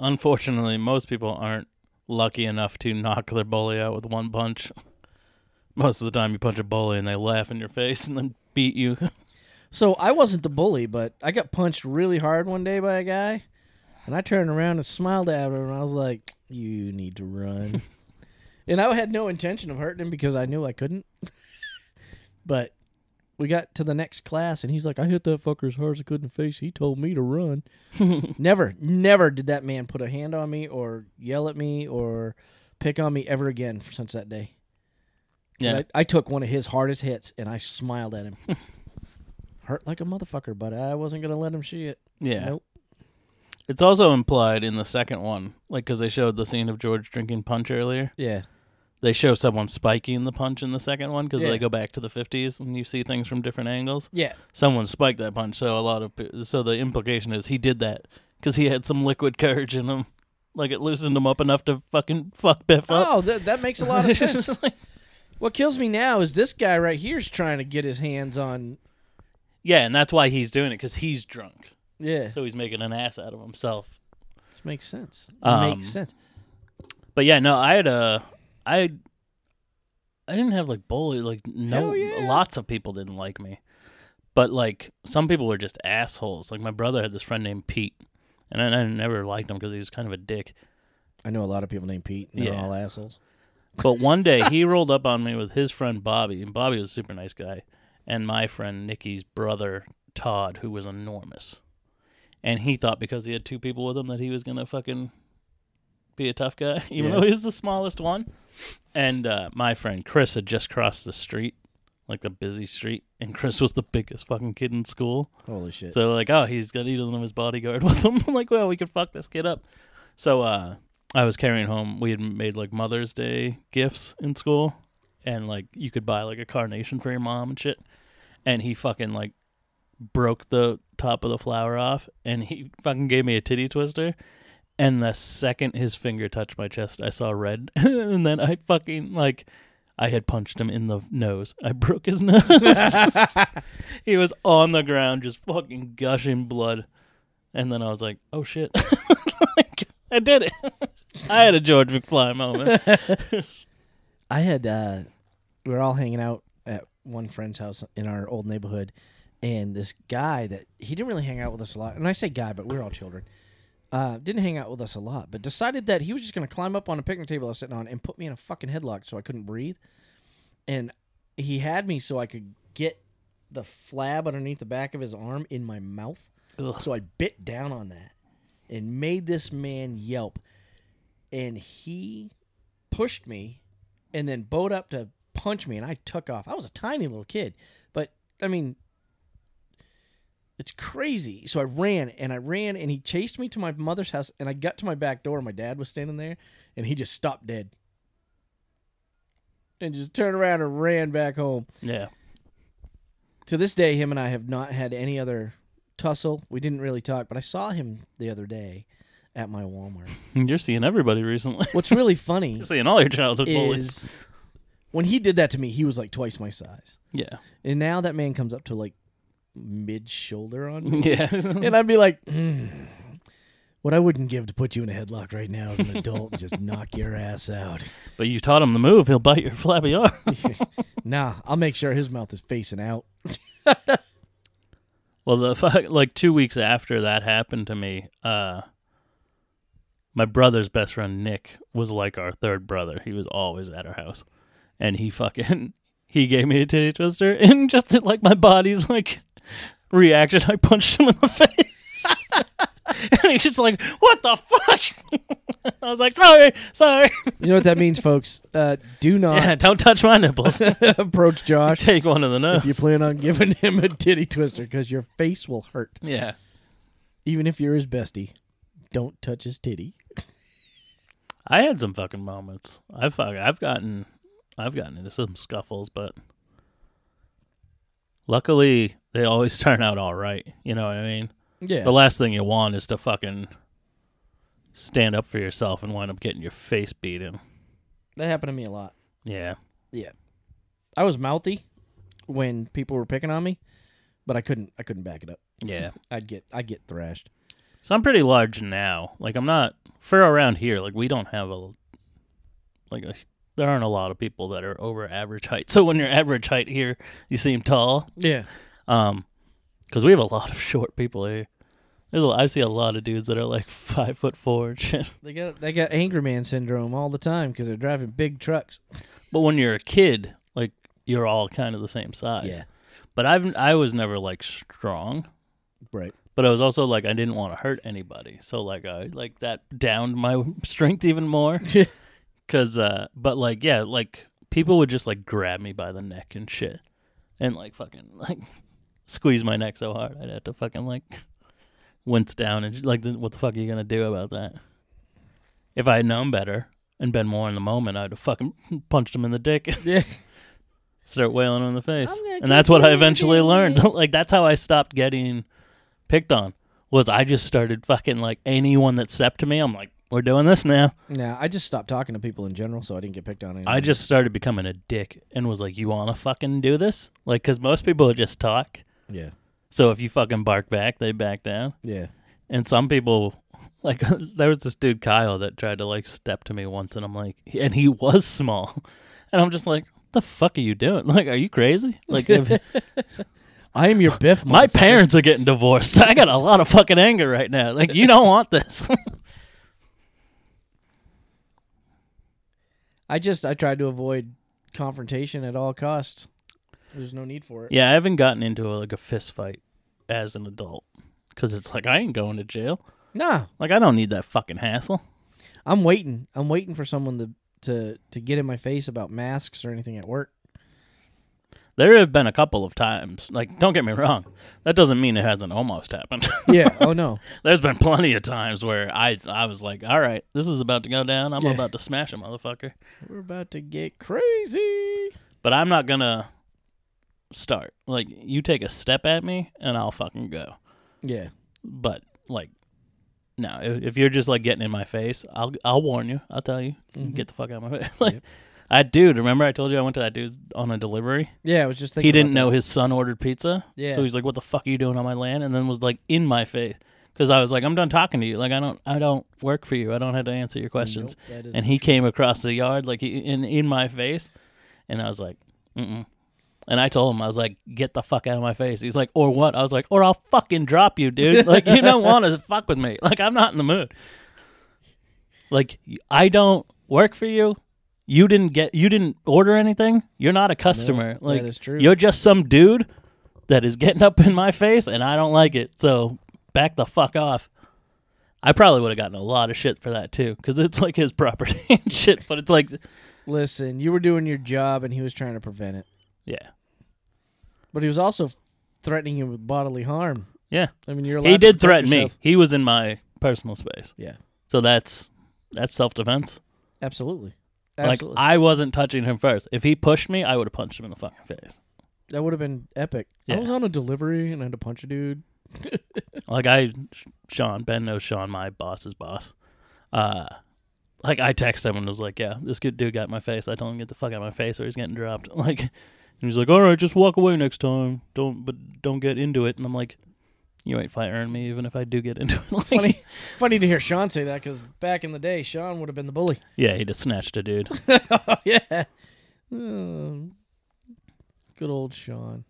C: Unfortunately, most people aren't lucky enough to knock their bully out with one punch. Most of the time, you punch a bully and they laugh in your face and then beat you.
E: So I wasn't the bully, but I got punched really hard one day by a guy, and I turned around and smiled at him, and I was like, "You need to run." and I had no intention of hurting him because I knew I couldn't. but we got to the next class, and he's like, "I hit that fucker as hard as I could in the face. He told me to run." never, never did that man put a hand on me or yell at me or pick on me ever again since that day. And
C: Yeah.
E: I, I took one of his hardest hits, and I smiled at him. Hurt like a motherfucker, but I wasn't gonna let him see it.
C: Yeah.
E: Nope.
C: It's also implied in the second one, like because they showed the scene of George drinking punch earlier.
E: Yeah.
C: They show someone spiking the punch in the second one because
E: Yeah.
C: they go back to the fifties and you see things from different angles.
E: Yeah.
C: Someone spiked that punch, so a lot of pe- so the implication is he did that because he had some liquid courage in him, like it loosened him up enough to fucking fuck Biff up.
E: Oh, that that makes a lot of sense. what kills me now is this guy right here is trying to get his hands on.
C: Yeah, and that's why he's doing it because he's drunk,
E: Yeah.
C: so he's making an ass out of himself.
E: This makes sense.
C: Um,
E: makes sense.
C: But yeah, no, I had a, I, I didn't have like bully. Like no,
E: Hell yeah.
C: lots of people didn't like me, but like some people were just assholes. Like my brother had this friend named Pete, and I, I never liked him because he was kind of a dick.
E: I know a lot of people named Pete. And they're
C: Yeah.
E: all assholes.
C: But one day he rolled up on me with his friend Bobby, and Bobby was a super nice guy, and my friend Nikki's brother Todd, who was enormous, and he thought because he had two people with him that he was gonna fucking be a tough guy, even
E: Yeah.
C: though he was the smallest one. And uh, my friend Chris had just crossed the street, like the busy street, and Chris was the biggest fucking kid in school.
E: Holy shit.
C: So like, oh, he's got he doesn't have his bodyguard with him. I'm like, well, we could fuck this kid up. So uh, I was carrying home. We had made like Mother's Day gifts in school, and like you could buy like a carnation for your mom and shit. And he fucking like broke the top of the flower off, and he fucking gave me a titty twister. And the second his finger touched my chest, I saw red, and then I fucking like. I had punched him in the nose. I broke his nose. he was on the ground just fucking gushing blood and then i was like oh shit Like, i did it i had a george mcfly moment
E: I had uh we were all hanging out at one friend's house in our old neighborhood and this guy that he didn't really hang out with us a lot and I say guy but we were all children uh didn't hang out with us a lot but decided that he was just going to climb up on a picnic table I was sitting on and put me in a fucking headlock so I couldn't breathe and he had me so I could get the flab underneath the back of his arm in my mouth So I bit down on that and made this man yelp. And he pushed me and then bowed up to punch me, and I took off. I was a tiny little kid, but I mean, it's crazy. So I ran and I ran, and he chased me to my mother's house. And I got to my back door, and my dad was standing there, and he just stopped dead and just turned around and ran back home
C: Yeah.
E: to this day, him and I have not had any other tussle. We didn't really talk, but I saw him the other day at my Walmart.
C: You're seeing everybody recently.
E: What's really funny
C: You're seeing all your childhood bullies.
E: is when he did that to me, he was like twice my size,
C: Yeah.
E: and now that man comes up to like mid shoulder on me,
C: Yeah.
E: and I'd be like. "Mm, What I wouldn't give to put you in a headlock right now as an adult and just knock your ass out.
C: but you taught him the move. He'll bite your flabby arm.
E: Nah, I'll make sure his mouth is facing out.
C: Well, the fuck, like two weeks after that happened to me, uh, my brother's best friend Nick was like our third brother. He was always at our house, and he fucking he gave me a titty twister, and just did, like my body's like reaction, I punched him in the face, and he's just like, "What the fuck?" I was like, "Sorry, sorry."
E: You know what that means, folks? Uh, do not
C: Yeah, don't touch my nipples.
E: approach Josh
C: Take one of the nose.
E: if you plan on giving him a titty twister because your face will hurt.
C: yeah.
E: Even if you're his bestie, don't touch his titty.
C: I had some fucking moments. I fuck. I've gotten, I've gotten into some scuffles, but luckily they always turn out all right. You know what I mean?
E: Yeah.
C: The last thing you want is to fucking stand up for yourself and wind up getting your face beaten.
E: that happened to me a lot.
C: Yeah.
E: I was mouthy when people were picking on me, but I couldn't I couldn't back it up.
C: Yeah.
E: I'd get I'd get thrashed.
C: So I'm pretty large now. Like I'm not for around here. Like we don't have a like a, there aren't a lot of people that are over average height. So when you're average height here, you seem tall.
E: Yeah.
C: Um, because we have a lot of short people here. There's a, I see a lot of dudes that are like five foot four. and shit.
E: They got they got angry man syndrome all the time because they're driving big trucks.
C: But when you're a kid, like you're all kind of the same size.
E: Yeah.
C: But I've I was never like strong,
E: Right.
C: but I was also like I didn't want to hurt anybody, so like I like that downed my strength even more. Cause uh, but like yeah, like people would just like grab me by the neck and shit, and like fucking like squeeze my neck so hard I'd have to fucking like wince down and like what the fuck are you gonna do about that? If I had known better and been more in the moment, I'd have fucking punched him in the dick.
E: Yeah.
C: start wailing on the face.
E: I'm gonna
C: And that's
E: kick
C: what I
E: you in the
C: eventually
E: dick.
C: learned. like that's how I stopped getting picked on. Was I just started fucking like anyone that stepped to me, I'm like, we're doing this now.
E: Now I just stopped talking to people in general, so I didn't get picked on. Anymore.
C: I just started becoming a dick and was like, you want to fucking do this? Like, because most people would just talk.
E: yeah
C: So if you fucking bark back, they back down.
E: yeah
C: And some people, like, there was this dude, Kyle, that tried to like step to me once, and I'm like, and he was small. And I'm just like, what the fuck are you doing? Like, are you crazy? Like, if,
E: I am your Biff.
C: My
E: motherfucker.
C: parents are getting divorced. I got a lot of fucking anger right now. Like you don't want this.
E: I just I tried to avoid confrontation at all costs. There's no need for it.
C: yeah, I haven't gotten into a, like a fist fight as an adult because it's like I ain't going to jail.
E: Nah,
C: Like I don't need that fucking hassle.
E: I'm waiting. I'm waiting for someone to to to get in my face about masks or anything at work.
C: There have been a couple of times. Like don't get me wrong, that doesn't mean it hasn't almost happened.
E: Yeah. oh no.
C: There's been plenty of times where I I was like, all right, this is about to go down. I'm
E: Yeah.
C: about to smash a motherfucker.
E: We're about to get crazy.
C: But I'm not gonna start. Like you take a step at me and I'll fucking go.
E: Yeah.
C: but like no i- if you're just like getting in my face i'll i'll warn you i'll tell you
E: Mm-hmm.
C: get the fuck out of my face like i dude remember i told you i went to that dude on a delivery
E: Yeah. I was just thinking.
C: he didn't
E: about
C: know his son ordered pizza
E: Yeah.
C: so he's like what the fuck are you doing on my land and then was like in my face because i was like i'm done talking to you like i don't i don't work for you i don't have to answer your questions
E: that is-
C: and he came across the yard like he, in in my face and i was like mm-mm and I told him, I was like, get the fuck out of my face. He's like, or what? I was like, or I'll fucking drop you, dude. Like, you don't want to fuck with me. Like, I'm not in the mood. Like, y- I don't work for you. You didn't get, you didn't order anything. You're not a customer.
E: that
C: uh, like,
E: is true.
C: you're just some dude that is getting up in my face and I don't like it. So back the fuck off. I probably would have gotten a lot of shit for that too, because it's like his property and shit. But it's like,
E: Listen, you were doing your job, and he was trying to prevent it.
C: yeah,
E: But he was also threatening you with bodily harm.
C: yeah.
E: I mean, you're allowed
C: He
E: to
C: did
E: protect
C: threaten me.
E: yourself.
C: He was in my personal space,
E: Yeah,
C: so that's that's self defense.
E: absolutely.
C: Like
E: absolutely.
C: I wasn't touching him first. If he pushed me, I would have punched him in the fucking face.
E: that would have been epic. I
C: Yeah.
E: was on a delivery and I had to punch a dude.
C: Like I, Sean Ben knows Sean, my boss's boss. Uh, like I texted him and was like, "Yeah, this good dude got in my face. I told him get the fuck out of my face or he's getting dropped." Like, and he was like, "All right, just walk away next time. Don't, but don't get into it." And I'm like, "You ain't firing me, even if I do get into it." Like,
E: Funny, funny to hear Sean say that because back in the day, Sean would have been the bully.
C: Yeah, he just snatched a dude. Oh,
E: yeah. Um, good old Sean.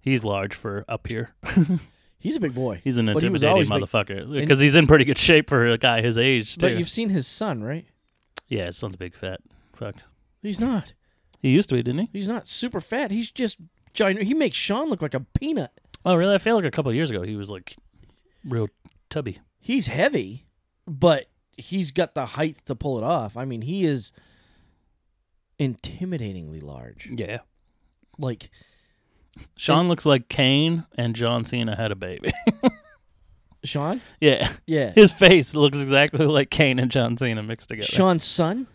C: He's large for up here.
E: He's a big boy.
C: He's an
E: But he was
C: intimidating
E: always big.
C: motherfucker because he's in pretty good shape for a guy his age
E: But
C: too.
E: you've seen his son, right?
C: Yeah, his son's a big fat fuck.
E: He's not.
C: He used to be, didn't he?
E: He's not super fat. He's just giant. He makes Sean look like a peanut.
C: Oh, really? I feel like a couple of years ago he was like real tubby.
E: he's heavy, but he's got the height to pull it off. I mean, he is intimidatingly large.
C: Yeah.
E: Like
C: Sean looks like Kane and John Cena had a baby.
E: Sean?
C: yeah.
E: Yeah.
C: His face looks exactly like Kane and John Cena mixed together.
E: Sean's son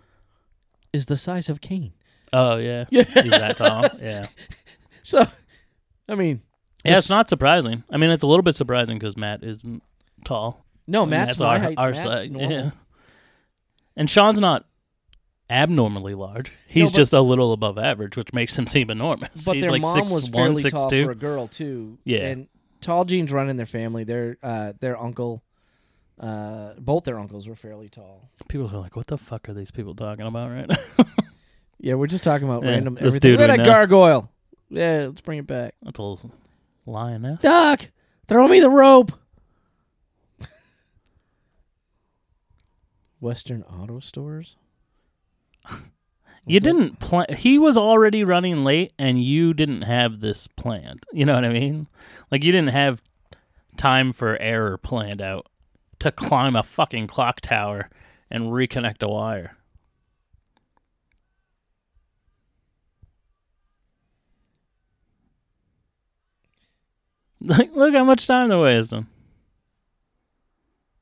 E: is the size of Cain.
C: Oh, yeah.
E: Yeah.
C: He's that tall. Yeah.
E: So I mean
C: Yeah,
E: This-
C: it's not surprising. I mean, it's a little bit surprising because Matt isn't tall.
E: no,
C: I mean,
E: Oh, Matt's
C: that's
E: my
C: our,
E: height.
C: our
E: Matt's
C: side.
E: normal.
C: Yeah. And Sean's not abnormally large. He's
E: but-
C: just a little above average, which makes him seem enormous.
E: But
C: He's
E: their
C: like
E: mom
C: six
E: was
C: one,
E: fairly
C: six
E: tall
C: two.
E: for a girl too.
C: Yeah.
E: And tall jeans run in their family. Their uh their uncle uh both their uncles were fairly tall.
C: People are like, "What the fuck are these people talking about right now?"
E: Yeah, we're just talking about
C: Yeah,
E: random
C: this
E: everything.
C: dude
E: Look
C: we
E: at that
C: know.
E: gargoyle. Yeah, let's bring it back.
C: That's a little lioness.
E: Doc, throw me the rope. Western Auto Stores.
C: You
E: Was that-
C: didn't plan. He was already running late, and you didn't have this planned. You know what I mean? Like you didn't have time for error planned out to climb a fucking clock tower and reconnect a wire. Like, look how much time they're wasting.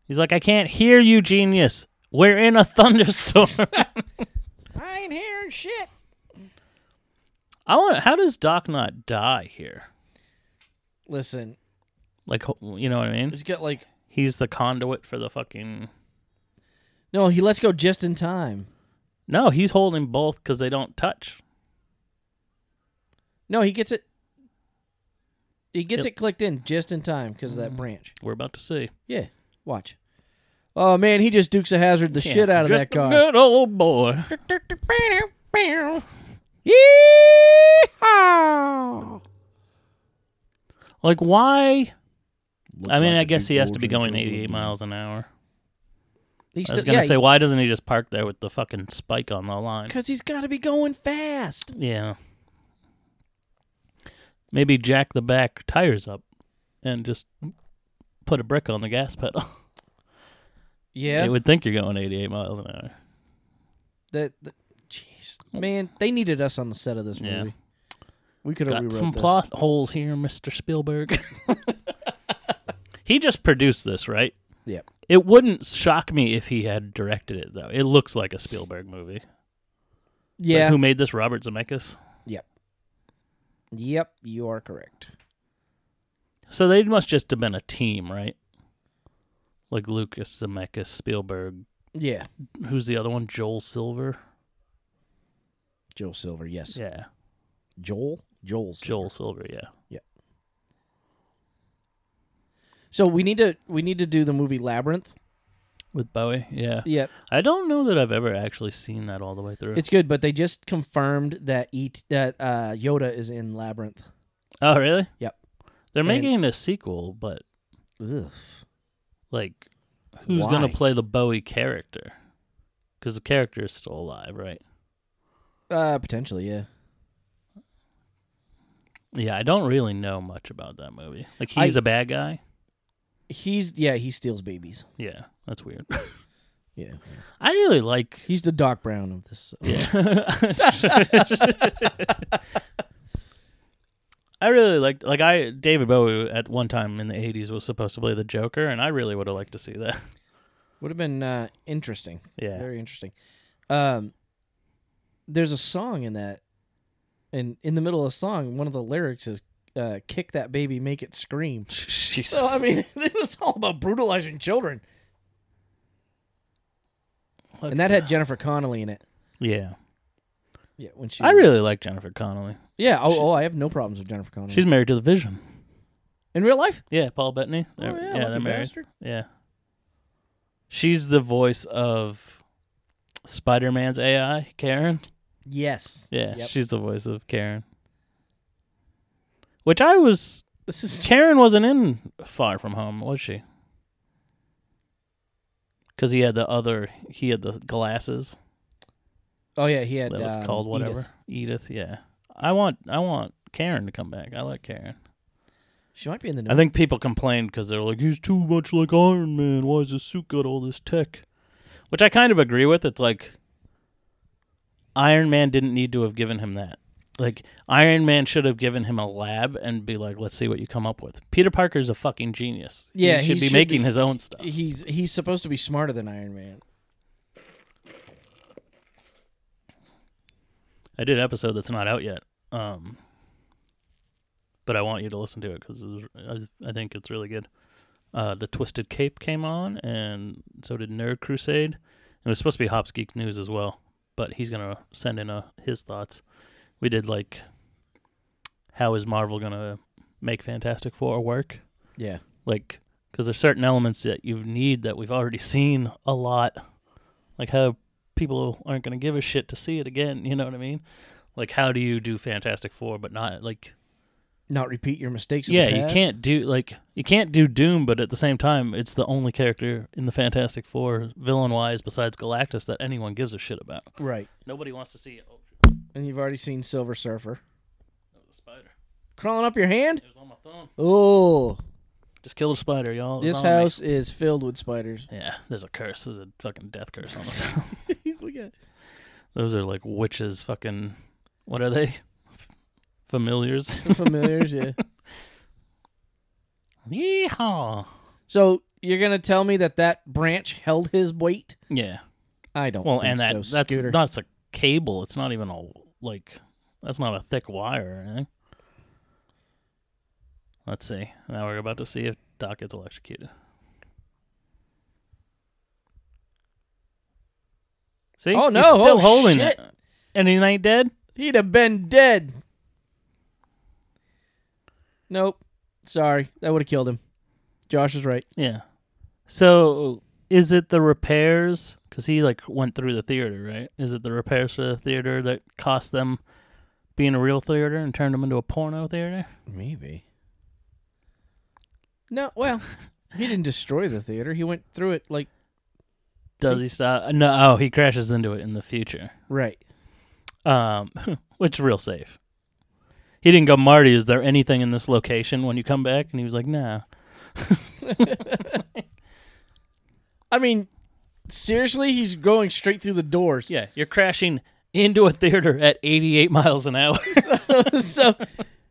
C: He's like, I can't hear you, genius. We're in a thunderstorm.
E: I ain't hearing shit.
C: I want. How does Doc not die here?
E: Listen,
C: Like, ho- you know what I mean?
E: he's got like
C: He's the conduit for the fucking.
E: no. He lets go just in time.
C: No, he's holding both because they don't touch.
E: No, he gets it. He gets
C: Yep. Mm-hmm.
E: it clicked in just in time because of that branch.
C: We're about to see.
E: Yeah, watch. Oh man, he just Dukes a Hazard the shit
C: Yeah,
E: out of
C: just
E: that
C: a
E: car.
C: Good old boy.
E: Yeehaw!
C: Like, why? I mean,
H: like
C: I
H: a
C: guess
H: big
C: he has to
H: bulge
C: be
H: in a
C: going
H: jungle
C: 88
H: gym.
C: miles an hour.
E: He's
C: I was
E: still-
C: gonna
E: yeah,
C: say, why doesn't he just park there with the fucking spike on the line?
E: Because he's got to be going fast.
C: Yeah. Maybe jack the back tires up, and just put a brick on the gas pedal.
E: Yeah.
C: It would think you're going 88 miles an hour.
E: that, that- jeez, man, they needed us on the set of this movie.
C: Yeah.
E: We could have
C: Got
E: rewrote
C: some
E: this.
C: plot holes here, Mr. Spielberg. he just produced this, right?
E: Yep.
C: It wouldn't shock me if he had directed it, though. It looks like a Spielberg movie. Like,
E: Yeah.
C: who made this? Robert Zemeckis.
E: yep, you are correct.
C: So they must just have been a team, right? Like Lucas, Zemeckis, Spielberg.
E: Yeah,
C: Who's the other one? Joel Silver.
E: Joel Silver. Yes,
C: Yeah,
E: Joel. Joel's.
C: Joel Silver. Yeah.
E: So we need to we need to do the movie Labyrinth.
C: With Bowie. Yeah.
E: Yep,
C: I don't know that I've ever actually seen that all the way through.
E: it's good, but they just confirmed that eat that uh, Yoda is in Labyrinth.
C: oh, really?
E: Yep.
C: They're
E: And-
C: making a sequel, but
E: Ugh.
C: like who's gonna
E: Why?
C: play the Bowie character? Because the character is still alive, right?
E: Uh, potentially, yeah.
C: Yeah, I don't really know much about that movie. Like he's
E: I-
C: a bad guy.
E: He's yeah, he steals babies.
C: Yeah, that's weird.
E: Yeah,
C: I really like.
E: he's the dark brown of this.
C: I really liked like I David Bowie at one time in the '80s was supposed to play the Joker, and I really would have liked to see that.
E: Would have been uh, interesting.
C: Yeah.
E: very interesting. Um, there's a song in that, and in the middle of the song, one of the lyrics is uh, "Kick that baby, make it scream."
C: Jesus.
E: So I mean, it was all about brutalizing children,
C: Look
E: and that had Jennifer Connelly in it.
C: yeah.
E: Yeah, when she
C: I really like Jennifer Connelly.
E: yeah. Oh, oh, I have no problems with Jennifer Connelly.
C: She's married to the Vision.
E: in real life.
C: Yeah, Paul Bettany.
E: Oh,
C: They're-
E: yeah,
C: yeah,
E: lucky
C: they're married.
E: bastard.
C: Yeah. She's the voice of Spider Man's AI, Karen.
E: Yes.
C: Yeah,
E: Yep.
C: she's the voice of Karen. Which I was.
E: This is
C: Karen wasn't in Far From Home, was she? Because he had the other. He had the glasses.
E: oh yeah, he had
C: that was
E: um,
C: called whatever. Edith.
E: Edith.
C: yeah. I want. I want Karen to come back. I like Karen.
E: She might be in the. New-
C: I think people complained because they're like, he's too much like Iron Man. Why is his suit got all this tech? Which I kind of agree with. It's like Iron Man didn't need to have given him that. Like Iron Man should have given him a lab and be like, let's see what you come up with. Peter Parker's a fucking genius. he
E: Yeah, he
C: should be
E: should
C: making
E: be-
C: his own stuff.
E: he's he's supposed to be smarter than Iron Man.
C: I did an episode that's not out yet. Um, but I want you to listen to it because I I think it's really good. Uh, the Twisted Cape came on, and so did Nerd Crusade. It was supposed to be Hops Geek News as well, but he's gonna send in uh his thoughts. We did like, how is Marvel gonna make Fantastic Four work?
E: Yeah.
C: Like, because there's certain elements that you need that we've already seen a lot, like how people aren't going to give a shit to see it again. You know what I mean? Like, how do you do Fantastic Four, but not like
E: Not repeat your mistakes. of the
C: yeah, you
E: past.
C: can't do like you can't do Doom, but at the same time, it's the only character in the Fantastic Four villain wise besides Galactus that anyone gives a shit about.
E: Right.
C: Nobody wants to see it. Oh, shit,
E: And you've already seen Silver Surfer
C: that was a spider.
E: crawling up your hand.
C: It was on my phone.
E: Oh,
C: Just killed a spider, y'all. It was
E: this
C: on me.
E: house is filled with spiders.
C: Yeah, there's a curse. There's a fucking death curse on this.
E: we got
C: Those are like witches. Fucking what are they? F- familiars.
E: familiars, yeah.
C: Yeehaw.
E: So you're gonna tell me that that branch held his weight?
C: Yeah.
E: I don't.
C: Well,
E: think
C: and that
E: so,
C: that's
E: Scooter.
C: that's a cable. It's not even a like that's not a thick wire or anything. Let's see. Now we're about to see if Doc gets electrocuted. See?
E: Oh, no.
C: He's still
E: Oh,
C: holding
E: shit.
C: it. And he ain't dead?
E: He'd have been dead. Nope. Sorry, that would have killed him. Josh is right.
C: Yeah. So is it the repairs? Because he like went through the theater, right? Is it the repairs to the theater that cost them being a real theater and turned them into a porno theater?
E: Maybe. No. Well, he didn't destroy the theater. He went through it like
C: Does he stop? No. Oh, he crashes into it in the future.
E: right.
C: Um, which is real safe. He didn't go, Marty. Is there anything in this location when you come back? And he was like, Nah.
E: I mean, seriously, he's going straight through the doors.
C: Yeah, you're crashing into a theater at 88 miles an hour,
E: so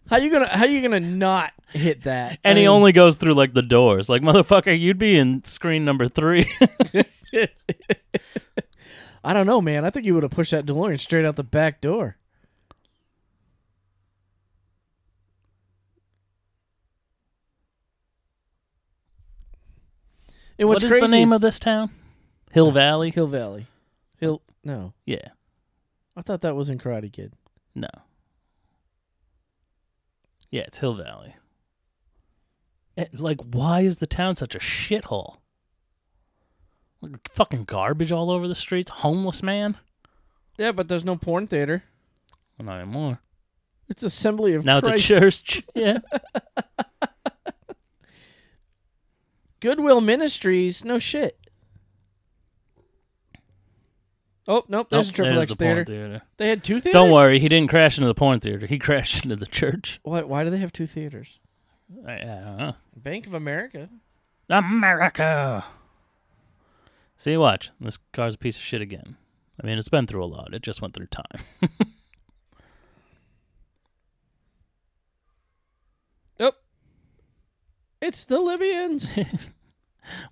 E: how you gonna how you gonna not hit that?
C: and
E: I
C: he
E: mean,
C: only goes through like the doors. Like motherfucker, you'd be in screen number three.
E: I don't know, man. I think he would have pushed that DeLorean straight out the back door. And
C: What's
E: what's crazy
C: the name
E: is
C: of this town? Hill Valley.
E: Hill Valley? Hill? No,
C: Yeah.
E: I thought that was in Karate Kid.
C: No. Yeah, it's Hill Valley. It- like, why is the town such a shithole? Like, fucking garbage all over the streets. Homeless man.
E: Yeah, but there's no porn theater.
C: Well, not anymore.
E: It's Assembly of
C: Now it's
E: Christ.
C: a church. Yeah.
E: Goodwill Ministries. No shit. Oh nope, there's
C: Nope,
E: a triple
C: there's
E: X
C: the
E: theater.
C: porn theater.
E: They had two theaters.
C: Don't worry, he didn't crash into the porn theater. He crashed into the church.
E: Why, why do they have two theaters?
C: I, I don't know.
E: Bank of America.
C: America. See, watch. This car's a piece of shit again. I mean, it's been through a lot. It just went through time.
E: Nope. It's the Libyans.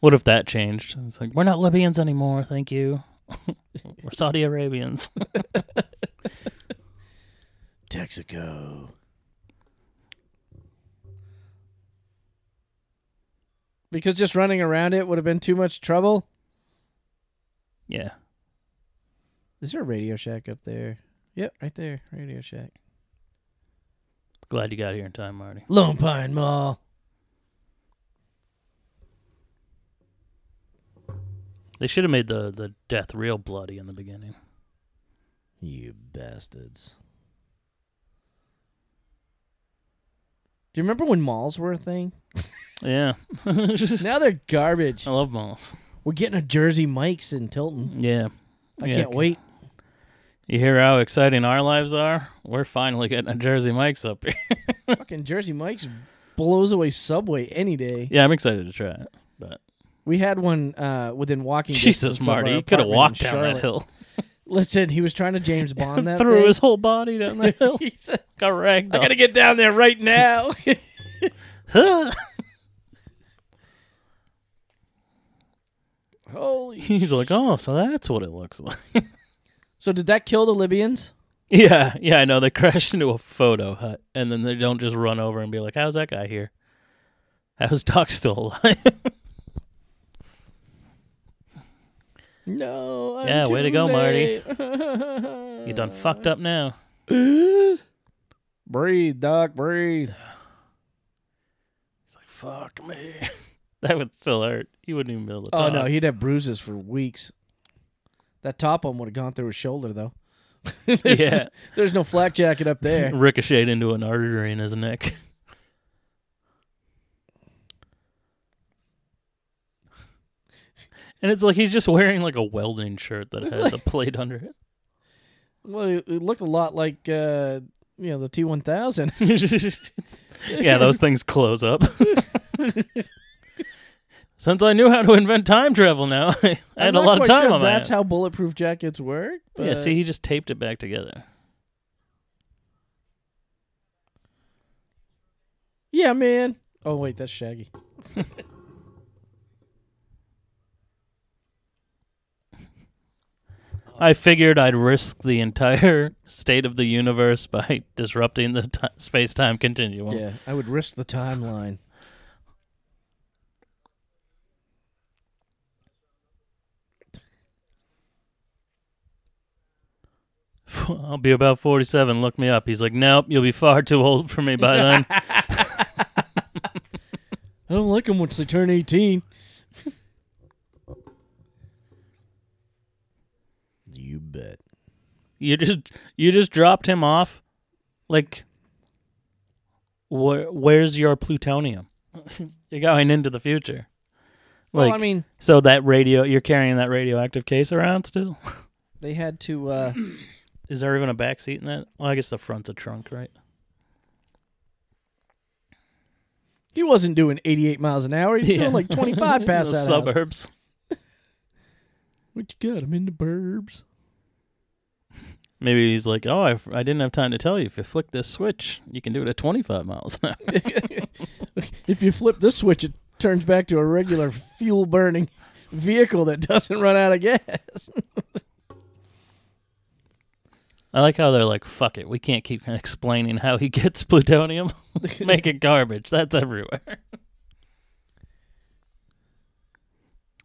C: What if that changed? It's like we're not Libyans anymore, thank you. we're Saudi Arabians.
E: Texaco. Because just running around it would have been too much trouble.
C: yeah.
E: Is there a Radio Shack up there? Yep, right there. Radio Shack.
C: Glad you got here in time, Marty.
E: Lone Pine Mall.
C: They should have made the, the death real bloody in the beginning.
E: You bastards. Do you remember when malls were a thing?
C: Yeah. I
E: now they're garbage.
C: love malls.
E: We're getting a Jersey Mike's in Tilton.
C: Yeah.
E: I
C: Yeah,
E: can't
C: okay.
E: wait.
C: You hear how exciting our lives are? We're finally getting a Jersey Mike's up here.
E: Fucking Jersey Mike's blows away Subway any day.
C: yeah, I'm excited to try it. But
E: We had one uh, within walking distance.
C: Jesus,
E: of
C: Marty,
E: our
C: you could have
E: apartment in
C: walked down that
E: Charlotte.
C: hill.
E: Listen, he was trying to James Bond that
C: Threw
E: thing.
C: his Oh. whole body down the hill.
E: He said,
C: got ragged.
E: I gotta get down there right now. Holy!
C: He's like, oh, so that's what it looks like.
E: So did that kill the Libyans?
C: Yeah, yeah, I know. They crashed into a photo hut, and then they don't just run over and be like, "How's that guy here? How's Doc still alive?"
E: No. I'm
C: Yeah, way to
E: too
C: go, Marty.
E: late.
C: you done fucked up now.
E: Breathe, Doc. Breathe.
C: He's like, "Fuck me." that would still hurt. He wouldn't even be able to.
E: Oh
C: talk.
E: no, he'd have bruises for weeks. That top one would have gone through his shoulder though. There's-
C: Yeah.
E: There's no flak jacket up there.
C: ricocheted into an artery in his neck. And it's like he's just wearing like a welding shirt that has a plate under it.
E: Well, it it looked a lot like uh, you know the T1000.
C: yeah, those things close up. Since I knew how to invent time travel now, I
E: I'm
C: had a
E: not
C: lot of
E: quite
C: time
E: sure
C: on
E: if That's
C: that.
E: how bulletproof jackets work. But
C: yeah, see, he just taped it back together.
E: yeah, man. Oh wait, that's Shaggy. Uh,
C: I figured I'd risk the entire state of the universe by disrupting the t- space time continuum.
E: Yeah, I would risk the timeline.
C: I'll be about 47. Look me up. He's like, nope, you'll be far too old for me by then.
E: I don't like them once they turn 18. you bet.
C: you just you just dropped him off. Like, where where's your plutonium? You're going into the future. Like,
E: well, I mean,
C: so that radio, you're carrying that radioactive case around still?
E: they had to. Uh,
C: Is there even a back seat in that? Well, I guess the front's a trunk, right?
E: he wasn't doing 88 miles an hour. He's
C: Yeah.
E: doing like
C: the
E: 25 past that. house.
C: suburbs.
E: What you got? I'm in the burbs.
C: Maybe he's like, oh, I, I didn't have time to tell you. If you flick this switch, you can do it at 25 miles an hour.
E: If you flip this switch, it turns back to a regular fuel burning vehicle that doesn't run out of gas.
C: I like how they're like, fuck it, we can't keep explaining how he gets plutonium. Make it garbage. That's everywhere.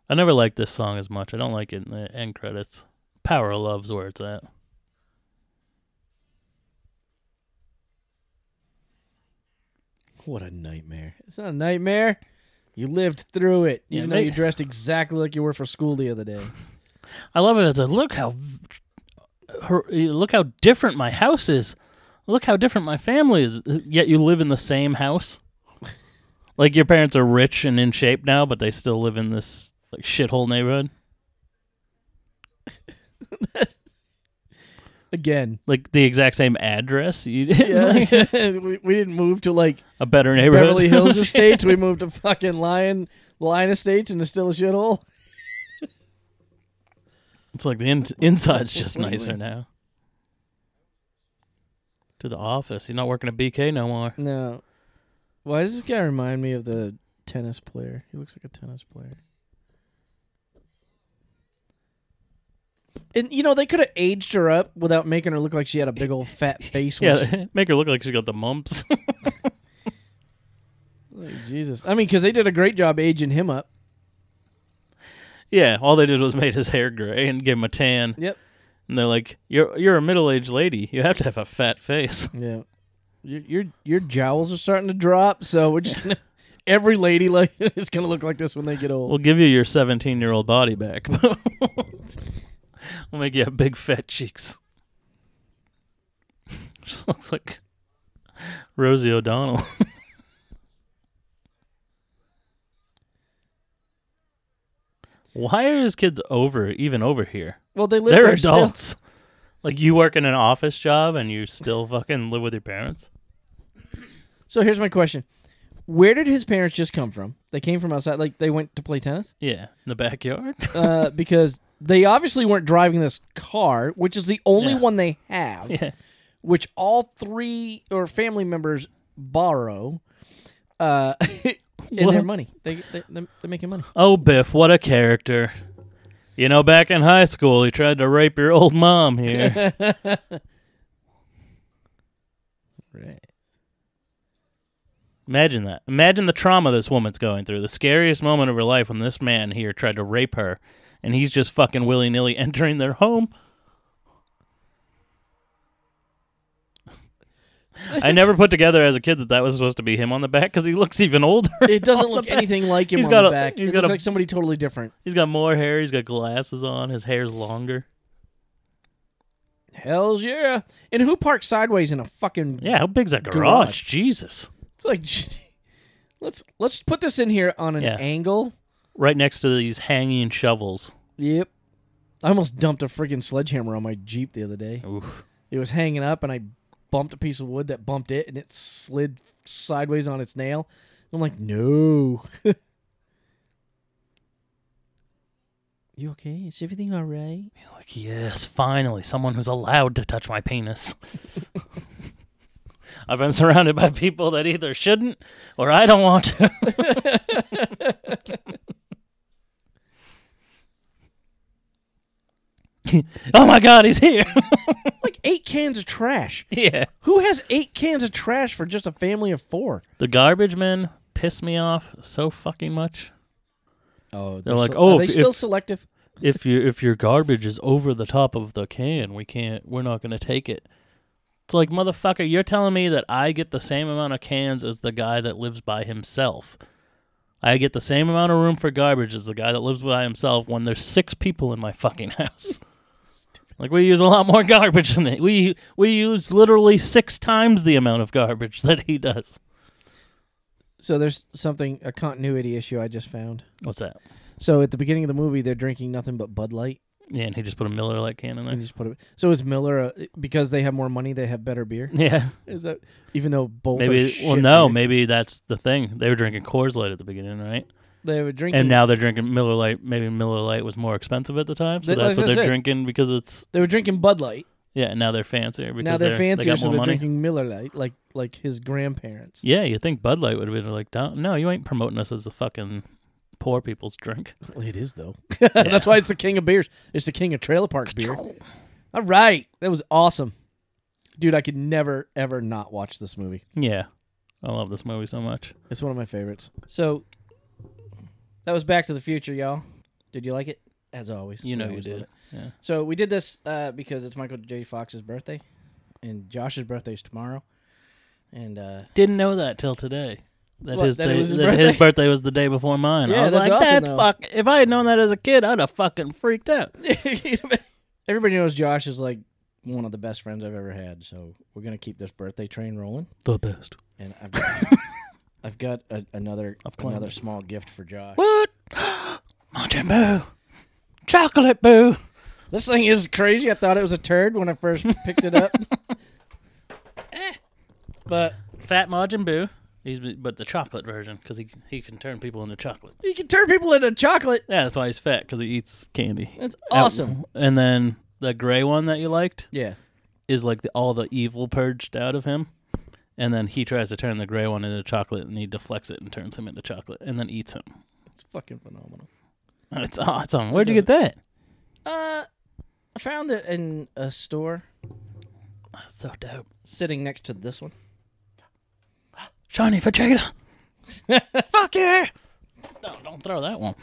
C: I never liked this song as much. I don't like it in the end credits. Power of Love's where it's at.
E: What a nightmare. It's not a nightmare. You lived through it.
C: Yeah,
E: even though
C: may-
E: you dressed exactly like you were for school the other day.
C: I love it as a look how her, look how different my house is. Look how different my family is. Yet you live in the same house. Like your parents are rich and in shape now, but they still live in this like shithole neighborhood.
E: Again,
C: like the exact same address. You like,
E: yeah, we, we didn't move to like
C: a better neighborhood.
E: Beverly Hills Estates. We moved to fucking Lion Lion Estates, and it's still a shithole.
C: it's like the in- inside's just nicer now. To the office. You're not working at BK no more.
E: No, why does this guy remind me of the tennis player? He looks like a tennis player. And you know they could have aged her up without making her look like she had a big old fat face. when she-
C: Yeah, make her look like she got the mumps.
E: Like, Jesus. I mean, because they did a great job aging him up.
C: yeah, all they did was made his hair gray and gave him a tan.
E: Yep.
C: And they're like, "You're you're a middle aged lady. You have to have a fat face."
E: Yeah. Your your, your jowls are starting to drop, so we're just gonna every lady like is gonna look like this when they get old.
C: We'll give you your 17 year old body back. we'll make you have big fat cheeks. She looks like Rosie O'Donnell. Why are his kids over, even over here?
E: Well, they live
C: They're
E: there still.
C: adults. Like you work in an office job and you still fucking live with your parents.
E: So here's my question: Where did his parents just come from? They came from outside, like they went to play tennis,
C: Yeah, in the backyard.
E: uh, because they obviously weren't driving this car, which is the only
C: Yeah.
E: one they have,
C: Yeah.
E: which all three or family members borrow. Uh, in their
C: What?
E: money, they they they're they're making money.
C: Oh, Biff, what a character. You know, back in high school, he tried to rape your old mom here.
E: Right.
C: Imagine that. Imagine the trauma this woman's going through. The scariest moment of her life when this man here tried to rape her, and he's just fucking willy nilly entering their home. I never put together as a kid that that was supposed to be him on the back because he looks even older.
E: It doesn't
C: on the
E: look
C: back.
E: anything like him
C: He's
E: on
C: got
E: the
C: a-
E: back.
C: he's
E: it
C: got
E: looks
C: a-
E: like somebody totally different.
C: He's got more hair. He's got glasses on. His hair's longer.
E: Hell's yeah! And who parks sideways in a fucking?
C: Yeah, how big's that
E: Garage.
C: garage? Jesus.
E: It's like, let's let's put this in here on an
C: Yeah.
E: angle.
C: Right next to these hanging shovels.
E: Yep. I almost dumped a freaking sledgehammer on my Jeep the other day.
C: Oof.
E: It was hanging up, and I bumped a piece of wood that bumped it, and it slid sideways on its nail. I'm like, no. you okay? Is everything all right?
C: Like, yes, finally, someone who's allowed to touch my penis. I've been surrounded by people that either shouldn't or I don't want to. oh my god, he's here.
E: Like eight cans of trash.
C: yeah.
E: Who has eight cans of trash for just a family of four?
C: The garbage men piss me off so fucking much.
E: Oh, they're,
C: like,
E: se-
C: "Oh,
E: are they
C: if-
E: still
C: if-
E: selective?
C: If you if your garbage is over the top of the can, we can't we're not gonna take it. It's like motherfucker, you're telling me that I get the same amount of cans as the guy that lives by himself. I get the same amount of room for garbage as the guy that lives by himself when there's six people in my fucking house. like we use a lot more garbage than it. We we use literally six times the amount of garbage that he does.
E: So there's something a continuity issue I just found.
C: What's that?
E: So at the beginning of the movie, they're drinking nothing but Bud Light.
C: Yeah, and he just put a Miller Lite can in
E: And
C: there.
E: just put it. So is Miller uh because they have more money, they have better beer?
C: Yeah.
E: Is that even though both? are
C: Maybe well
E: shit
C: no,
E: beer,
C: maybe that's the thing. They were drinking Coors Light at the beginning, right?
E: they were drinking.
C: And now they're drinking Miller Lite. Maybe Miller Lite was more expensive at the time, so
E: Th- I
C: that's
E: was
C: what
E: gonna
C: they're
E: say.
C: drinking because it's
E: they were drinking Bud Light.
C: yeah. Now they're fancier because
E: Now they're,
C: they
E: fancier,
C: got
E: so
C: more
E: they're
C: money.
E: drinking Miller Light, like like his grandparents.
C: Yeah, you think Bud Light would have been like, "Don't- no, you ain't promoting us as a fucking poor people's drink.
E: Well, it is though. That's why it's the king of beers. It's the king of trailer park beer. All right, that was awesome, dude. I could never ever not watch this movie.
C: Yeah, I love this movie so much.
E: It's one of my favorites. So that was Back to the Future, y'all. Did you like it? As always,
C: You
E: we
C: know you
E: always love
C: did.
E: it.
C: Yeah.
E: So we did this uh, because it's Michael J. Fox's birthday, and Josh's birthday is tomorrow, and uh,
C: Didn't know that till today. That
E: What,
C: his
E: that it
C: day-
E: was his
C: that
E: birthday?
C: his birthday was the day before mine.
E: Yeah,
C: I was
E: that's
C: like,
E: awesome,
C: that's
E: though.
C: fuck. If I had known that as a kid, I'd have fucking freaked out.
E: everybody knows Josh is like one of the best friends I've ever had. So we're gonna keep this birthday train rolling.
C: The best.
E: And I've got, I've got a, another
C: I've claimed
E: another
C: it.
E: small gift for Josh.
C: What? Mountain Boo. Chocolate Boo.
E: This thing is crazy. I thought it was a turd when I first picked it up. Eh.
C: But Fat Majin Buu, he's but the chocolate version because he he can turn people into chocolate.
E: you can turn people into chocolate.
C: Yeah, that's why he's fat because he eats candy.
E: That's awesome.
C: And then the gray one that you liked
E: Yeah.
C: is like the, all the evil purged out of him. And then he tries to turn the gray one into chocolate, and he deflects it and turns him into chocolate, and then eats him.
E: It's fucking phenomenal.
C: That's awesome. Where'd you get that?
E: Uh, I found it in a store
C: That's so dope.
E: sitting next to this one.
C: Shiny Vegeta. fuck yeah. No, don't throw that one.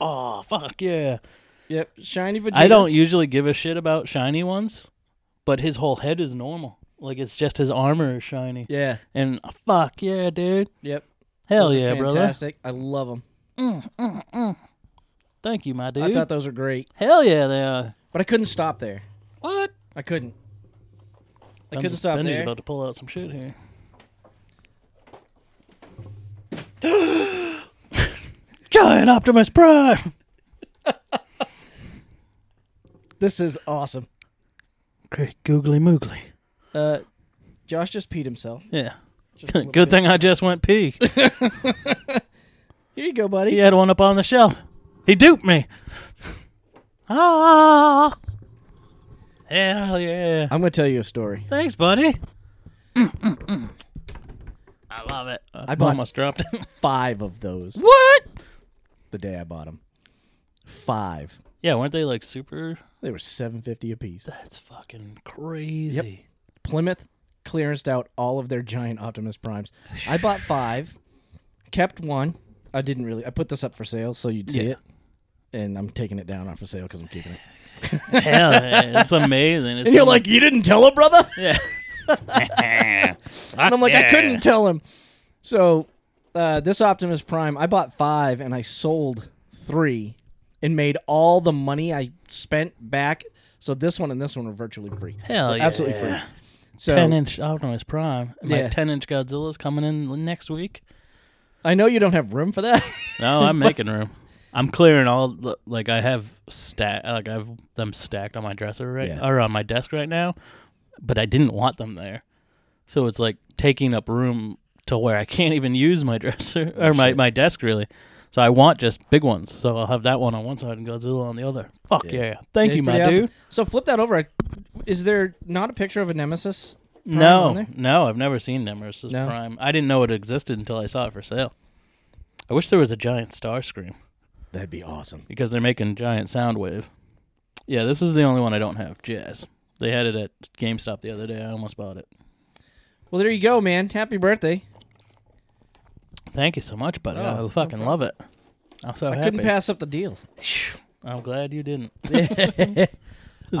C: oh, fuck yeah.
E: Yep. Shiny Vegeta.
C: I don't usually give a shit about shiny ones, but his whole head is normal. Like it's just his armor is shiny.
E: Yeah.
C: And fuck yeah, dude.
E: Yep.
C: Hell
E: Those are
C: yeah, brother.
E: fantastic. I love them.
C: Thank you, my dude.
E: I thought those were great,
C: Hell yeah, they are.
E: but I couldn't stop there.
C: What?
E: I couldn't. I couldn't stop
C: Benji's
E: there.
C: about to pull out some shit here. Giant Optimus Prime.
E: This is awesome.
C: Great googly moogly.
E: Uh, Josh just peed himself.
C: Yeah.
E: Just a little
C: Good
E: bit.
C: thing I just went pee.
E: Here you go, buddy.
C: He had one up on the shelf. He duped me. Ah. Hell yeah.
E: I'm gonna tell you a story.
C: Thanks, buddy. Mm, mm, mm. I love it. I
E: bought-
C: Uh, almost dropped it.
E: Five of those
C: what?
E: the day I bought them. Five.
C: Yeah, weren't they like super?
E: They were seven fifty a piece.
C: That's fucking crazy.
E: Plymouth clearanced out all of their giant Optimus Primes. I bought five, kept one. I didn't really. I put this up for sale so you'd see
C: Yeah.
E: it, and I'm taking it down off for sale because I'm keeping it.
C: Hell yeah, it's amazing. It's
E: And you're like, you didn't tell him, brother.
C: yeah. and
E: And I'm like, I couldn't tell him. So uh, this Optimus Prime, I bought five and I sold three and made all the money I spent back. So this one and this one are virtually free.
C: Hell yeah.
E: Absolutely free. So
C: Ten inch Optimus Prime. My
E: Yeah.
C: ten inch Godzilla's coming in next week.
E: I know you don't have room for that.
C: No, I'm making room. I'm clearing all the- like I have stack like I've them stacked on my dresser right
E: Yeah.
C: or on my desk right now, but I didn't want them there, so it's like taking up room to where I can't even use my dresser
E: Oh,
C: or my, my desk really. So I want just big ones. So I'll have that one on one side and Godzilla on the other. Fuck yeah! Thank
E: It's
C: you, my
E: pretty awesome.
C: dude.
E: So flip that over. I- Is there not a picture of a Nemesis? Prime on
C: No,
E: there?
C: no, I've never seen Nemesis
E: No.
C: Prime. I didn't know it existed until I saw it for sale. I wish there was a giant star scream.
E: That'd be awesome.
C: because they're making giant sound wave. Yeah, this is the only one I don't have. Jazz. They had it at GameStop the other day. I almost bought it.
E: Well, there you go, man. Happy birthday.
C: Thank you so much, buddy.
E: Oh,
C: I fucking love it. I'm so
E: I
C: happy.
E: couldn't pass up the deals.
C: I'm glad you didn't. this
E: All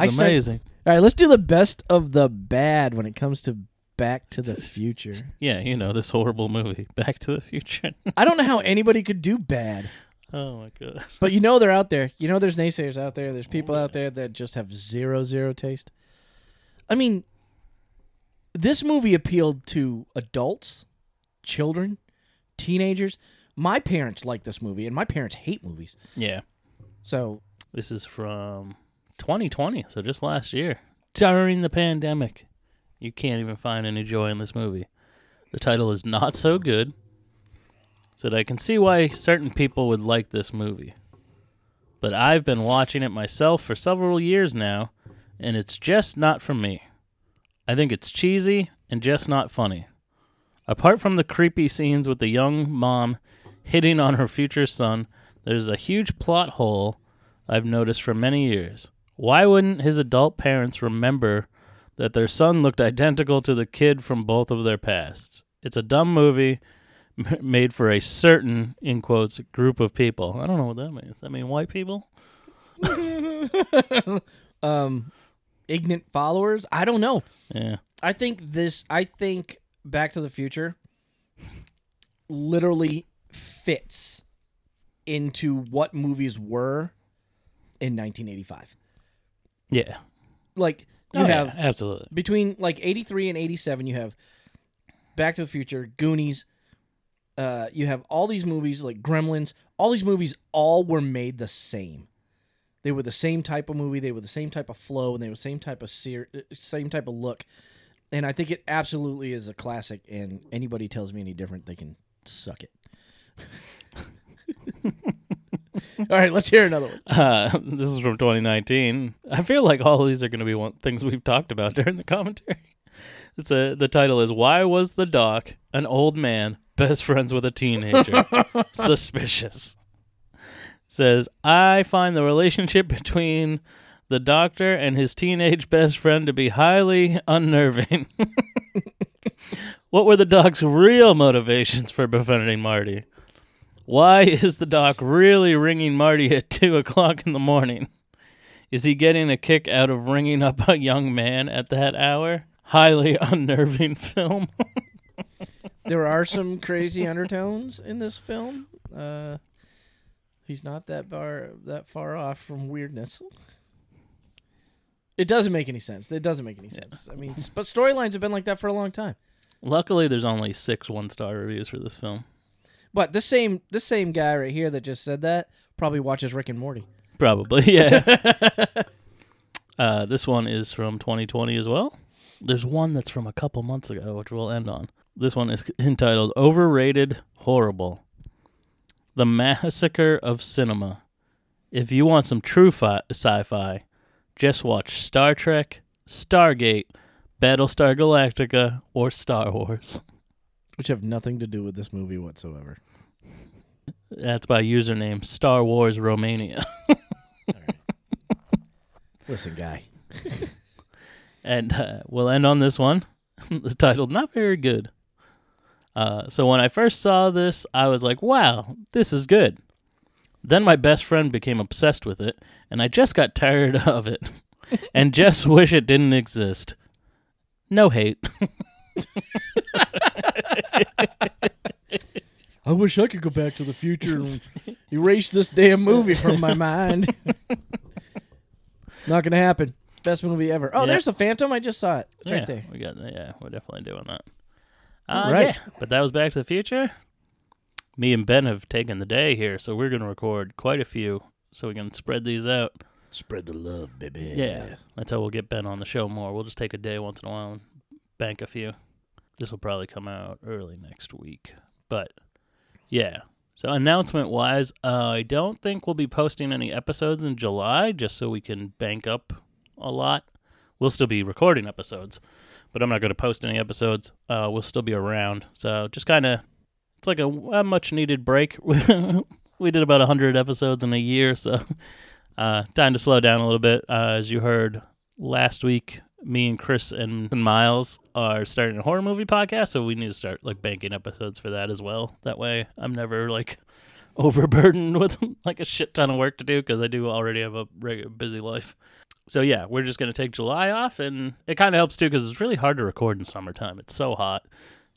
C: is
E: I said-
C: amazing.
E: right, let's do the best of the bad when it comes to Back to the Future.
C: yeah, you know this horrible movie, Back to the Future.
E: I don't know how anybody could do bad,
C: oh my god.
E: but you know they're out there. You know there's naysayers out there. There's people out there that just have zero zero taste. I mean, this movie appealed to adults, children, teenagers. My parents like this movie, and my parents hate movies.
C: Yeah,
E: So
C: this is from 2020, so just last year during the pandemic. You can't even find any joy in this movie. The title is not so good. Said I can see why certain people would like this movie. But I've been watching it myself for several years now, and it's just not for me. I think it's cheesy and just not funny. Apart from the creepy scenes with the young mom hitting on her future son, there's a huge plot hole I've noticed for many years. Why wouldn't his adult parents remember that their son looked identical to the kid from both of their pasts? It's a dumb movie m- made for a certain, in quotes, group of people. I don't know what that means. Does that mean white people?
E: um ignorant followers i don't know
C: Yeah.
E: i think this i think back to the future literally fits into what movies were in 1985
C: Yeah.
E: like you
C: Oh, yeah,
E: have
C: absolutely.
E: between like 83 and 87 you have back to the future goonies uh, you have all these movies like gremlins all these movies all were made the same They were the same type of movie. They were the same type of flow, and they were same type of ser- uh, same type of look. And I think it absolutely is a classic. And anybody tells me any different, they can suck it. All right, let's hear another one.
C: Uh, this is from 2019. I feel like all of these are going to be one, things we've talked about during the commentary. It's a, the title is Why Was the Doc an Old Man Best Friends with a Teenager? Suspicious. Says, I find the relationship between the doctor and his teenage best friend to be highly unnerving. what were the doc's real motivations for befriending Marty? Why is the doc really ringing Marty at 2 o'clock in the morning? Is he getting a kick out of ringing up a young man at that hour? Highly unnerving film.
E: There are some crazy undertones in this film. Uh, he's not that far that far off from weirdness. It doesn't make any sense. It doesn't make any sense. I mean, s- but storylines have been like that for a long time.
C: Luckily, there's only six one star reviews for this film.
E: But this same this same guy right here that just said that probably watches Rick and Morty.
C: Probably, yeah. uh, this one is from 2020 as well. There's one that's from a couple months ago, which we'll end on. This one is entitled Overrated Horrible The Massacre of Cinema. If you want some true fi- sci fi, just watch Star Trek, Stargate, Battlestar Galactica, or Star Wars.
E: which have nothing to do with this movie whatsoever.
C: That's by username Star Wars Romania.
E: Listen, guy.
C: And uh, we'll end on this one. it's titled Not Very Good. Uh, so when I first saw this, I was like, wow, this is good. Then my best friend became obsessed with it, and I just got tired of it and just wish it didn't exist. No hate.
E: I wish I could go back to the future and erase this damn movie from my mind. Not gonna happen. Best movie ever. Oh,
C: Yeah.
E: there's the Phantom. I just saw it. It's
C: yeah,
E: right there.
C: We got, yeah, we're definitely doing that. Uh,
E: Right.
C: Yeah, but that was Back to the Future. Me and Ben have taken the day here, so we're going to record quite a few so we can spread these out.
E: Spread the love, baby.
C: Yeah, that's how we'll get Ben on the show more. We'll just take a day once in a while and bank a few. This will probably come out early next week. But yeah. So announcement wise, uh, I don't think we'll be posting any episodes in July just so we can bank up a lot. We'll still be recording episodes, but I'm not going to post any episodes. Uh, we'll still be around. So just kind of it's like a, a much needed break. we did about 100 episodes in a year, so uh, time to slow down a little bit. Uh, as you heard last week, me and Chris and Miles are starting a horror movie podcast, so we need to start like banking episodes for that as well. That way, I'm never like overburdened with like a shit ton of work to do because I do already have a regular busy life. So yeah, we're just gonna take July off, and it kind of helps too because it's really hard to record in summertime. It's so hot.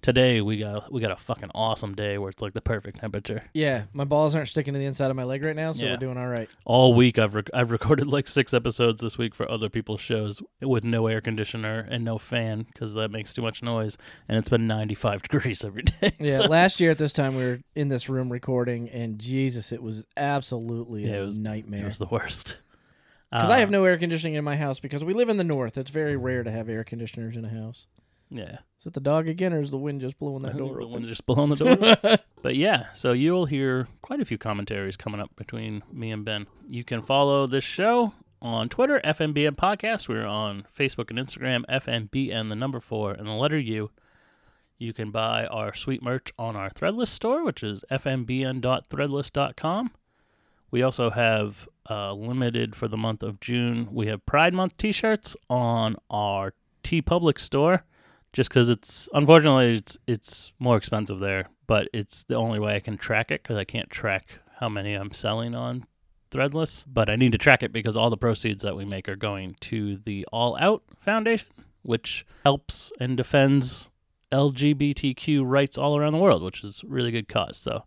C: Today we got we got a fucking awesome day where it's like the perfect temperature.
E: Yeah, my balls aren't sticking to the inside of my leg right now, so
C: Yeah.
E: we're doing all right.
C: all week I've rec- I've recorded like six episodes this week for other people's shows with no air conditioner and no fan because that makes too much noise, and it's been 95 degrees every day.
E: Yeah,
C: so-
E: last year at this time we were in this room recording, and Jesus, it was absolutely
C: Yeah,
E: a
C: it was-
E: nightmare.
C: it was the worst.
E: Because
C: Uh,
E: I have no air conditioning in my house because we live in the north. It's very rare to have air conditioners in a house.
C: yeah,
E: Is it the dog again, or is the wind just blowing that
C: The
E: door
C: one
E: open?
C: just blowing the door. open. but yeah, so you'll hear quite a few commentaries coming up between me and Ben. You can follow this show on Twitter, FNBN Podcast. We're on Facebook and Instagram, FNBN, the number four, and the letter U. You can buy our sweet merch on our Threadless store, which is fnbn.threadless.com. We also have uh, limited for the month of June. We have Pride Month t shirts on our T Public store just because it's unfortunately it's it's more expensive there, but it's the only way I can track it because I can't track how many I'm selling on Threadless. But I need to track it because all the proceeds that we make are going to the All Out Foundation, which helps and defends LGBTQ rights all around the world, which is a really good cause. So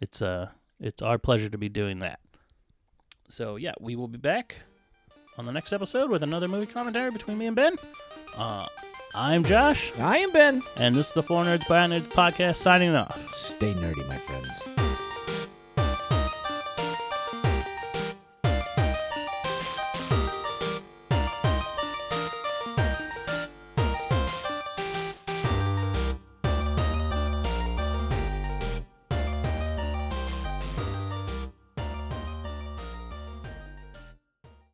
C: it's uh it's our pleasure to be doing that. So yeah, we will be back on the next episode with another movie commentary between me and Ben. Uh, I'm Josh.
E: I am Ben.
C: And this is the Four Nerds by Nerds podcast signing off.
E: Stay nerdy, my friends.